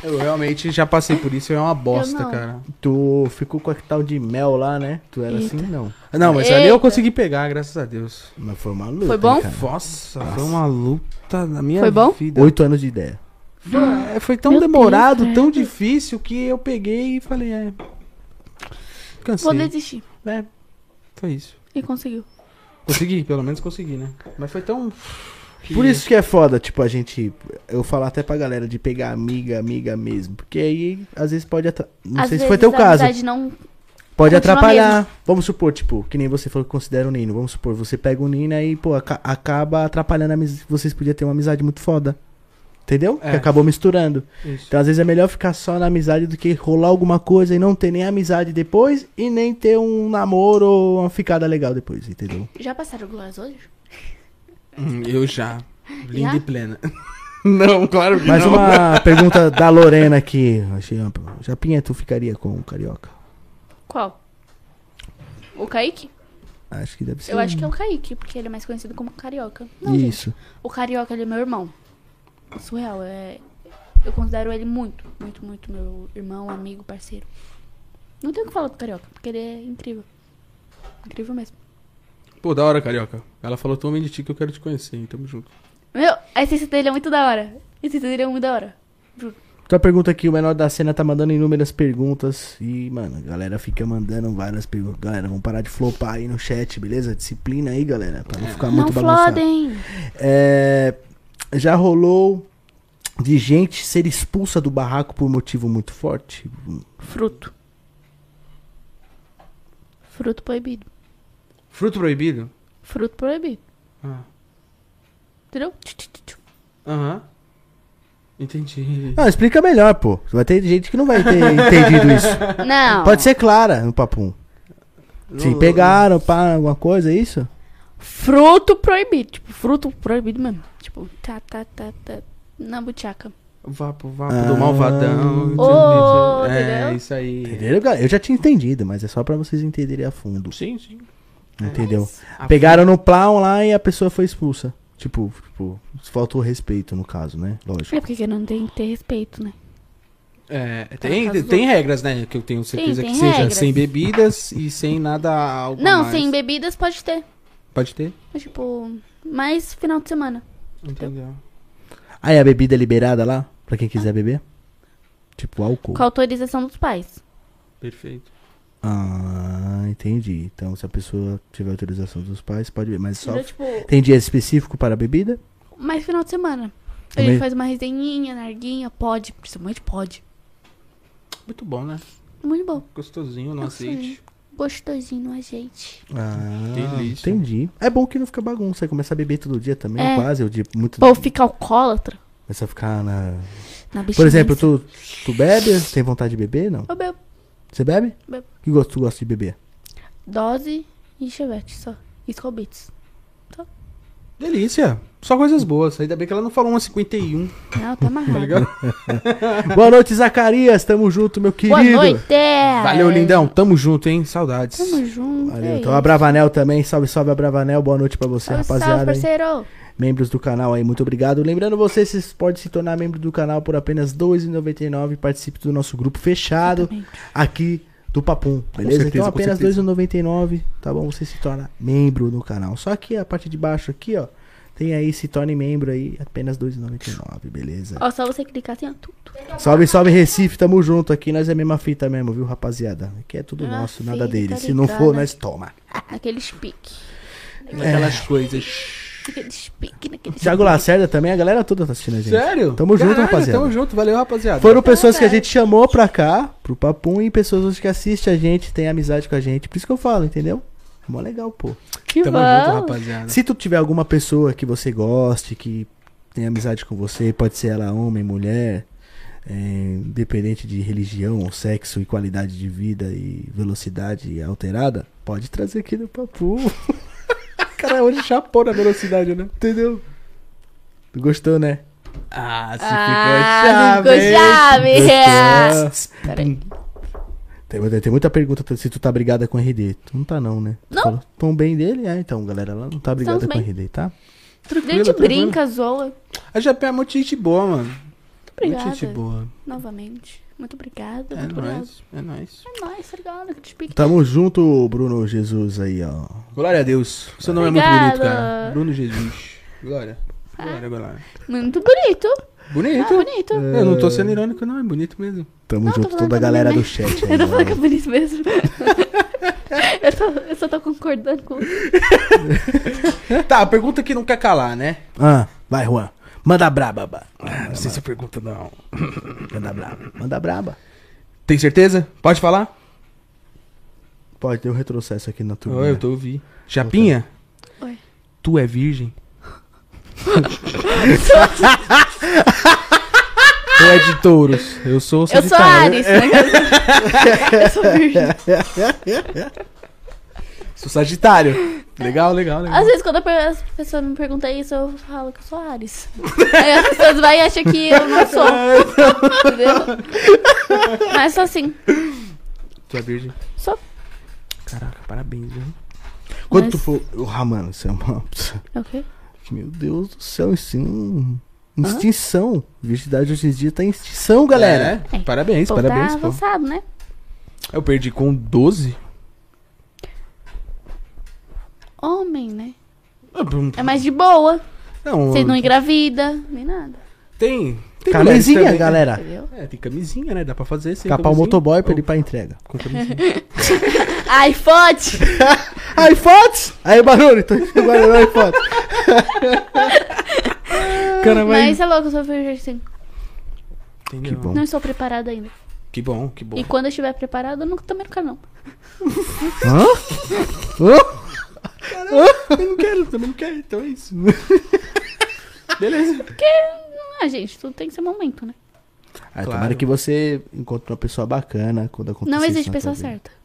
Eu realmente já passei por isso e é uma bosta, não. cara. Tu ficou com a tal de mel lá, né? Tu era assim, não. Não, mas ali eu Eita. consegui pegar, graças a Deus. Mas foi uma luta. Foi bom? hein, cara? Nossa, foi uma luta na minha Foi bom? vida. Oito anos de ideia. Foi, foi tão Meu demorado, Deus, é. tão credo. difícil que eu peguei e falei, é. Vou Cansei. desistir. É, foi isso. E conseguiu. Consegui, pelo menos consegui, né? Mas foi tão. Por isso que é foda, tipo, a gente. Eu falo até pra galera de pegar amiga, amiga mesmo. Porque aí, às vezes, pode. Atra... Não Às sei se vezes foi teu a caso. amizade não. Pode Continua atrapalhar. Vamos supor, tipo, que nem você falou que considera o Nino. Vamos supor, você pega o Nino e, pô, aca- acaba atrapalhando a amizade. Vocês podiam ter uma amizade muito foda. Entendeu? É. Que acabou misturando. Isso. Então, às vezes, é melhor ficar só na amizade do que rolar alguma coisa e não ter nem amizade depois e nem ter um namoro ou uma ficada legal depois, entendeu? Já passaram glórias hoje? Hum, Eu já. Linda Já? e plena. Não, claro que Mais não. uma pergunta da Lorena aqui. Achei amplo. Japinha, tu ficaria com o Carioca? Qual? O Kaique? Acho que deve ser. um- Eu acho que é o Kaique, porque ele é mais conhecido como Carioca. Não, gente, Isso. O Carioca, ele é meu irmão. Surreal, é... Eu considero ele muito, muito, muito meu irmão, amigo, parceiro. Não tenho o que falar do Carioca, porque ele é incrível. Incrível mesmo. Pô, da hora, carioca. Ela falou tão bem de ti que eu quero te conhecer, hein? Tamo junto. Meu, a essência dele é muito da hora. A essência dele é muito da hora. Tua pergunta aqui, o menor da cena tá mandando inúmeras perguntas. E, mano, a galera fica mandando várias perguntas. Galera, vamos parar de flopar aí no chat, beleza? Disciplina aí, galera, pra não ficar Tá muito É. não bagunçado. flodem! É, já rolou de gente ser expulsa do barraco por motivo muito forte? Fruto. Fruto proibido. Fruto proibido? Fruto proibido. Ah. Entendeu? Tchu, tchu, tchu, tchu. Aham. Entendi. Não, explica melhor, pô. Vai ter gente que não vai ter entendido isso. Não. Pode ser clara no papum. Sim, pegaram, pá, alguma coisa, é isso? Fruto proibido. Tipo, fruto proibido mesmo. Tipo, tá, tá, tá, tá. Na butiaca. Vapo, vapo Ah. do malvadão. entendi. Ô, é, entendeu? isso aí. Entenderam, galera? Eu já tinha entendido, mas é só pra vocês entenderem a fundo. Sim, sim. Entendeu? Pegaram no plow lá e a pessoa foi expulsa. Tipo, tipo, faltou respeito no caso, né? Lógico. É porque que não tem que ter respeito, né? É, Pra tem, casa dos tem regras, né? Que eu tenho certeza tem que seja regras. sem bebidas e sem nada algo Não, mais. sem bebidas pode ter. Pode ter? Mas, tipo, mais final de semana. Entendeu. Aí a bebida é liberada lá, pra quem quiser beber? Tipo, álcool. Com a autorização dos pais. Perfeito. Ah, entendi. Então, se a pessoa tiver autorização dos pais, pode beber. Mas só. Entendeu? Tipo, Tem dia específico para a bebida? mais final de semana. A Também- gente faz uma resenhinha, narguinha, pode. Principalmente pode. Muito bom, né? Muito bom. Gostosinho no Gostosinho. azeite. Gostosinho no azeite. Ah, Delícia. entendi. É bom que não fica bagunça. Aí começa a beber todo dia também, É. quase. O dia muito. Pô, fica alcoólatra. Começa a ficar na. Na Por exemplo, abstinência. tu, tu bebe? Tem vontade de beber? Não. Eu bebo Você bebe? Bebo. Que gosto tu gosta de beber? dose e chevette só. E Skol Beats. Delícia. Só coisas boas. Ainda bem que ela não falou uma 51, Não, tá tá amarrado. ligado? Boa noite, Zacarias. Tamo junto, meu querido. Boa noite! é! Valeu, lindão. um Tamo junto, hein? Saudades. Tamo junto. Valeu. é Então, a isso. Bravanel também. Salve, salve, a Bravanel. Boa noite pra você, Salve, salve, rapaziada. hein? parceiro. Membros do canal aí, muito obrigado. Lembrando você, vocês podem se tornar membro do canal por apenas R$ 2,99. Participe do nosso grupo fechado aqui do Papum, beleza? certeza, então, com apenas R$ certeza. 2,99, tá bom? Você se torna membro do canal. Só que a parte de baixo aqui, ó, tem aí, se torne membro aí, apenas R$ 2,99, beleza? Ó, só você clicar assim, ó. Tu, tu. Salve, salve Recife, tamo junto aqui. Nós é a mesma fita mesmo, viu, rapaziada? Aqui é tudo Ah, nosso, sim, nada dele. tá Se não for, ligada. nós toma. Ah, Naquele pique. Aquelas coisas. Naquele pique, naquele Thiago Lacerda também, a galera toda tá assistindo a gente. Sério? Tamo junto, Caralho, rapaziada. Tamo junto, valeu, rapaziada. Foram Tá pessoas que a gente chamou pra cá, pro Papum, e pessoas hoje que assistem a gente, tem amizade com a gente. Por isso que eu falo, entendeu? Mó legal, pô. Que Tamo junto, bom. rapaziada. Se tu tiver alguma pessoa que você goste, que tem amizade com você, pode ser ela homem, mulher, é, independente de religião ou sexo e qualidade de vida e velocidade alterada, pode trazer aqui no Papu. Cara, hoje chapou na velocidade, né? Entendeu? Gostou, né? Ah, se Ah, ficou ficou chave. É. Gostou. Peraí. Tem, tem muita pergunta se tu tá brigada com o RD. Tu não tá não, né? Tu Não. falou tão bem dele? É, então, galera, ela não tá brigada Estamos com o bem. RD, tá? A gente brinca, zoa. A Japé é muito gente boa, mano. obrigada. Muito gente boa. Novamente. Muito obrigada. É muito obrigada. nóis, é nóis. É nóis, tá ligado? Que te pique. Tamo junto, Bruno Jesus aí, ó. Glória a Deus. Seu nome é muito Obrigada. bonito, cara. Bruno Jesus. Glória. Glória, glória. Muito bonito. Bonito. Ah, bonito. Eu não tô sendo irônico, não. É bonito mesmo. Tamo Não, tô É, junto, falando toda a também, galera né? do chat aí. Eu tô falando que é ó. bonito mesmo. eu, só, eu só tô concordando com. Tá, a pergunta que não quer calar, né? Ah, vai, Juan. Manda braba, ba. Ah, Não sei se é pergunta, não. manda braba. Manda braba. Tem certeza? Pode falar? Pode ter um retrocesso aqui na turma. Oh, eu tô ouvindo. Chapinha? Oi. Tu é virgem? tu é de touros. Eu sou Eu sou sagitário. Ares, né? Eu sou virgem. Sou sagitário. Legal, legal, legal. Às vezes, quando a pe- as pessoas me perguntam isso, eu falo que eu sou Ares. Aí as pessoas vão e acham que eu não sou. Entendeu? Mas sou assim. Tu é virgem? Sou. Caraca, parabéns, viu? É, Quando Mas- tu for. Ah, mano, isso é uma. Ok. Meu Deus do céu, isso é um... Extinção. Virgindade hoje em dia tá em extinção, galera. É, É. Parabéns, Pô, parabéns, tá pô. avançado, né? Eu perdi com 12? Homem, né? É mais de boa. Ah, Não, Você não engravida, nem nada. tem. tem mulheres Camisinha, também, né? galera. Entendeu? É, tem camisinha, né? Dá pra fazer sem Capar o camisinha. motoboy pra Ou ele ir pra entrega. Com camisinha. Ai, fode! Aí, fotos! Aí, barulho! Tô agora não, aí, fotos. Cara, vai. Mas é louco, eu sou virgem sim. Entendeu? Que bom. Não estou preparada ainda. Que bom, que bom. E quando eu estiver preparada, eu não, também não quero, não. Hã? Hã? Eu não quero, também não quero, então é isso. Beleza. Porque, ah, gente, tudo tem que ser momento, né? Aí, Claro. tomara que você encontre uma pessoa bacana quando acontecer não isso existe na pessoa tua vida. certa.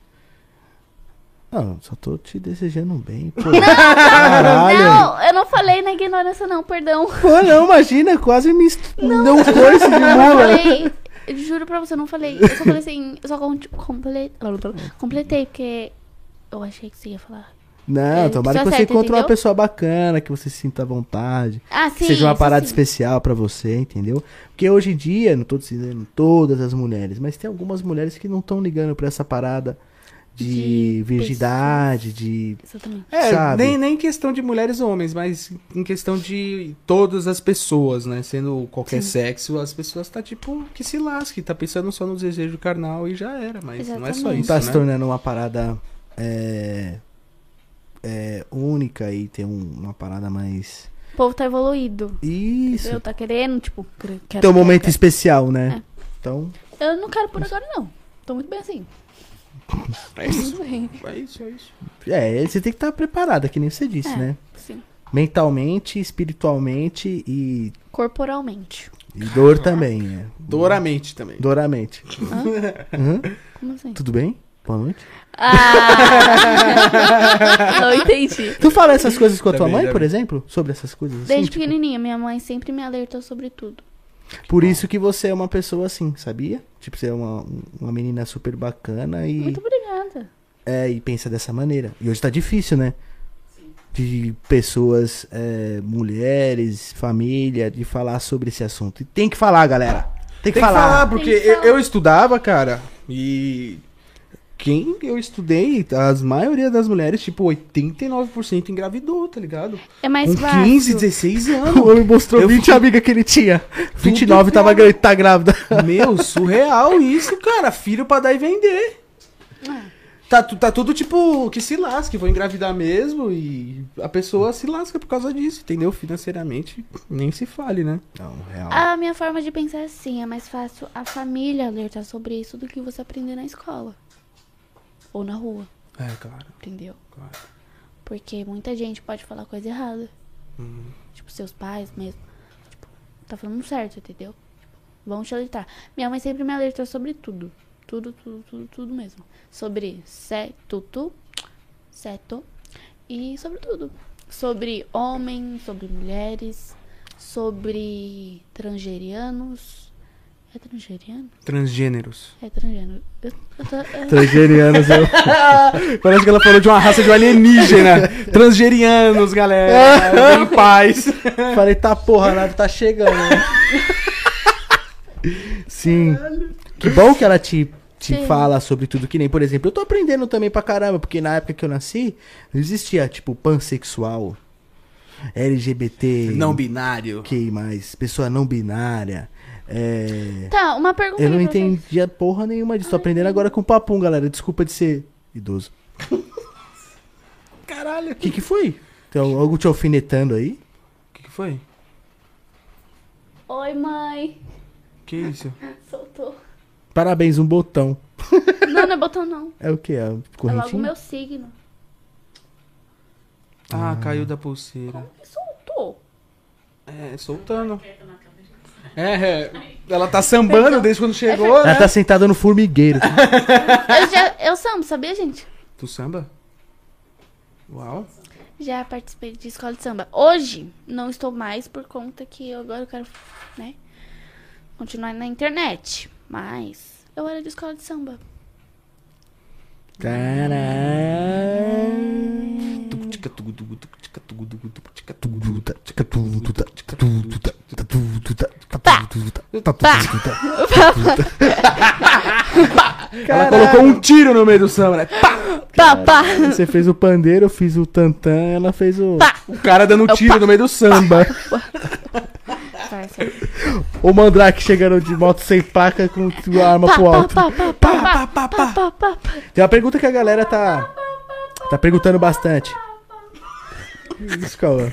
Não, só tô te desejando um bem, pô. Não, eu não falei na ignorância, não, perdão. Pô, não, imagina, quase me est- deu um coice de Eu mula. falei. eu Juro pra você, eu não falei. Eu só falei assim. Eu só con- comple- completei, porque eu achei que você ia falar. Não, tomara É, que pessoa você certa, encontre uma entendeu? pessoa bacana, que você se sinta à vontade. Ah, sim. que seja uma isso parada sim. especial pra você, entendeu? Porque hoje em dia, não tô dizendo todas as mulheres, mas tem algumas mulheres que não estão ligando pra essa parada de, De virgindade, de. Exatamente. É, Sabe? nem, nem questão de mulheres ou homens, mas em questão de todas as pessoas, né? Sendo qualquer sexo, as pessoas tá tipo que se lasque, tá pensando só no desejo carnal e já era, mas não é só Exatamente. Não isso. tá né? se tornando uma parada é, é, única e ter um- uma parada mais. O povo tá evoluído. Isso! Eu tá querendo, tipo, quero. Tem um quero- momento especial, né? É. Então, Eu não quero por agora, não. Tô muito bem assim. É isso, Muito bem. é isso, é isso. é, você tem que estar preparada, que nem você disse, É. né? Sim. Mentalmente, espiritualmente e, Corporalmente. e dor também, né? Doramente também. Doramente. Como assim? Uhum. Tudo bem? Boa noite. Ah! não entendi. Tu fala essas coisas com a Tá tua bem, mãe, tá por bem. exemplo? Sobre essas coisas? assim, Desde tipo? pequenininha, minha mãe sempre me alertou sobre tudo. Por isso que você é uma pessoa assim, sabia? Tipo, você é uma, uma menina super bacana e, Muito obrigada. é, e pensa dessa maneira. E hoje tá difícil, né? De pessoas, é, mulheres, família, de falar sobre esse assunto. E tem que falar, galera. Tem que Tem que falar. falar, porque Tem que falar. Eu, eu estudava, cara, e quem eu estudei, as maioria das mulheres, tipo, 89% engravidou, tá ligado? É mais Com fácil. 15, 16 anos. O homem mostrou Eu 20 amigas que ele tinha. 29 tava, errado. gra- tá grávida. Meu, surreal isso, cara. Filho pra dar e vender. Tá, tu- tá tudo tipo, que se lasque, vou engravidar mesmo e a pessoa se lasca por causa disso, entendeu? Financeiramente, nem se fale, né? Não, real. A minha forma de pensar é assim, é mais fácil a família alertar sobre isso do que você aprender na escola. Ou na rua, É, cara. entendeu? Claro. Porque muita gente pode falar coisa errada. Uhum. Tipo, seus pais mesmo. Tipo, tá falando certo, entendeu? Tipo, vão te alertar. Minha mãe sempre me alertou sobre tudo. Tudo, tudo, tudo, tudo mesmo. Sobre se- tudo, certo? E sobre tudo. Sobre homens, sobre mulheres, sobre transgerianos. É transgeriano? Transgêneros. É transgênero. Eu, eu tô- eu- Tá Transgenianos, eu... Parece que ela falou de uma raça de um alienígena. Transgerianos, galera. Em paz. Falei, tá porra, a nave tá chegando. né? Sim. Que bom que ela te, te Sim. fala sobre tudo. Que nem, por exemplo, eu tô aprendendo também pra caramba, porque na época que eu nasci, não existia, tipo, pansexual, LGBT, Não binário. que mais, pessoa não binária. É... Tá, uma pergunta Eu não aqui pra vocês. entendia porra nenhuma disso. Tô aprendendo agora com o papum, galera. Desculpa de ser idoso. Caralho, O que, que foi? Tem algo te alfinetando aí? que, que foi? Oi, mãe. Que isso? Soltou. Parabéns, um botão. Não, não é botão, não. É o que? É um É logo correntinho? meu signo. Ah, caiu da pulseira. Que soltou. É, soltando. É, é, ela tá sambando desde quando chegou, Ela né? tá sentada no formigueiro. Eu, já, eu sambo, sabia, gente? Tu samba? Uau. Já participei de escola de samba. Hoje, não estou mais por conta que eu agora quero, né? Continuar na internet. Mas eu era de escola de samba. Caralho. Ela colocou um tiro no meio do samba, né? Pá! Pá, pá. Você fez o pandeiro, eu fiz o tantã, ela fez o. Pá. O cara dando É um tiro no meio do samba. Vai, sai. O Mandrake chegando de moto sem placa com a arma Pá, pro alto. pá, pá, pá, pá, pá, pá, pá, pá, pá. Tem uma pergunta que a galera tá. Tá perguntando bastante. Isso, Cauã.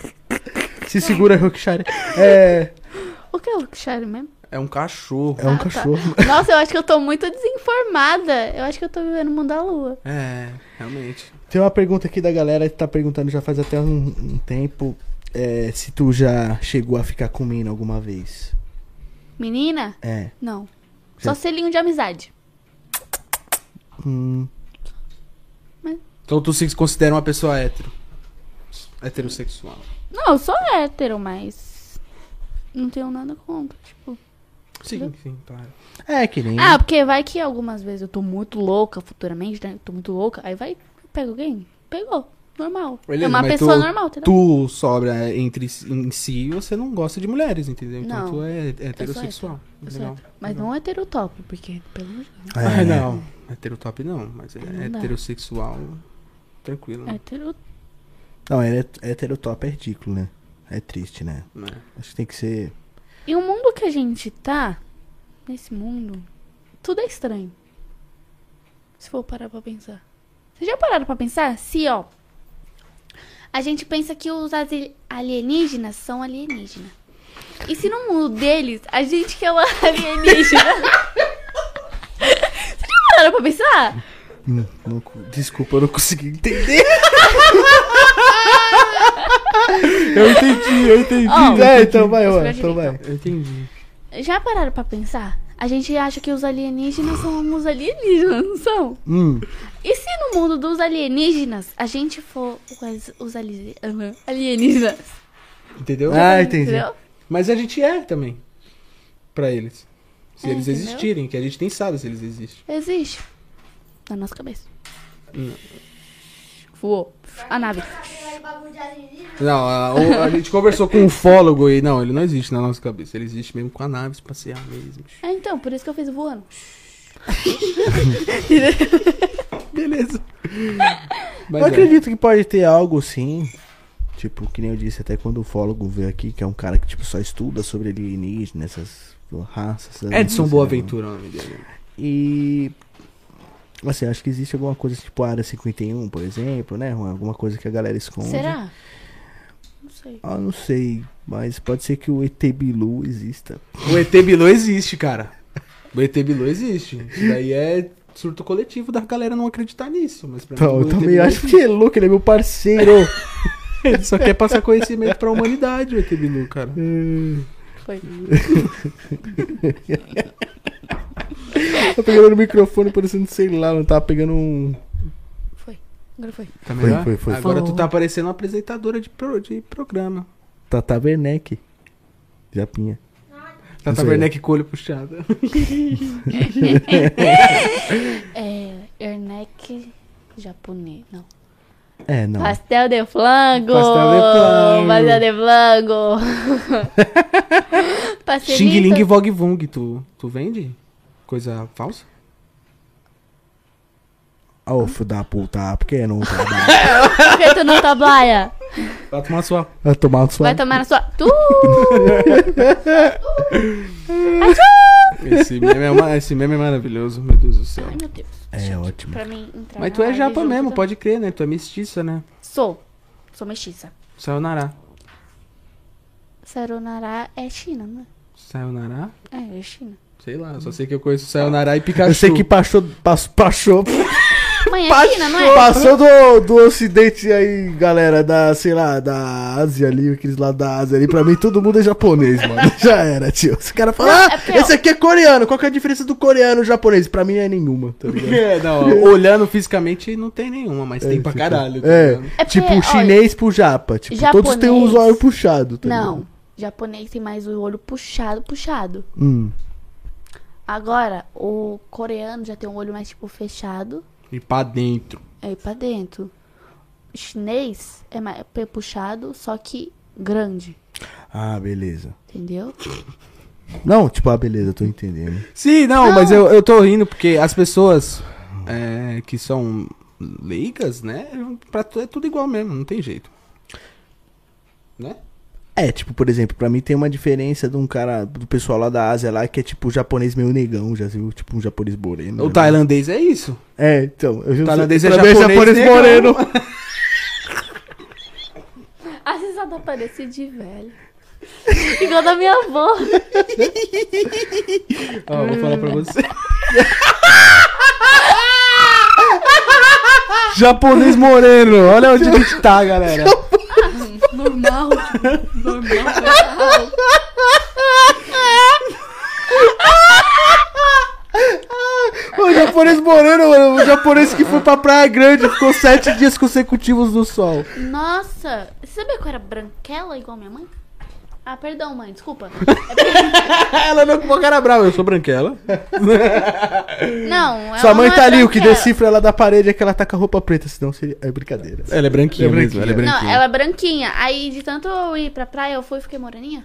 Se segura, Rookshire. É. O que é o Xari mesmo? É um cachorro. É um cachorro. Nossa, eu acho que eu tô muito desinformada. Eu acho que eu tô vivendo o mundo da lua. É, realmente. Tem uma pergunta aqui da galera que tá perguntando já faz até um, um tempo. é, se tu já chegou a ficar com mina alguma vez. Menina? É. Não. Só selinho de amizade. Hum, Então tu se considera uma pessoa hétero. Heterossexual. Não, eu sou hétero, mas. Não tenho nada contra, tipo. Sim, sim, claro. é, que nem. Ah, porque vai que algumas vezes eu tô muito louca futuramente, né? Tô muito louca. Aí vai, pega alguém? Pegou. Normal. Beleza, é uma mas pessoa tu- normal, entendeu? Tu sobra entre si- em si você não gosta de mulheres, entendeu? Então Não. tu é heterossexual. Eu sou Legal. hétero. Mas não hétero top, porque, pelo amor de Deus. Ah, É. não. Heterotop não, mas é Não dá. É. heterossexual. Tranquilo, né? Hétero. Não, é heterotop é ridículo, né? É triste, né? Não é. Acho que tem que ser. E o mundo que a gente tá, nesse mundo, tudo é estranho. Se for parar pra pensar. Vocês já pararam pra pensar? Se, ó. A gente pensa que os asi- alienígenas são alienígenas. E se no mundo deles, a gente que é uma alienígena? Vocês já pararam pra pensar? Hum, não co- desculpa, eu não consegui entender. eu entendi, eu entendi. Ó, é, então vai, Vou ó, explicar então vai. direito. Eu entendi. Já pararam pra pensar? A gente acha que os alienígenas são os alienígenas, não são? Hum, E se no mundo dos alienígenas a gente for os, os ali- aham, alienígenas? Entendeu? Ah, entendi. Entendeu? Mas a gente é também. Pra eles. Se É, eles entendeu? existirem, que a gente nem sabe se eles existem. Existe. Na nossa cabeça. Hum. Voou. A nave. Não, a, o- a gente conversou com um ufólogo e não, ele não existe na nossa cabeça. Ele existe mesmo com a nave espacial mesmo. É, então, por isso que eu fiz voando. Beleza. Mas eu é. acredito que pode ter algo sim. Tipo, que nem eu disse, até quando o fólogo veio aqui, que é um cara que tipo, só estuda sobre alienígena, essas raças. essas- né? Edson essas- Boaventura, é o nome dele. E. Assim, acho que existe alguma coisa tipo a Área 51, por exemplo, né, Juan? Alguma coisa que a galera esconde. Será? Não sei. Ah, não sei, mas pode ser que o ET Bilu exista. O ET Bilu existe, cara. O ET Bilu existe. Isso daí é surto coletivo da galera não acreditar nisso. Mas pra Então, mim, o eu ET também Bilu acho que é louco, ele é meu parceiro. Ele só quer passar conhecimento pra humanidade, o ET Bilu, cara. É. Foi. tá pegando no microfone, parecendo, sei lá, não tava pegando um. Foi. Agora foi. Tá melhor? Foi, foi, foi. Agora Foi. tu tá parecendo uma apresentadora de, pro- de programa. Tata Werneck. Japinha. Não Tata sei. Werneck com o olho puxado. É. Erneck japonês. Não. É, não. Pastel de flango. Pastel de flango. Pastel de flango. Xing Ling Parcelita. Vogue Vung, tu, tu vende? Coisa falsa? Ô, filho da puta, por que não trabalha? Por que tu não trabalha? Vai tomar Tá sua. Vai tomar sua. Vai tomar na sua. Tu! Esse meme, é uma- esse meme é maravilhoso, meu Deus do céu. Ai, meu Deus. É ótimo. Pra mim entrar Mas na tu é live japa junto mesmo, da- pode crer, né? Tu é mestiça, né? Sou. Sou mestiça. Sayonara. Sarunará é China, né? Sayonara? É, é China. Sei lá, só sei que eu conheço Sayonara e Pikachu. Eu sei que passou, passou, passou, Mãe, é China, não é? passou do, do ocidente aí, galera, da, sei lá, da Ásia ali, aqueles lá da Ásia ali, pra mim todo mundo é japonês, mano. Já era, tio. Os caras falam, Não, ah, é porque eu- esse aqui é coreano, qual que é a diferença do coreano e japonês? Pra mim não é nenhuma, tá ligado? É, não, olhando fisicamente não tem nenhuma, mas tem pra tipo, caralho. tá É, ligado? É porque, tipo, olha, chinês pro japa, tipo, todos têm os japonês- olhos puxados, tá Não. ligado? Japonês tem mais o olho puxado, puxado. Hum. Agora, o coreano já tem um olho mais, tipo, fechado. E pra dentro. É ir pra dentro. O chinês é mais é puxado, só que grande. Ah, beleza. Entendeu? Não, tipo, ah, beleza, tô entendendo. Sim, não, mas eu, eu tô rindo porque as pessoas é, que são leigas, né? Pra tu é tudo igual mesmo, não tem jeito. Né? É, tipo, por exemplo, pra mim tem uma diferença de um cara, do pessoal lá da Ásia lá, que é tipo japonês meio negão, já viu? Tipo um japonês moreno. O né? tailandês é isso. É, então. Eu já O tailandês é pra mim japonês, negão. moreno. A risada parece de velho. Igual da minha avó. Ó, vou falar pra você. japonês moreno. Olha onde a gente tá, galera. Normal. tipo, normal. O japonês moreno, mano. O japonês que foi pra Praia Grande, ficou sete dias consecutivos no sol. Nossa, você sabia que eu era branquela igual minha mãe? Ah, perdão, mãe, desculpa. É, Ela não com a cara brava, eu sou branquela. Não, ela Sua mãe não é tá ali, o que branquela. decifra ela da parede é que ela tá com a roupa preta, senão seria. É brincadeira. Ela é branquinha, Ela é mesmo, ela é branquinha. Não, ela é branquinha. Aí de tanto eu ir pra praia, eu fui e fiquei moreninha.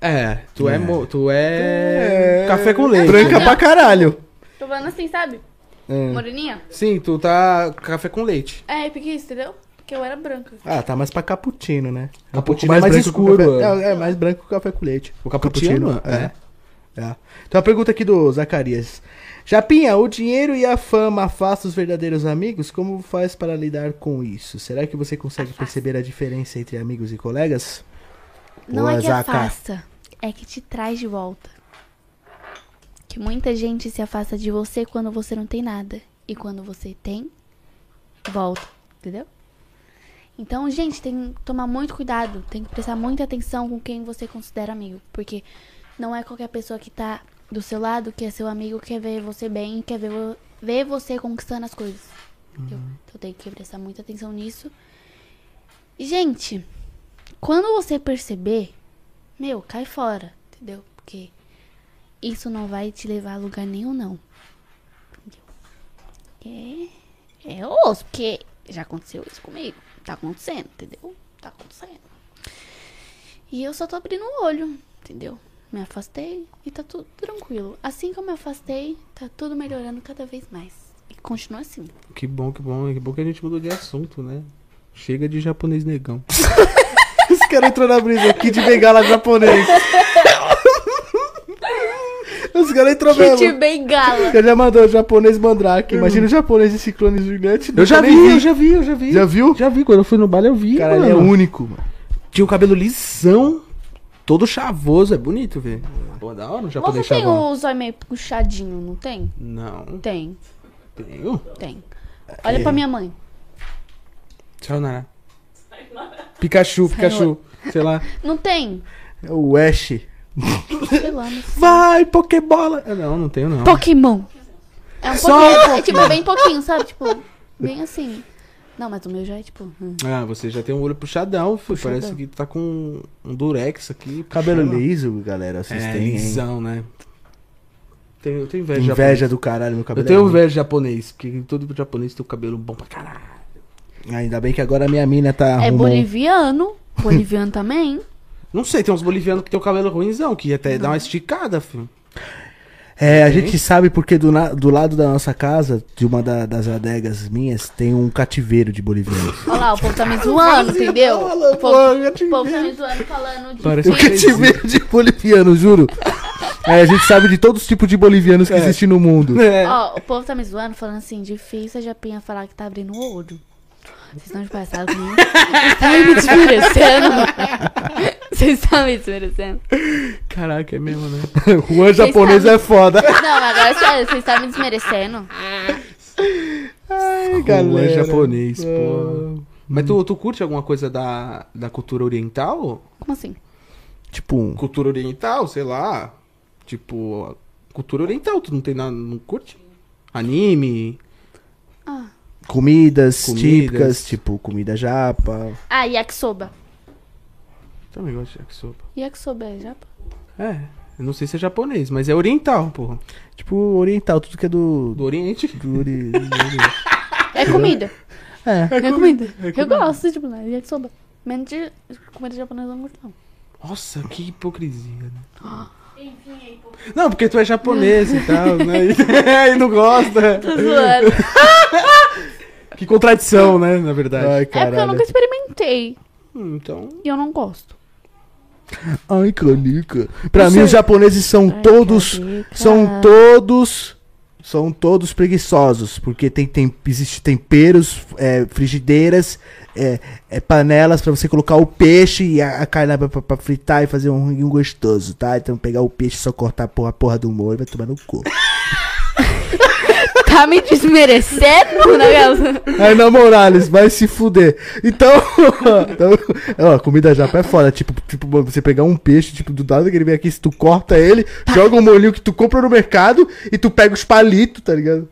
É, tu é, mo- tu é... café com leite. Branca pra caralho. Tô falando assim, sabe? É. Moreninha? Sim, tu tá café com leite. É, porque isso, entendeu? Porque eu era branca. Ah, tá mais pra cappuccino, né? Cappuccino Um pouco é mais branco que o escuro, café- É, é, mais branco que o café com leite. O cappuccino, é. é. Então a pergunta aqui do Zacarias. Japinha, o dinheiro e a fama afastam os verdadeiros amigos? Como faz para lidar com isso? Será que você consegue perceber a diferença entre amigos e colegas? Não Boa, é que Zaca. afasta, é que te traz de volta. Que muita gente se afasta de você quando você não tem nada. E quando você tem, volta. Entendeu? Então, gente, tem que tomar muito cuidado. Tem que prestar muita atenção com quem você considera amigo. Porque não é qualquer pessoa que tá do seu lado que é seu amigo, quer ver você bem, quer ver, vo- ver você conquistando as coisas. Entendeu? Uhum. Então tem que prestar muita atenção nisso. E, Gente, quando você perceber, meu, cai fora, entendeu? Porque isso não vai te levar a lugar nenhum, não. Entendeu? É, é osso, porque já aconteceu isso comigo. Tá acontecendo, entendeu? Tá acontecendo. E eu só tô abrindo o olho, entendeu? Me afastei e tá tudo tranquilo. Assim que eu me afastei, tá tudo melhorando cada vez mais. E continua assim. Que bom, que bom. Que bom que a gente mudou de assunto, né? Chega de japonês negão. Esse cara entrou na brisa aqui de bengala japonês. Os caras entrou Kit mesmo. Bengala. Ele já mandou o japonês mandrake. Imagina o japonês de ciclone gigante. Eu já nunca vi, nem eu já vi, eu já vi. Já viu? Já vi, quando eu fui no baile eu vi, Cara, ele é mano. único, mano. um- Tinha o cabelo lisão, todo chavoso, é bonito, velho. Pô, da hora um japonês Você tem chavão. o zóio meio puxadinho, não tem? Não, Tem, tenho. tem. Olha pra minha mãe. Sayonara. Pikachu, Pikachu. Sei lá. Não tem? É O Ash. Sei lá, não sei. Vai, Pokébola! Ah, Não, não tenho, não. Pokémon. É um pouquinho, Só um é tipo bem pouquinho, sabe? Tipo, bem assim. Não, mas o meu já é tipo... hum. Ah, você já tem um olho puxadão, filho. Parece que tá com um durex aqui. Cabelo puxando. liso, galera. Vocês É, têm hein? lisão, né? Tenho- Eu tenho inveja. de japonês. inveja do caralho meu cabelo. Eu tenho é ruim. inveja de japonês, porque todo japonês tem o cabelo bom pra caralho. Ainda bem que agora a minha mina tá É arrumando. boliviano. Boliviano também. Não sei, tem uns bolivianos que tem o cabelo ruimzão, que até dá uma esticada, filho. É, a gente sabe porque do, na- do lado da nossa casa, de uma da- das adegas minhas, tem um cativeiro de bolivianos. Olha lá, o povo tá me zoando, entendeu? O povo, o povo tá me zoando falando de. Parece O cativeiro de boliviano, juro. É, a gente sabe de todos os tipos de bolivianos que existem no mundo. É. Ó, o povo tá me zoando, falando assim, difícil a Japinha falar que tá abrindo o olho. Vocês estão de passado comigo? Vocês estão me desmerecendo? Vocês estão me desmerecendo? Caraca, é mesmo, né? Juan japonês sabem- é foda. Não, mas agora sério, vocês estão me desmerecendo? Ai, Galera. É, galera. é japonês, pô. É. Mas tu, tu curte alguma coisa da, da cultura oriental? Como assim? Tipo, um- Cultura oriental, sei lá. Tipo, cultura oriental, tu não tem nada, não curte? Anime, comidas, Comidas. típicas, tipo comida japa. Ah, yakisoba. também gosto de yakisoba. Yakisoba é japa? É, eu não sei se é japonês, mas é oriental, porra. Tipo, oriental, tudo que é do. Do Oriente. do ori- do ori- É comida. É. É comida. Eu gosto, tipo, né? Yakisoba. Menos de comida japonesa eu não curto, não. Nossa, que hipocrisia, né? Não, porque tu é japonês e tal, né? E, não gosta. Tô zoando. Que contradição, né, na verdade. Ai, É porque eu caralho. nunca experimentei. Hum, Então, E eu não gosto. Ai, canica. Pra Não mim, sei. os japoneses são Ai, Ah. todos. caraca. São todos. São todos preguiçosos, porque tem, tem existe temperos, é, frigideiras, é, é, panelas pra você colocar o peixe e a, a carne pra, pra- pra fritar e fazer um ranguinho gostoso, tá? Então pegar o peixe, só cortar a porra, a porra do molho e vai tomar no cu. Tá me desmerecendo, né, Gabriel? Aí, na Morales, vai se fuder. Então, então, ó, comida japa é foda. Tipo, tipo, mano, você pegar um peixe, tipo, do lado que ele vem aqui, se tu corta ele, Tá. joga um molhinho que tu compra no mercado e tu pega os palitos, tá ligado?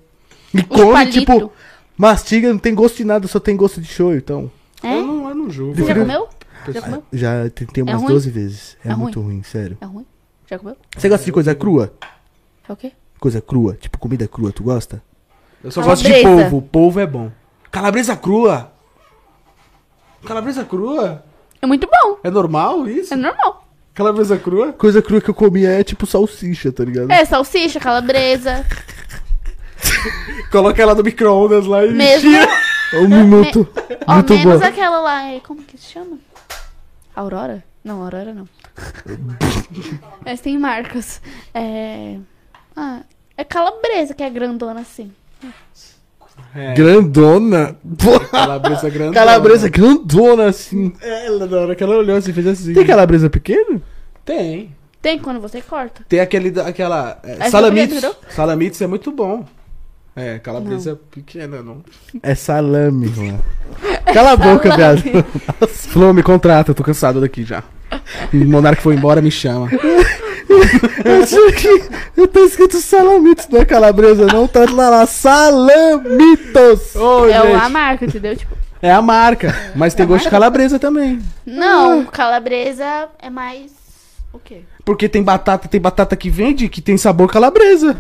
E come, palito? tipo, mastiga, não tem gosto de nada, só tem gosto de show, então. eu, É? não, eu não julgo. Você já comeu? Já comeu? Já tentei umas É ruim? 12 vezes. É, É muito ruim, sério. É ruim? Já comeu? Você gosta de coisa crua? É o quê? Coisa crua, tipo comida crua, tu gosta? Eu só Calabresa. gosto de polvo. Polvo é bom. Calabresa crua. Calabresa crua? É muito bom. É normal isso? É normal. Calabresa crua? Coisa crua que eu comia é tipo salsicha, tá ligado? É salsicha, calabresa. Coloca ela no micro-ondas lá e Mesmo. Um minuto. é, Ó, muito menos bom. aquela lá. é- Como que se chama? Aurora? Não, Aurora não. Mas tem marcas. É. Ah, é calabresa que é grandona assim. É, Grandona. Porra. calabresa grande. Calabresa grandona assim. Ela, na hora que ela olhou assim, fez assim. Tem calabresa pequena? Tem. Tem quando você corta. Tem aquele, da- aquela. É, Essa salamitos. mulher Salamitos é muito bom. É, calabresa pequena, não. É salame, Juan. É Cala a boca, viado. Flor, me contrata, eu tô cansado daqui já. E o Monarca foi embora, me chama. Eu achei que eu tô escrito salamitos, não é calabresa, não. Tá lá, lá salamitos. Ô, é gente, a marca, entendeu? Tipo. é a marca, mas tem gosto de calabresa também. Não, calabresa é mais. O quê? Porque tem batata, tem batata que vende que tem sabor calabresa.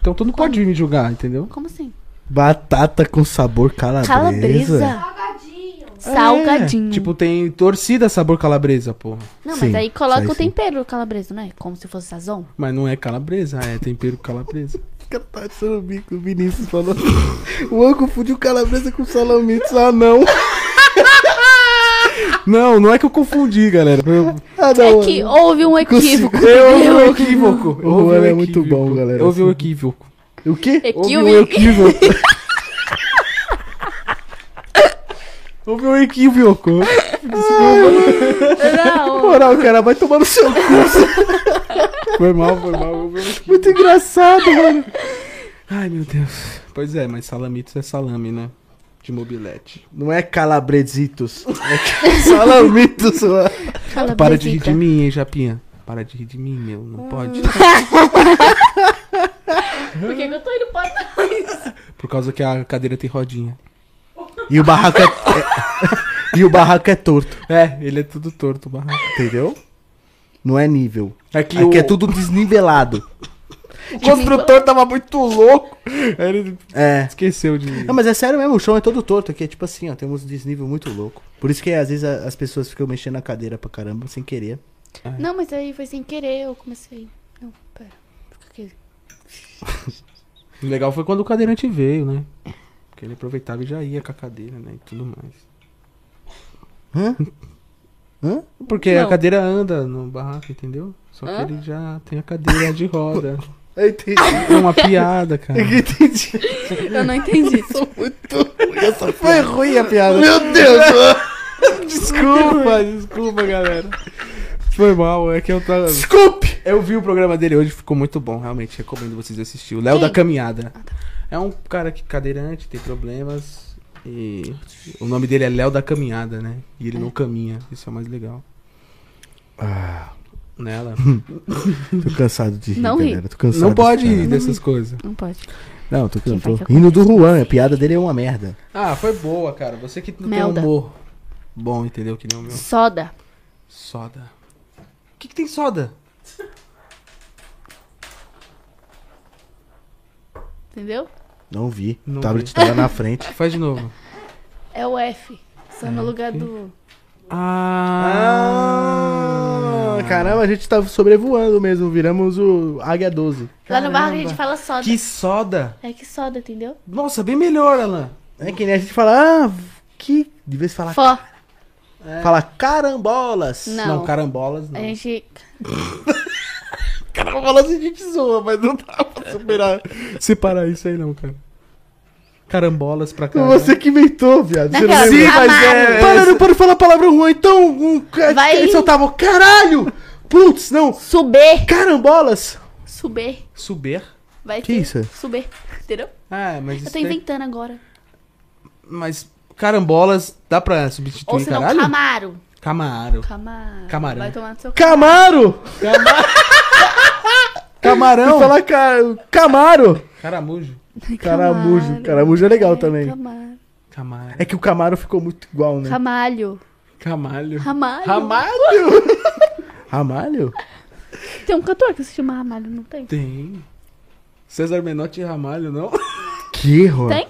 Então tu não pode me julgar, entendeu? Como assim? Batata com sabor calabresa. Calabresa. Tá Salgadinho. É, tipo, tem torcida sabor calabresa, porra. não, sim, mas aí coloca sai o sim. tempero calabresa, não é? Como se fosse sazon. Mas não é calabresa, é tempero calabresa. Cara, tá achando o bico, o Vinícius falou. O Anco fudiu calabresa com salamitos. Ah, não. não, não é que eu confundi, galera. Eu- Ah, não. É que houve um equívoco. Eu ouvi um equívoco. O Juan é muito bom, galera. assim. Houve um equívoco. O quê? é Houve Equívoco. um equívoco. Houve um equívoco. Não. Moral, cara, vai tomar no seu Foi mal, foi mal. Houve um equívoco. Muito engraçado, mano. Ai, meu Deus. Pois é, mas salamitos é salame, né? De mobilete. Não é calabresitos. É salamitos, mano. Calabresita. Para de rir de mim, hein, Japinha. Para de rir de mim, meu. Não pode. Por que que eu tô indo pra Por causa que a cadeira tem rodinha. E o barraco é... é- E o barraco é torto, É, ele é tudo torto, o barraco. entendeu? Não é nível. Aqui, Aqui é tudo desnivelado. O construtor tava muito louco. Aí ele É. esqueceu de. Não, mas é sério mesmo, o chão é todo torto aqui. É tipo assim, ó, tem uns desnível muito louco. Por isso que às vezes a- as pessoas ficam mexendo na cadeira pra caramba sem querer. Não, mas aí foi sem querer, eu comecei. Não, pera. Fica aqui. O legal foi quando o cadeirante veio, né? Porque ele aproveitava e já ia com a cadeira, né? E tudo mais. Hã? Hã? Porque a Não. cadeira anda no barraco, entendeu? Só que ele já tem a cadeira de roda. Eu entendi. É uma piada, cara. Eu entendi. Eu não entendi. Essa foi ruim a piada. Meu Deus! Desculpa, desculpa, galera. Foi mal, é que eu tava. Desculpe! Eu vi o programa dele hoje, ficou muito bom, realmente. Recomendo vocês assistirem. O Léo Quem? Ah, tá. da Caminhada. É um cara que cadeirante, tem problemas. E o nome dele é Léo da Caminhada, né? E ele não caminha, isso é o mais legal. Ah, Nela. tô cansado de rir, Não ri. galera. Tô cansado Não pode de ir dessas coisas. Não pode. Não, tô, Quem vai tô que eu rindo do Juan. A piada dele é uma merda. Ah, foi boa, cara. Você que não Melda. tem humor bom, entendeu? Que nem o meu. Soda. Soda. O que, que tem soda? Entendeu? Não vi. Não o tablet vi. tava na frente. Faz de novo. É o F. Só no lugar do. Ah, caramba, a gente tava sobrevoando mesmo. Viramos o Águia 12. Lá no barco a gente fala soda. Que soda? É que soda, entendeu? Nossa, bem melhor, Alan. É que nem a gente fala, ah, que. De vez em falar, Fó. fala carambolas. Não. Não, carambolas não. A gente. Carambolas a gente zoa, mas não dá pra superar. Separa isso aí não, cara. Carambolas pra caramba. Você que inventou, viado. Você Naquela- não lembra? Sim, mas é- Para, não pode falar palavra ruim, então. Um, Vai. Eles soltavam, caralho! Putz, não! Subir. Carambolas! Subir. Subir? Vai Que ter. isso? Subir. Entendeu? Ah, mas Eu isso tô tem- inventando agora. Mas carambolas dá pra Ou substituir, se não, caralho? Camaro. Camaro. Camaro. Camarão. Vai tomar no seu c. Camaro! Camarão. Falar ca... Camaro! Caramujo. Caramujo. Caramujo é legal também. Camaro. Camaro. É que o Camaro ficou muito igual, né? Ramalho. Camalho. Ramalho. Ramalho? Ramalho? Tem um cantor que se chama Ramalho, não tem? Tem. César Menotti e Ramalho, não? Que erro. Tem?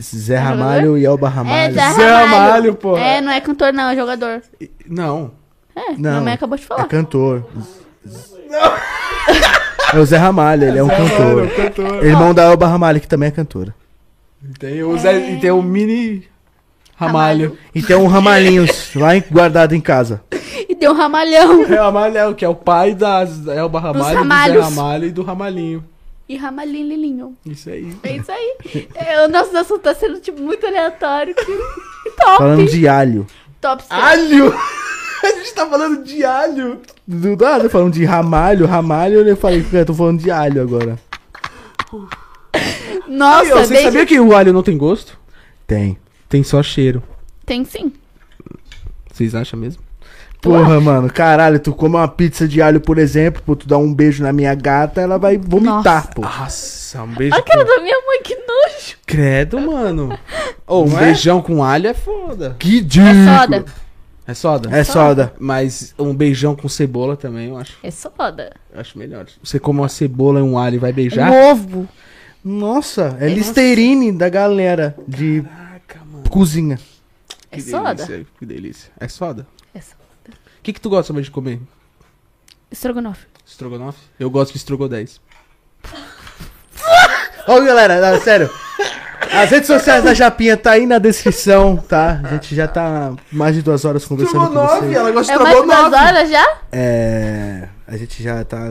Zé Ramalho e Elba Ramalho. É, Zé Zé Ramalho. Ramalho, porra. É, não é cantor não, é jogador. E- Não. É, Não, minha mãe acabou de É falar. cantor. É o Zé Ramalho, ele é um cantor. cantor. Irmão da Elba Ramalho, que também é cantora. Tem o, Zé- É. e tem o mini Ramalho. E tem um Ramalhinhos lá em- guardado em casa. E deu um ramalhão. É o Ramalho, é o que é o pai das- da Elba Ramalho, do Zé Ramalhos. Ramalho e do Ramalhinho. E ramalhinho lilinho. Isso aí. É isso aí. É, o nosso assunto tá sendo, tipo, muito aleatório. que- Top. Falando de alho. Top. sério. Alho! A gente tá falando de alho. Do nada, falando de ramalho, ramalho, eu falei que eu tô falando de alho agora. Nossa, Você desde- sabia que o alho não tem gosto? Tem. Tem só cheiro. Tem sim. Vocês acham mesmo? Porra, mano, caralho, tu come uma pizza de alho, por exemplo, pô, tu dá um beijo na minha gata, ela vai vomitar, pô. Ah, Nossa, um beijo. Olha a cara da minha mãe, que nojo. Credo, mano. Ô, um Não é? beijão com alho é foda. Que É dico. soda. É soda? É soda. Mas um beijão com cebola também, eu acho, É soda. eu acho melhor. Você come uma cebola e um alho e vai beijar? Novo. Nossa, é Listerine da galera de Caraca, mano. cozinha. É soda. delícia, que delícia. É soda? É soda. O que, que tu gosta mais de comer? Estrogonofe. É Estrogonofe? Eu gosto de estrogodés. Ó, galera, não, sério. As redes sociais da Japinha tá aí na descrição, tá? A gente já tá mais de duas horas conversando com vocês. ela gosta É mais de duas horas já? É. A gente já tá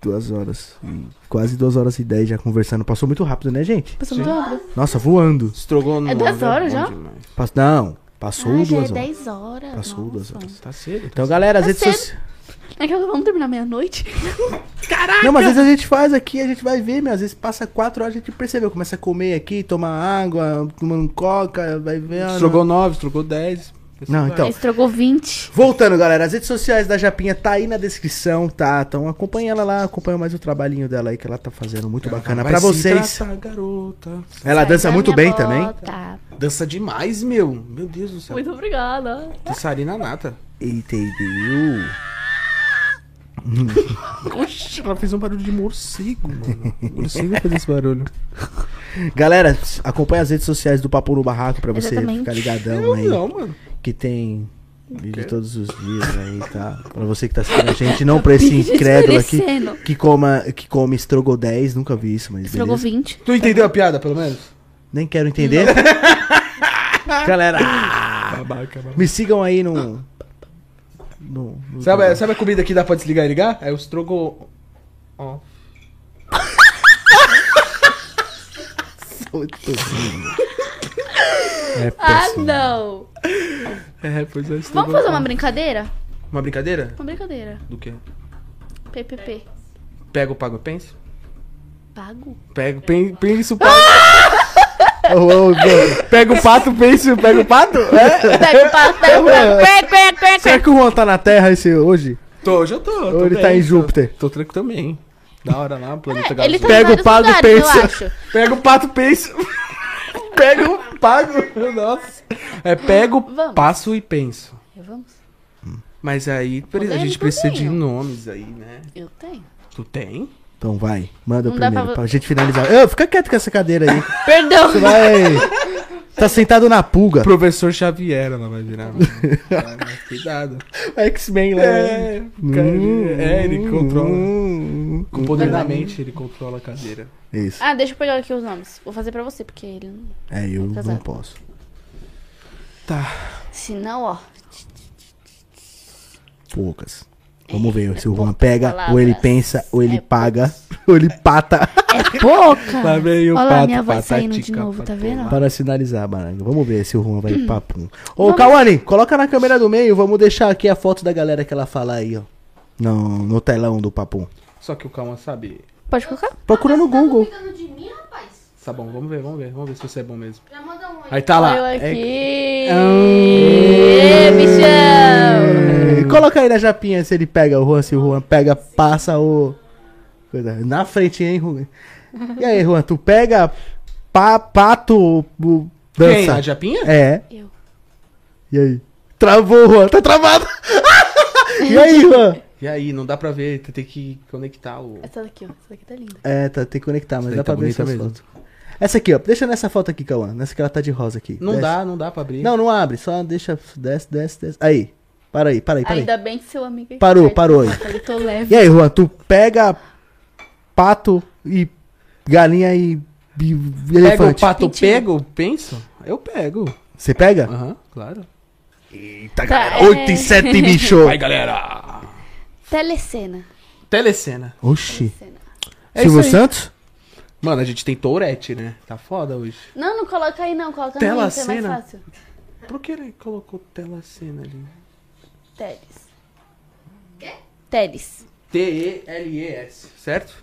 duas horas. e- Quase duas horas e dez já conversando. Passou muito rápido, né, gente? Passou muito rápido. Nossa, voando. Estrogonofe. É duas horas já? Pass- Não, passou Ah, já é duas horas. 10 horas. Passou duas horas. Tá cedo. Então, galera, as Tá redes cedo. sociais. É que vamos terminar meia-noite? Não, mas às vezes a gente faz aqui, a gente vai ver, meu. Às vezes passa quatro horas, a gente percebeu. Começa a comer aqui, tomar água, tomando coca, vai vendo. Estrogonofe, estrogodés. Não, então. Estrogou 20. Voltando, galera, as redes sociais da Japinha tá aí na descrição, tá? Então acompanha ela lá, acompanha mais o trabalhinho dela aí que ela tá fazendo muito bacana pra vocês. garota. Ela Sai dança da muito minha bem também. bota. Dança demais, meu. Meu Deus do céu. Muito obrigada. Dançarina nata. Entendeu? Oxi, ela fez um barulho de morcego, mano. Morcego fez esse barulho. Galera, acompanha as redes sociais do Papo no Barraco pra você Exatamente. ficar ligadão aí. Não, mano. Que tem Vídeo todos os dias aí, tá? Pra você que tá assistindo a gente, não pra esse incrédulo aqui Envelhecendo. que, coma, que come estrogo 10, nunca vi isso, mas Estrogou beleza. 20. Tu entendeu a piada, pelo menos? Nem quero entender. Galera, Babaca, babaca. me sigam aí no... no, no Sabe, sabe a comida que dá pra desligar e ligar? É o estrogo... Ó. É Ah, péssimo. não. É, pois é, estrogo... Vamos fazer uma brincadeira? Uma brincadeira? Uma brincadeira. Do quê? PPP. Pego, pago, penso? Pago? Pego, pen, penso, pago... Ah! Pega o pato, penso, pega o pato? É? Pega o pato, pega o pato. Quê, quê, quê, quê. Será que o Juan tá na Terra esse hoje? Tô, hoje eu tô. tô Ou ele bem, tá em tô- Júpiter? Tô tranquilo também. Da hora lá, planeta É, Ele tá Pega em o pago, vários lugares, pensa. eu acho. Pega o pato, penso. pega o pago. Nossa. É, pego, Vamos. passo e penso. Vamos? Mas aí pre- a Polêmico gente precisa de tenho. nomes aí, né? Eu tenho. Tu tem? Então vai, manda Não dá primeiro, pra... pra- gente finalizar. Ô, fica quieto com essa cadeira aí. Perdão. Você vai... Tá sentado na pulga. Professor Xavier, ela vai virar. mano. Vai, mas Cuidado. X-Men lá. É, cara, ele- é, ele controla. Hum. Com o poder da mente, ele controla a cadeira. Isso. Ah, deixa eu pegar aqui os nomes. Vou fazer pra você, porque ele não... É, eu não Casado. posso. Tá. Se não, ó. Poucas. Vamos ver se o Juan É, poucas pega, ou ele palavras. pensa, ou ele É paga, ou ele pata. É pouca. Lá vem Tá o Olha lá, pato, minha voz saindo de patatica, novo, tá pato vendo? Para sinalizar, Baranga. Vamos ver se o Juan Hum. vai papum. Ô, Cauane, coloca na câmera do meio, vamos deixar aqui a foto da galera que ela fala aí, ó. No, no telão do papum. Só que o Calma sabe. Pode colocar? Procura no Google. Tá duvidando de mim, rapaz? Tá bom, vamos ver, vamos ver. Vamos ver se você é bom mesmo. Já manda um aí. Aí tá lá. Eu aqui. É Ah. Ê, bichão. É, Coloca aí na japinha se ele pega o Juan, se o Juan pega, passa o. Coisa- Na frente, hein, Juan? E aí, Juan, tu pega pa, pato, bu- Quem? dança. A Japinha? É. Eu. E aí? Travou, Juan, tá travado! e aí, Juan? E aí, não dá pra ver, tu tem que conectar o. Essa daqui, ó. Essa daqui tá linda. É, tá, tem que conectar, mas daí dá tá pra ver bonita essas mesmo. fotos. Essa aqui, ó. Deixa nessa foto aqui, Cauã. Nessa que ela tá de rosa aqui. Não Desce. dá, não dá pra abrir. Não, não abre. Só deixa. Desce, desce, desce. Aí. Para aí, para aí, para aí. Ainda bem que seu amigo é Parou, esperto, parou aí. Eu falei, tô leve. E aí, Juan, tu pega pato e galinha e, e Pega o elefante. pato, Mentira. pego, penso? Eu pego. Você pega? Aham, claro. Eita, Tá, é. 8 e 7, bicho. Vai, galera! Telecena. Telecena. Oxi. Telecena. É Silvio isso aí. Santos? Mano, a gente tem tourette, né? Tá foda hoje. Não, não coloca aí não. Coloca no Insta, é mais Telecena. fácil. Por que ele colocou telecena ali? Teles. Teles. T-E-L-E-S, certo?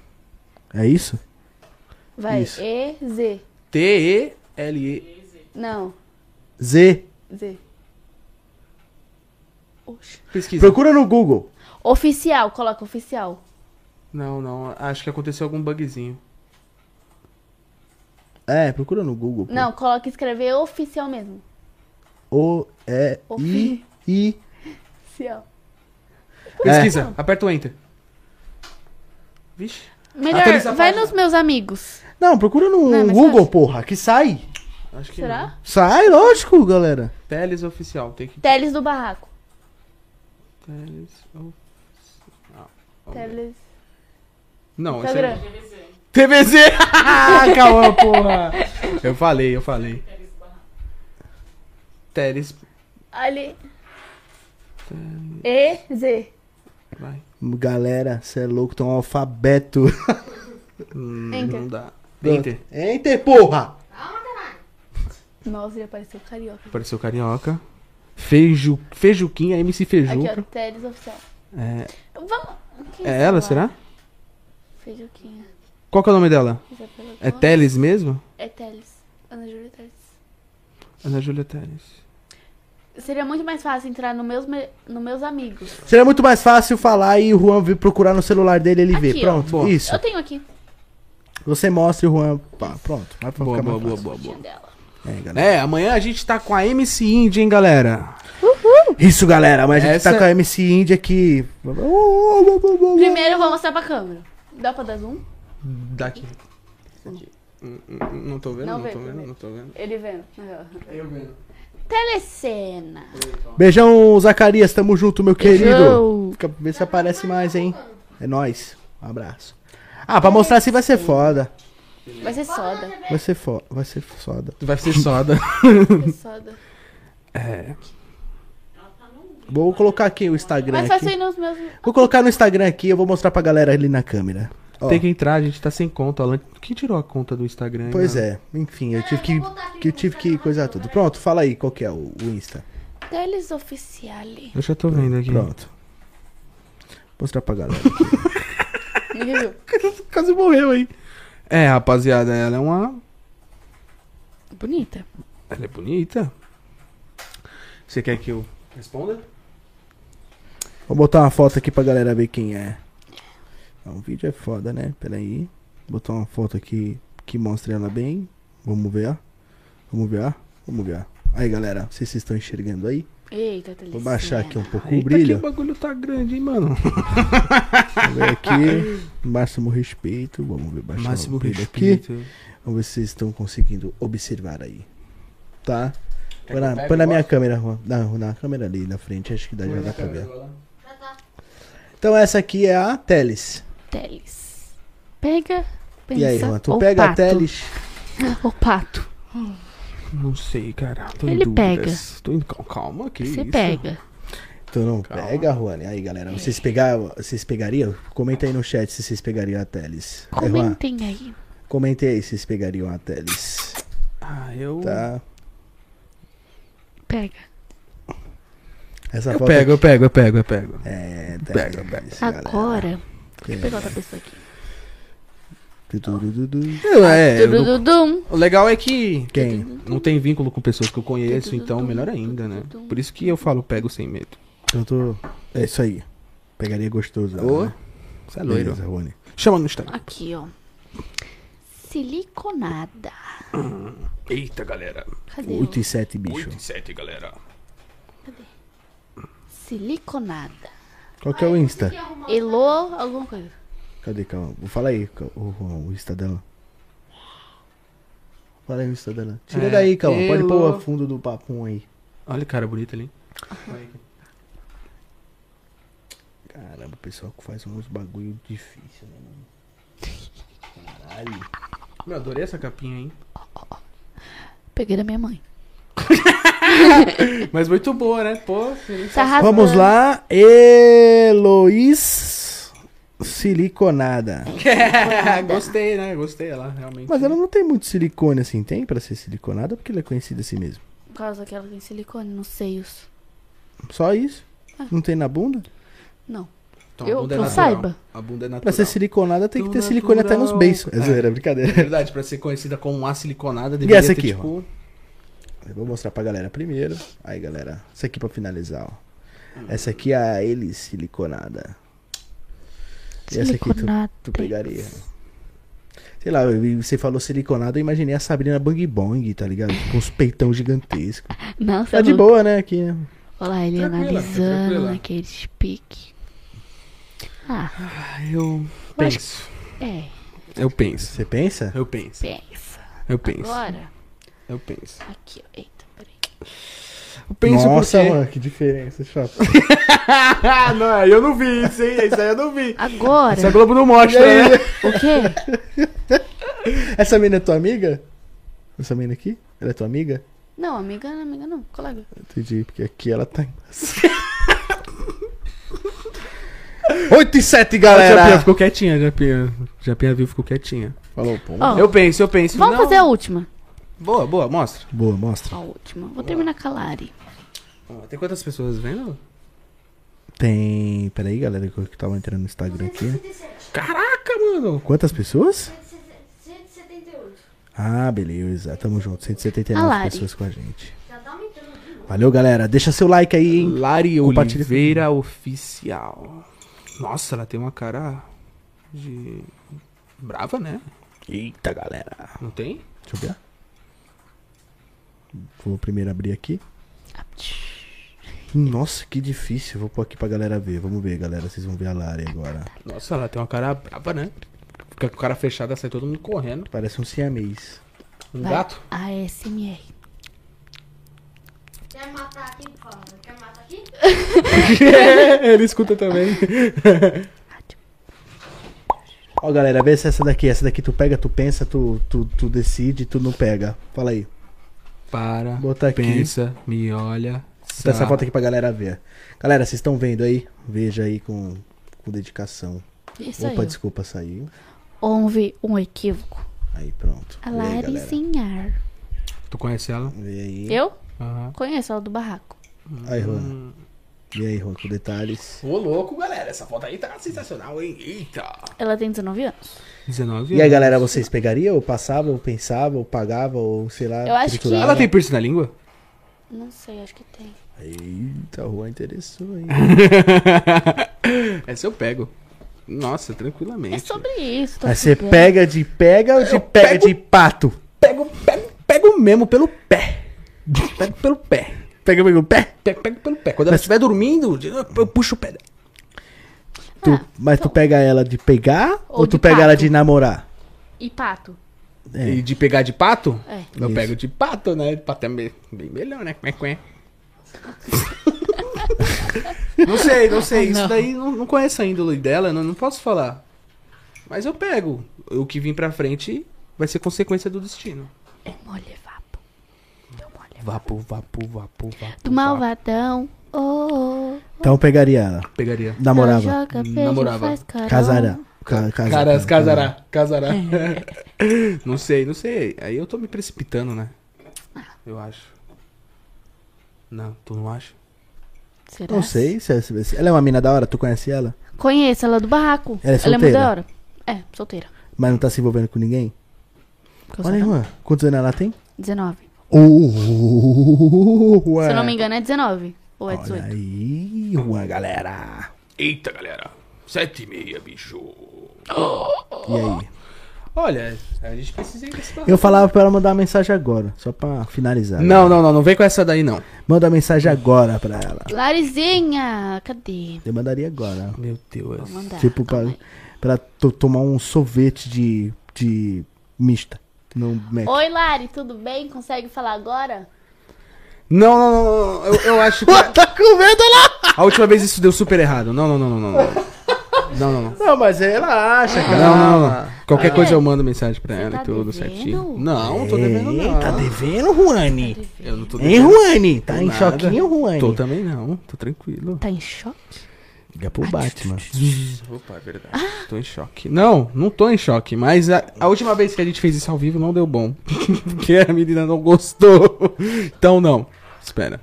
É isso? Vai. Isso. E, Z. T-E-L-E. Não. Z. Z. Oxe. Pesquisa. Procura no Google. Oficial, coloca oficial. Não, não. Acho que aconteceu algum bugzinho. É, procura no Google. pô. Não, coloca escrever oficial mesmo. O, E, I, I. Oficial. Pesquisa. Aperta o enter. Vixe. Atualiza a Melhor, vai página. nos meus amigos. Não, procura no Não, é mais Google, fácil. porra, que sai. Acho que Será? Sai, lógico, galera. não. Teles oficial. Tem que... Teles do barraco. Teles... of- Teles. Não, esse Instagram. é... TVZ! Ah, Calma, porra! Eu falei, eu falei. Teles. Ali. E, Z. Vai. Galera, você é louco, tá um alfabeto. Hum, Enter. Não dá. Enter. Enter, porra. Nossa, já apareceu carioca. Apareceu carioca. Feijo... Feijuquinha, MC Aqui, Feijuca. ó. Teles oficial. É, Vamos. que é ela, isso, será? mano? Feijoquinha. Qual que é o nome dela? Já pegou É todo? Teles mesmo? É Teles. Ana Júlia Teles. Ana Júlia Teles. Seria muito mais fácil entrar no meus, me- no meus amigos. Seria muito mais fácil falar e o Juan vir procurar no celular dele ele vê. Aqui, ó. Pronto, Boa. isso. Eu tenho aqui. Você mostra e o Juan. pá, pronto, vai pra Boa, ficar mais boa, boa, fácil. boa, Tinha boa. dela. É, galera. É, amanhã a gente tá com a MC Indy, hein, galera? Isso, galera, mas a gente É? Essa- tá com a MC Indy aqui. Primeiro eu vou mostrar pra câmera. Dá pra dar zoom? Daqui. Aqui. Hum, hum, hum, Não tô vendo, Não não, vê, tô não vendo, vê. não tô vendo. Ele vendo. Eu vendo. Telecena. Beijão, Zacarias. Tamo junto, meu querido. Beijão. Fica pra ver se aparece mais, hein? É nóis. Um abraço. Ah, pra mostrar se vai ser foda. Vai ser soda. Vai ser foda. Vai ser foda. Vai ser soda. Vai ser soda. É. Vou colocar aqui o Instagram. Mas faz Aqui. aí nos meus. Vou colocar no Instagram aqui. Eu vou mostrar pra galera ali na câmera. Ó, Tem que entrar, a gente tá sem conta. Alan. Quem tirou a conta do Instagram? aí, Pois mano? é. Enfim, eu tive que, que eu tive que coisar tudo. Pronto, fala aí qual que é o, o Insta. Teles Oficiale. Eu já tô vendo aqui. Pronto. Mostrar pra galera. Ninguém viu. Quase morreu aí. É, rapaziada, ela é uma. Bonita. Ela é bonita. Você quer que eu responda? Vou botar uma foto aqui pra galera ver quem é. Não, o vídeo é foda, né? Pera aí. Vou botar uma foto aqui que mostre ela bem. Vamos ver, ó. Vamos ver, ó. Vamos ver, ó. Aí, galera, vocês estão enxergando aí? Eita, Telecena. Vou baixar né? aqui um pouco o Eita, que o brilho. bagulho tá grande, hein, mano? Vamos ver aqui. Máximo respeito. Vamos ver baixar o brilho aqui. Vamos ver se vocês estão conseguindo observar aí. Tá? Põe na, põe na minha câmera, Juan. Na, na câmera ali na frente. Acho que dá, já dá pra ver. Então, essa aqui é a Teles. Teles. Pega. Pensa, E aí, Juan, tu ou pega pato. a Teles. Ou pato. Não sei, cara. Tô em Ele dúvidas. Tô em... cal- Calma, que Você isso? pega. É, Tu não Calma. pega, Juan. E aí, galera, vocês, pegar, vocês pegariam? Comenta aí no chat se vocês pegariam a Teles. É, Juan, Comentem aí. comentem aí se vocês pegariam a Teles. Ah, eu. Tá? Pega. Essa Eu foto pego, eu pego, eu pego, eu pego. É, Teles. Pega, pega. galera. Agora. Deixa eu pegar outra pessoa aqui. Tudurududu. É, eu não- Tududum. O legal é que Quem? não tem vínculo com pessoas que eu conheço, então melhor ainda, né? Por isso que eu falo pego sem medo. Eu tô... É isso aí. Pegaria gostoso. Ô, né? Você é loiro. Beleza, Juan. Chama no Instagram. Aqui, ó. Siliconada. Eita, galera. Cadê? o- 8 e 7, bicho. 8 e 7, galera. Siliconada. Qual que é o Insta? Elô, alguma coisa. Cadê, calma? Fala aí, cal- o, o, o Insta dela. Fala aí o Insta dela. Tira É, daí, calma. Pode eu- pôr o fundo do papo aí. Olha o cara bonito ali. Caramba, o pessoal que faz uns bagulho difícil, né, mano? Caralho. Meu, adorei essa capinha, hein? Peguei da minha mãe. Mas muito boa, né? Pô, feliz. Tá arrasando. Vamos lá, Heloís Siliconada. Gostei, né? Gostei ela, realmente. Mas ela não tem muito silicone assim, tem pra ser siliconada? Porque ela é conhecida assim mesmo. Por causa que ela tem silicone nos seios. Só isso? Ah. Não tem na bunda? Não. Então, Eu- a bunda é que eu natural. saiba. A bunda é Pra natural. ser siliconada tem que Tão ter silicone até nos natural. beiços. É É. zoeira, É brincadeira. verdade, pra ser conhecida como a siliconada, deveria essa ter, aqui, tipo... Eu vou mostrar pra galera primeiro. Aí, galera, isso aqui pra finalizar, ó. Essa aqui é a Elis Siliconada. E essa aqui tu, Siliconada. tu pegaria. Sei lá, eu vi- você falou siliconada, eu imaginei a Sabrina Bang Bong, tá ligado? Com os peitão gigantesco. Não, você Tá de boa, né? Aqui, né? Olha lá, ele Tranquila, analisando tranquila. naquele pique. Ah, Ah, eu acho penso. é. Eu penso. Você pensa? Eu penso. Pensa. Eu penso. Agora. Eu penso. Aqui, ó. Eita, peraí. Eu penso Nossa, porque... mano, que diferença, chapa. Ah, não, aí eu não vi isso, hein? Isso aí eu não vi. Isso a Agora. Globo não mostra, né? O quê? Essa mina é tua amiga? Essa mina aqui? Ela é tua amiga? Não, amiga, não, amiga não. Colega. Entendi, porque aqui ela tá. 8 e 7, Japinha galera! ficou quietinha, Japinha. Japinha viu, ficou quietinha. Falou, pô. Ó, Eu penso, eu penso. vamos não. fazer a última. Boa, boa, mostra. Boa, mostra. A última. Vou terminar com a Lari. Ó, Tem quantas pessoas vendo? Tem. Peraí, galera, que eu tava entrando no Instagram aqui. né? Caraca, mano. Quantas pessoas? 178. Ah, beleza. Tamo junto. A 179 Lari. pessoas com a gente. Já tá aumentando. Valeu, galera. Deixa seu like aí, hein? Lari Compartilha Oliveira Oficial. Nossa, ela tem uma cara de... Brava, né? Eita, galera. Não tem? Deixa eu ver. Vou primeiro abrir aqui. Nossa, que difícil. Vou pôr aqui pra galera ver. Vamos ver, galera. Vocês vão ver a Lari agora. Nossa, ela tem uma cara brava, né? Fica com o cara fechado, sai todo mundo correndo. Parece um siamês. Um Vai. gato. ASMR. matar aqui, fala. Quer me matar aqui? Ele escuta também. Ó, galera, vê se essa daqui. Essa daqui tu pega, tu pensa, tu, tu, tu decide, tu não pega. Fala aí. Para, Bota aqui. pensa, me olha. Vou dar essa sabe. foto aqui pra galera ver. Galera, vocês estão vendo aí? Veja aí com, com dedicação. Isso Opa, aí. desculpa, saiu. Houve um equívoco. Aí, pronto. A Vê aí, galera. Larizinhar. Tu conhece ela? Vê aí. Eu Aham. conheço ela do barraco. Aí, Juan. Vê aí, Juan, com detalhes. Ô, louco, galera. Essa foto aí tá sensacional, hein? Eita. Ela tem 19 anos. 19 E aí, anos. galera, vocês pegariam? Ou passavam, ou pensavam, ou pagavam, ou sei lá, Eu acho que- Ela tem piercing na língua? Não sei, acho que tem. Eita, o Juan interessou, hein? Essa eu pego. Nossa, tranquilamente. É sobre isso. tá Aí você tudo bem. pega de pega ou de pega de pato? Pego, pego, pego mesmo pelo pé. Pego pelo pé. Pega pega o pé? Pe- Pego pelo pé. Quando ela estiver dormindo, eu puxo o pé. dela. Tu- Ah, mas tu então. pega ela de pegar ou, Ou tu de pega ela pato. de namorar? E pato. É. E de pegar de pato? É. Eu Isso. pego de pato, né? De pato é me- bem melhor, né? Como é que é? Não sei, não sei. Isso daí não, não conheço a índole dela, não, não posso falar. Mas eu pego. O que vim pra frente vai ser consequência do destino. É mole vapo. É mole. Vapo, vapo, vapo, vapo. Do malvadão. Oh, oh. Então eu pegaria ela. Pegaria. Não Namorava. joga, beijo, Namorava. faz carão. Casará. Ca- casa- Caras, ca- casará, casará. não sei, não sei. Aí eu tô me precipitando, né? Eu acho. Não, tu não acha? Será? Não sei. se- se- se- Ela é uma mina da hora, tu conhece ela? Conheço ela do barraco. Ela é muito solteira? da hora. É, solteira. Mas não tá se envolvendo com ninguém? Porque eu Olha aí, sou da- Juan. Quantos anos ela tem? 19. Uh, Se eu não me engano, é 19. Ou é Olha 18. aí, Juan, galera. Eita, galera. Sete e meia, bicho. E aí? Olha, a gente precisa ir nesse Eu falava pra ela mandar uma mensagem agora, só pra finalizar. Não, não, não, não vem com essa daí, não. Manda uma mensagem agora pra ela. Larizinha! Cadê? Eu mandaria agora. Meu Deus. Vou mandar. tipo, pra, calma aí. pra to- tomar um sorvete de, de mista. Não, Mac. Oi, Lari, tudo bem? Consegue falar agora? Não, não, não, não, não. Eu, eu acho que. tá com medo lá! A última vez isso deu super errado. Não, não, não, não, não. Não, não, não. Não, mas relaxa, Não, cara. não, não. Qualquer Ah. coisa eu mando mensagem pra Você ela e tá tudo devendo? certinho. Não, não tô devendo não. Tá devendo, Tá Juani? Eu não tô Hein, Juani? Tá Tô em nada. choquinho, Juani? Tô também não, tô tranquilo. Tá em choque? Liga pro Batman. Opa, é verdade. Tô em choque. Não, não tô em choque, mas a, a última vez que a gente fez isso ao vivo não deu bom. Porque a menina não gostou. Então não. Espera.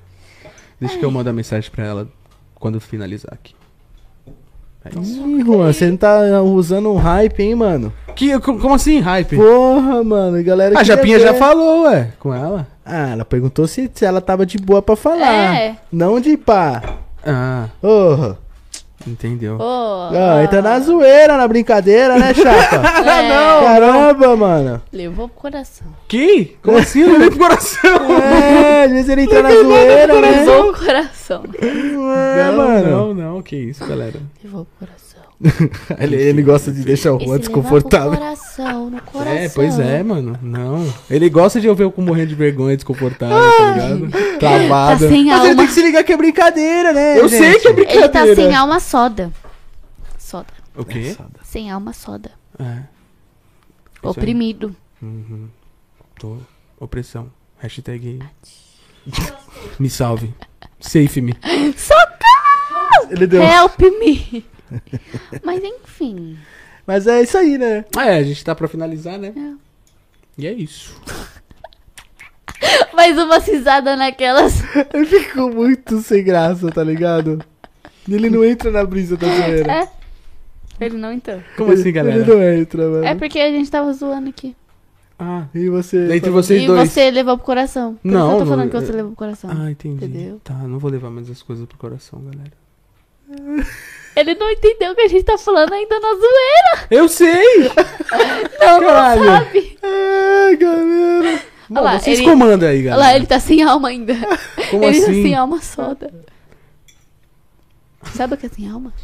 Deixa que eu mando a mensagem pra ela quando finalizar aqui. É isso. Ih, Juan, você não tá usando um hype, hein, mano? Que, co- como assim, hype? Porra, mano, galera. a queria Ah, Japinha já ver. falou, ué, com ela. Ah, ela perguntou se, se ela tava de boa pra falar. É. Não de pá. Ah, Porra. entendeu. Ô, Ah, entra na zoeira, na brincadeira, né, chapa? não! Caramba, mano. é. Levou pro coração. Que? Como assim? Eu levei pro coração. É, às vezes ele entra na zoeira, né? Levou pro coração. É, não, mano. não, não, que isso, galera. Levou pro coração. Ele, ele gosta de deixar o Juan E se levar desconfortável. pro coração, no coração. É, pois é, mano. Não. Ele gosta de ouvir eu com morrendo de vergonha, desconfortável, tá ligado? Tá Travado. sem é Mas ele alma. tem que se ligar que é brincadeira, né? eu sei que é Ele brincadeira. tá sem alma soda. Soda. O quê? Sem alma soda. É, Uhum. Oprimido. tô. Opressão. Hashtag. Me salve. Safe me. que ele deu. Help me! É, Mas enfim. Mas é isso aí, né? É, a gente tá pra finalizar, né? É. E é isso. Mais uma cisada naquelas. Eu fico muito sem graça, tá ligado? E Ele não entra na brisa da zoeira. É. Ele não então. Como assim, galera? Ele não entra, mano. É porque a gente tava zoando aqui. Ah, E você. entre vocês e dois. você levou pro coração. Por Não, isso eu tô não- falando que você levou pro coração. Ah, entendi. Entendeu? Tá, não vou levar mais as coisas pro coração, galera. Ele não entendeu o que a gente tá falando ainda na zoeira. Eu sei! Não, Ah, Caralho. não sabe. Ai, É, galera. Olha lá, Vocês ele, comandam aí, olha galera. lá, ele tá sem alma ainda. Como ele tá assim? sem alma soda. Sabe o que é sem alma?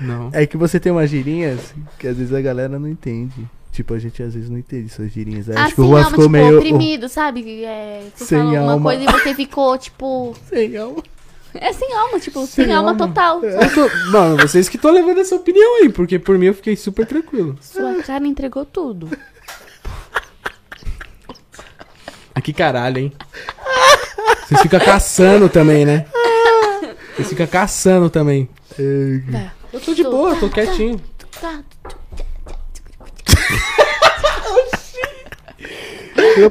Não. É que você tem umas girinhas que às vezes a galera não entende. Tipo, a gente às vezes não entende essas girinhas. Aí, Ah, acho que É, o sim, Juan alma, ficou tipo, meio. oprimido, sabe? É, você Sem falou alguma alma. coisa e você ficou, tipo... Sem alma. É sem alma, tipo, sem, alma, total. Eu tô- Mano, vocês que estão levando essa opinião aí, porque por mim eu fiquei super tranquilo. Sua cara entregou tudo. Ah, que caralho, hein? Vocês ficam caçando também, né? Vocês ficam caçando também. É, Eu tô de boa, eu tô quietinho. Tá,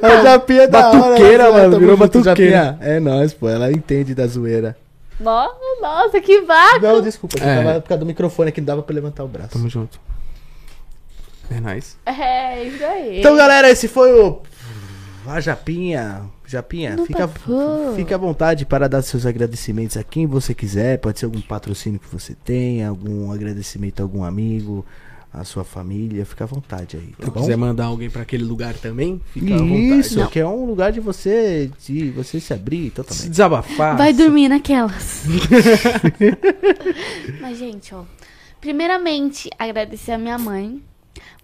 A Japinha é da hora, Batuqueira, né? mano, Tamo virou junto, batuqueira. Japinha. É nóis, pô. Ela entende da zoeira. Nossa, nossa, que vago! Não, desculpa. É. Eu tava por causa do microfone aqui, não dava pra levantar o braço. Tamo junto. É nóis. É, isso aí. Então, galera, esse foi o. A Japinha. Japinha, No fica, papo. fica à vontade para dar seus agradecimentos a quem você quiser. Pode ser algum patrocínio que você tenha, algum agradecimento a algum amigo, a sua família. Fica à vontade aí, tá Se bom? quiser mandar alguém pra aquele lugar também, fica à vontade. Isso, Não. que é um lugar de você, de você se abrir Se totalmente. desabafar. Vai dormir naquelas. Mas, gente, ó. Primeiramente, agradecer a minha mãe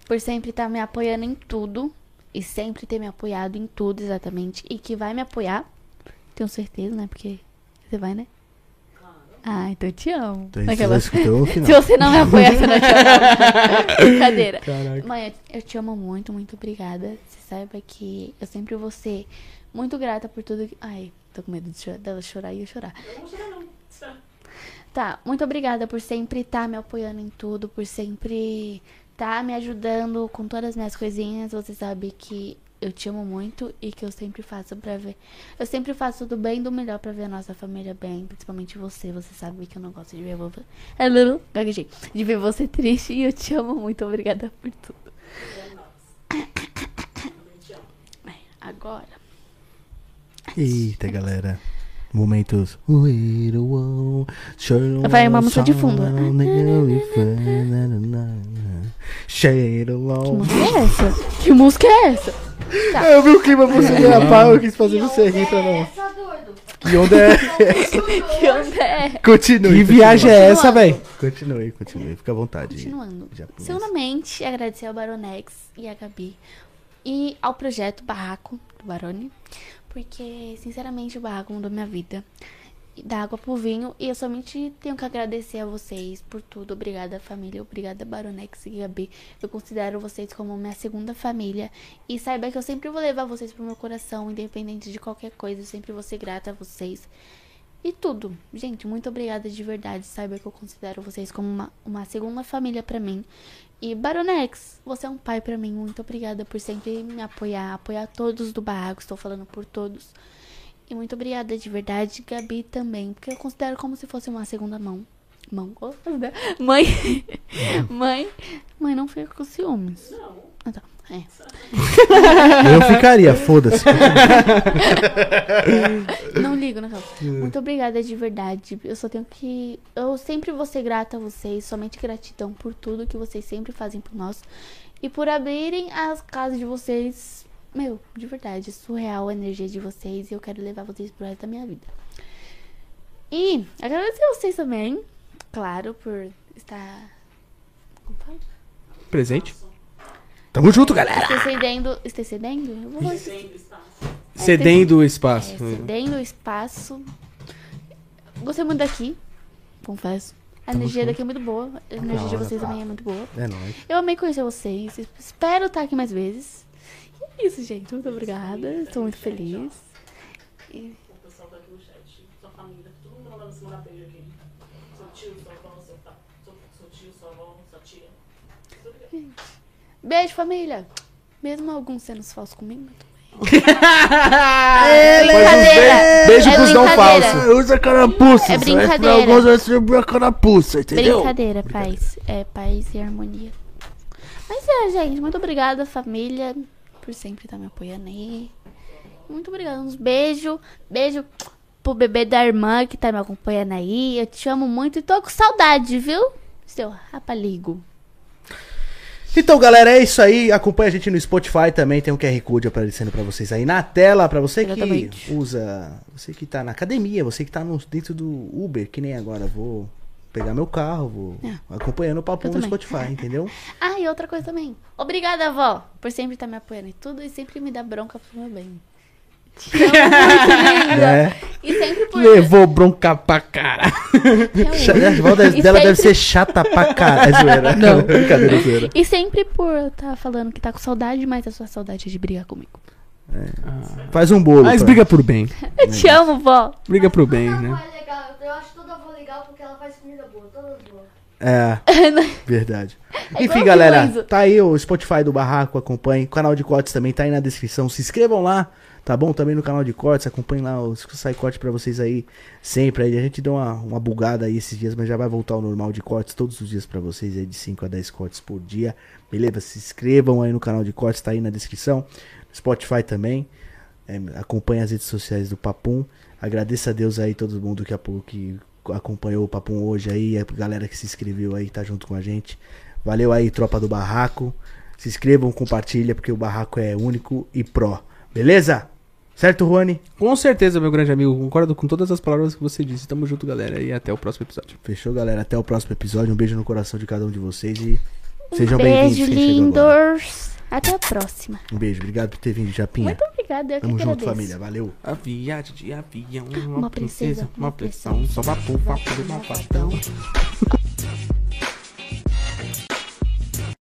por sempre estar me apoiando em tudo. E sempre ter me apoiado em tudo, exatamente. E que vai me apoiar. Tenho certeza, né? Porque você vai, né? Ah, então eu te amo. Então, isso Naquelas- você escutou o Se final. você não me apoia, você não te ama. Brincadeira. Caraca. Mãe, eu eu te amo muito, muito obrigada. Você saiba que eu sempre vou ser muito grata por tudo que. Ai, tô com medo de chorar- dela chorar e eu chorar. Tá, muito obrigada por sempre estar me apoiando em tudo, por sempre estar me ajudando com todas as minhas coisinhas. Você sabe que eu te amo muito e que eu sempre faço pra ver. Eu sempre faço do bem e do melhor pra ver a nossa família bem, principalmente você. Você sabe que eu não gosto de ver você. É, Lulu, gaguejei. De ver você triste e eu te amo muito. Obrigada por tudo. Bem, É, Agora. Eita, galera. Momentos. Vai Vai uma música de fundo. Que música é essa? Que música é essa? Eu vi o clima você de rapaz, eu quis fazer você rir pra não. Essa É, doido. Que onda é? Que onda é? Continue. Que viagem é essa, velho? Continue, continue. Fica à vontade. Continuando. Já pulou. Segundamente, agradecer ao Baronex e à Gabi e ao projeto Barraco do Barone, porque sinceramente o barraco mudou minha vida. E Da água pro vinho, e eu somente tenho que agradecer a vocês por tudo. Obrigada, família. Obrigada, Baronex e Gabi. Eu considero vocês como minha segunda família. E saiba que eu sempre vou levar vocês pro meu coração, independente de qualquer coisa. Eu sempre vou ser grata a vocês. E tudo. Gente, muito obrigada de verdade. Saiba que eu considero vocês como uma, uma segunda família pra mim. E Baronex, você é um pai pra mim. Muito obrigada por sempre me apoiar, apoiar todos do barraco. Estou falando por todos. E muito obrigada de verdade, Gabi também, porque eu considero como se fosse uma segunda mão. Mão. Ô, né? Mãe. Mãe. Mãe, não fica com ciúmes. Não. Ah, tá. É. Eu ficaria, foda-se. Não ligo, não. calma. Muito obrigada de verdade. Eu só tenho que. Eu sempre vou ser grata a vocês. Somente gratidão por tudo que vocês sempre fazem por nós. E por abrirem as casas de vocês. Meu, de verdade. é Surreal a energia de vocês. E eu quero levar vocês pro resto da minha vida. E agradecer a vocês também. Claro, por estar. Como fala? Presente. Tamo junto, galera. Estecedendo. Estecedendo? Eu vou falar isso. Cedendo o É, espaço. Hum. cedendo o espaço. Gostei muito daqui, confesso. A energia daqui é muito boa. A energia de hora, vocês tá. também é muito boa. É nóis. Eu amei conhecer vocês. Espero estar aqui mais vezes. E é isso, gente. Muito obrigada. Estou muito feliz. E- Gente, Beijo, família. Mesmo alguns sendo falsos comigo, eu tô É, Brincadeira. Beijo é pros não brincadeira. Usa carapuça. É brincadeira. Alguns vai ser a carapuça, entendeu? Brincadeira, paz. É paz e harmonia. Mas é, gente, muito obrigada, família, por sempre estar me apoiando aí. Muito obrigada, uns beijo. Beijo pro bebê da irmã que tá me acompanhando aí. Eu te amo muito e tô com saudade, viu? Seu rapaligo. Então, galera, é isso aí. Acompanha a gente no Spotify também. Tem um QR Code aparecendo pra vocês aí na tela. Pra você que Exatamente. usa. Você que tá na academia, você que tá no- dentro do Uber, que nem agora. Vou pegar meu carro, vou acompanhando o papo É. Eu no também. Spotify, entendeu? Ah, e outra coisa também. Obrigada, avó, por sempre estar me apoiando em tudo e sempre me dar bronca pro meu bem. Te amo muito, linda. É. E sempre por. Levou bronca pra cara. Realmente. né, A Divalda E dela deve ser sempre- chata pra cara. É zoeira. Não. Brincadeira, é zoeira. E sempre por estar falando que tá com saudade, mas a sua saudade é de brigar comigo. Faz um bolo. Mas pra- briga pro bem. É Eu te amo, vó. Briga pro bem, Toda avó né? é legal, eu- eu acho toda avó legal porque ela faz comida boa, todas boas. É, verdade. igual Enfim, o galera, Guimarães. tá aí o Spotify do Barraco, acompanhe. O canal de cortes também tá aí na descrição. Se inscrevam lá, tá bom? Também no canal de cortes, acompanhe lá, os sai corte pra vocês aí sempre. Aí a gente deu uma, uma bugada aí esses dias, mas já vai voltar ao normal de cortes todos os dias pra vocês aí, de 5 a 10 cortes por dia. Beleza? Se inscrevam aí no canal de cortes, tá aí na descrição. Spotify também. É, acompanhe as redes sociais do Papum. Agradeço a Deus aí todo mundo que, apo- que acompanhou o Papum hoje aí, a galera que se inscreveu aí, tá junto com a gente. Valeu aí, tropa do Barraco. Se inscrevam, compartilha, porque o Barraco é único e pró. Beleza? Certo, Juani? Com certeza, meu grande amigo. Concordo com todas as palavras que você disse. Tamo junto, galera. E até o próximo episódio. Fechou, galera. Até o próximo episódio. Um beijo no coração de cada um de vocês e sejam bem-vindos. Um Beijo, quem chegou agora. lindos. Até a próxima. Um beijo. Obrigado por ter vindo, Japinha. Muito obrigada, eu que Tamo junto, agradeço. família. Valeu. A viagem de avião, Uma princesa, uma pressão, só papo, papo, papadão.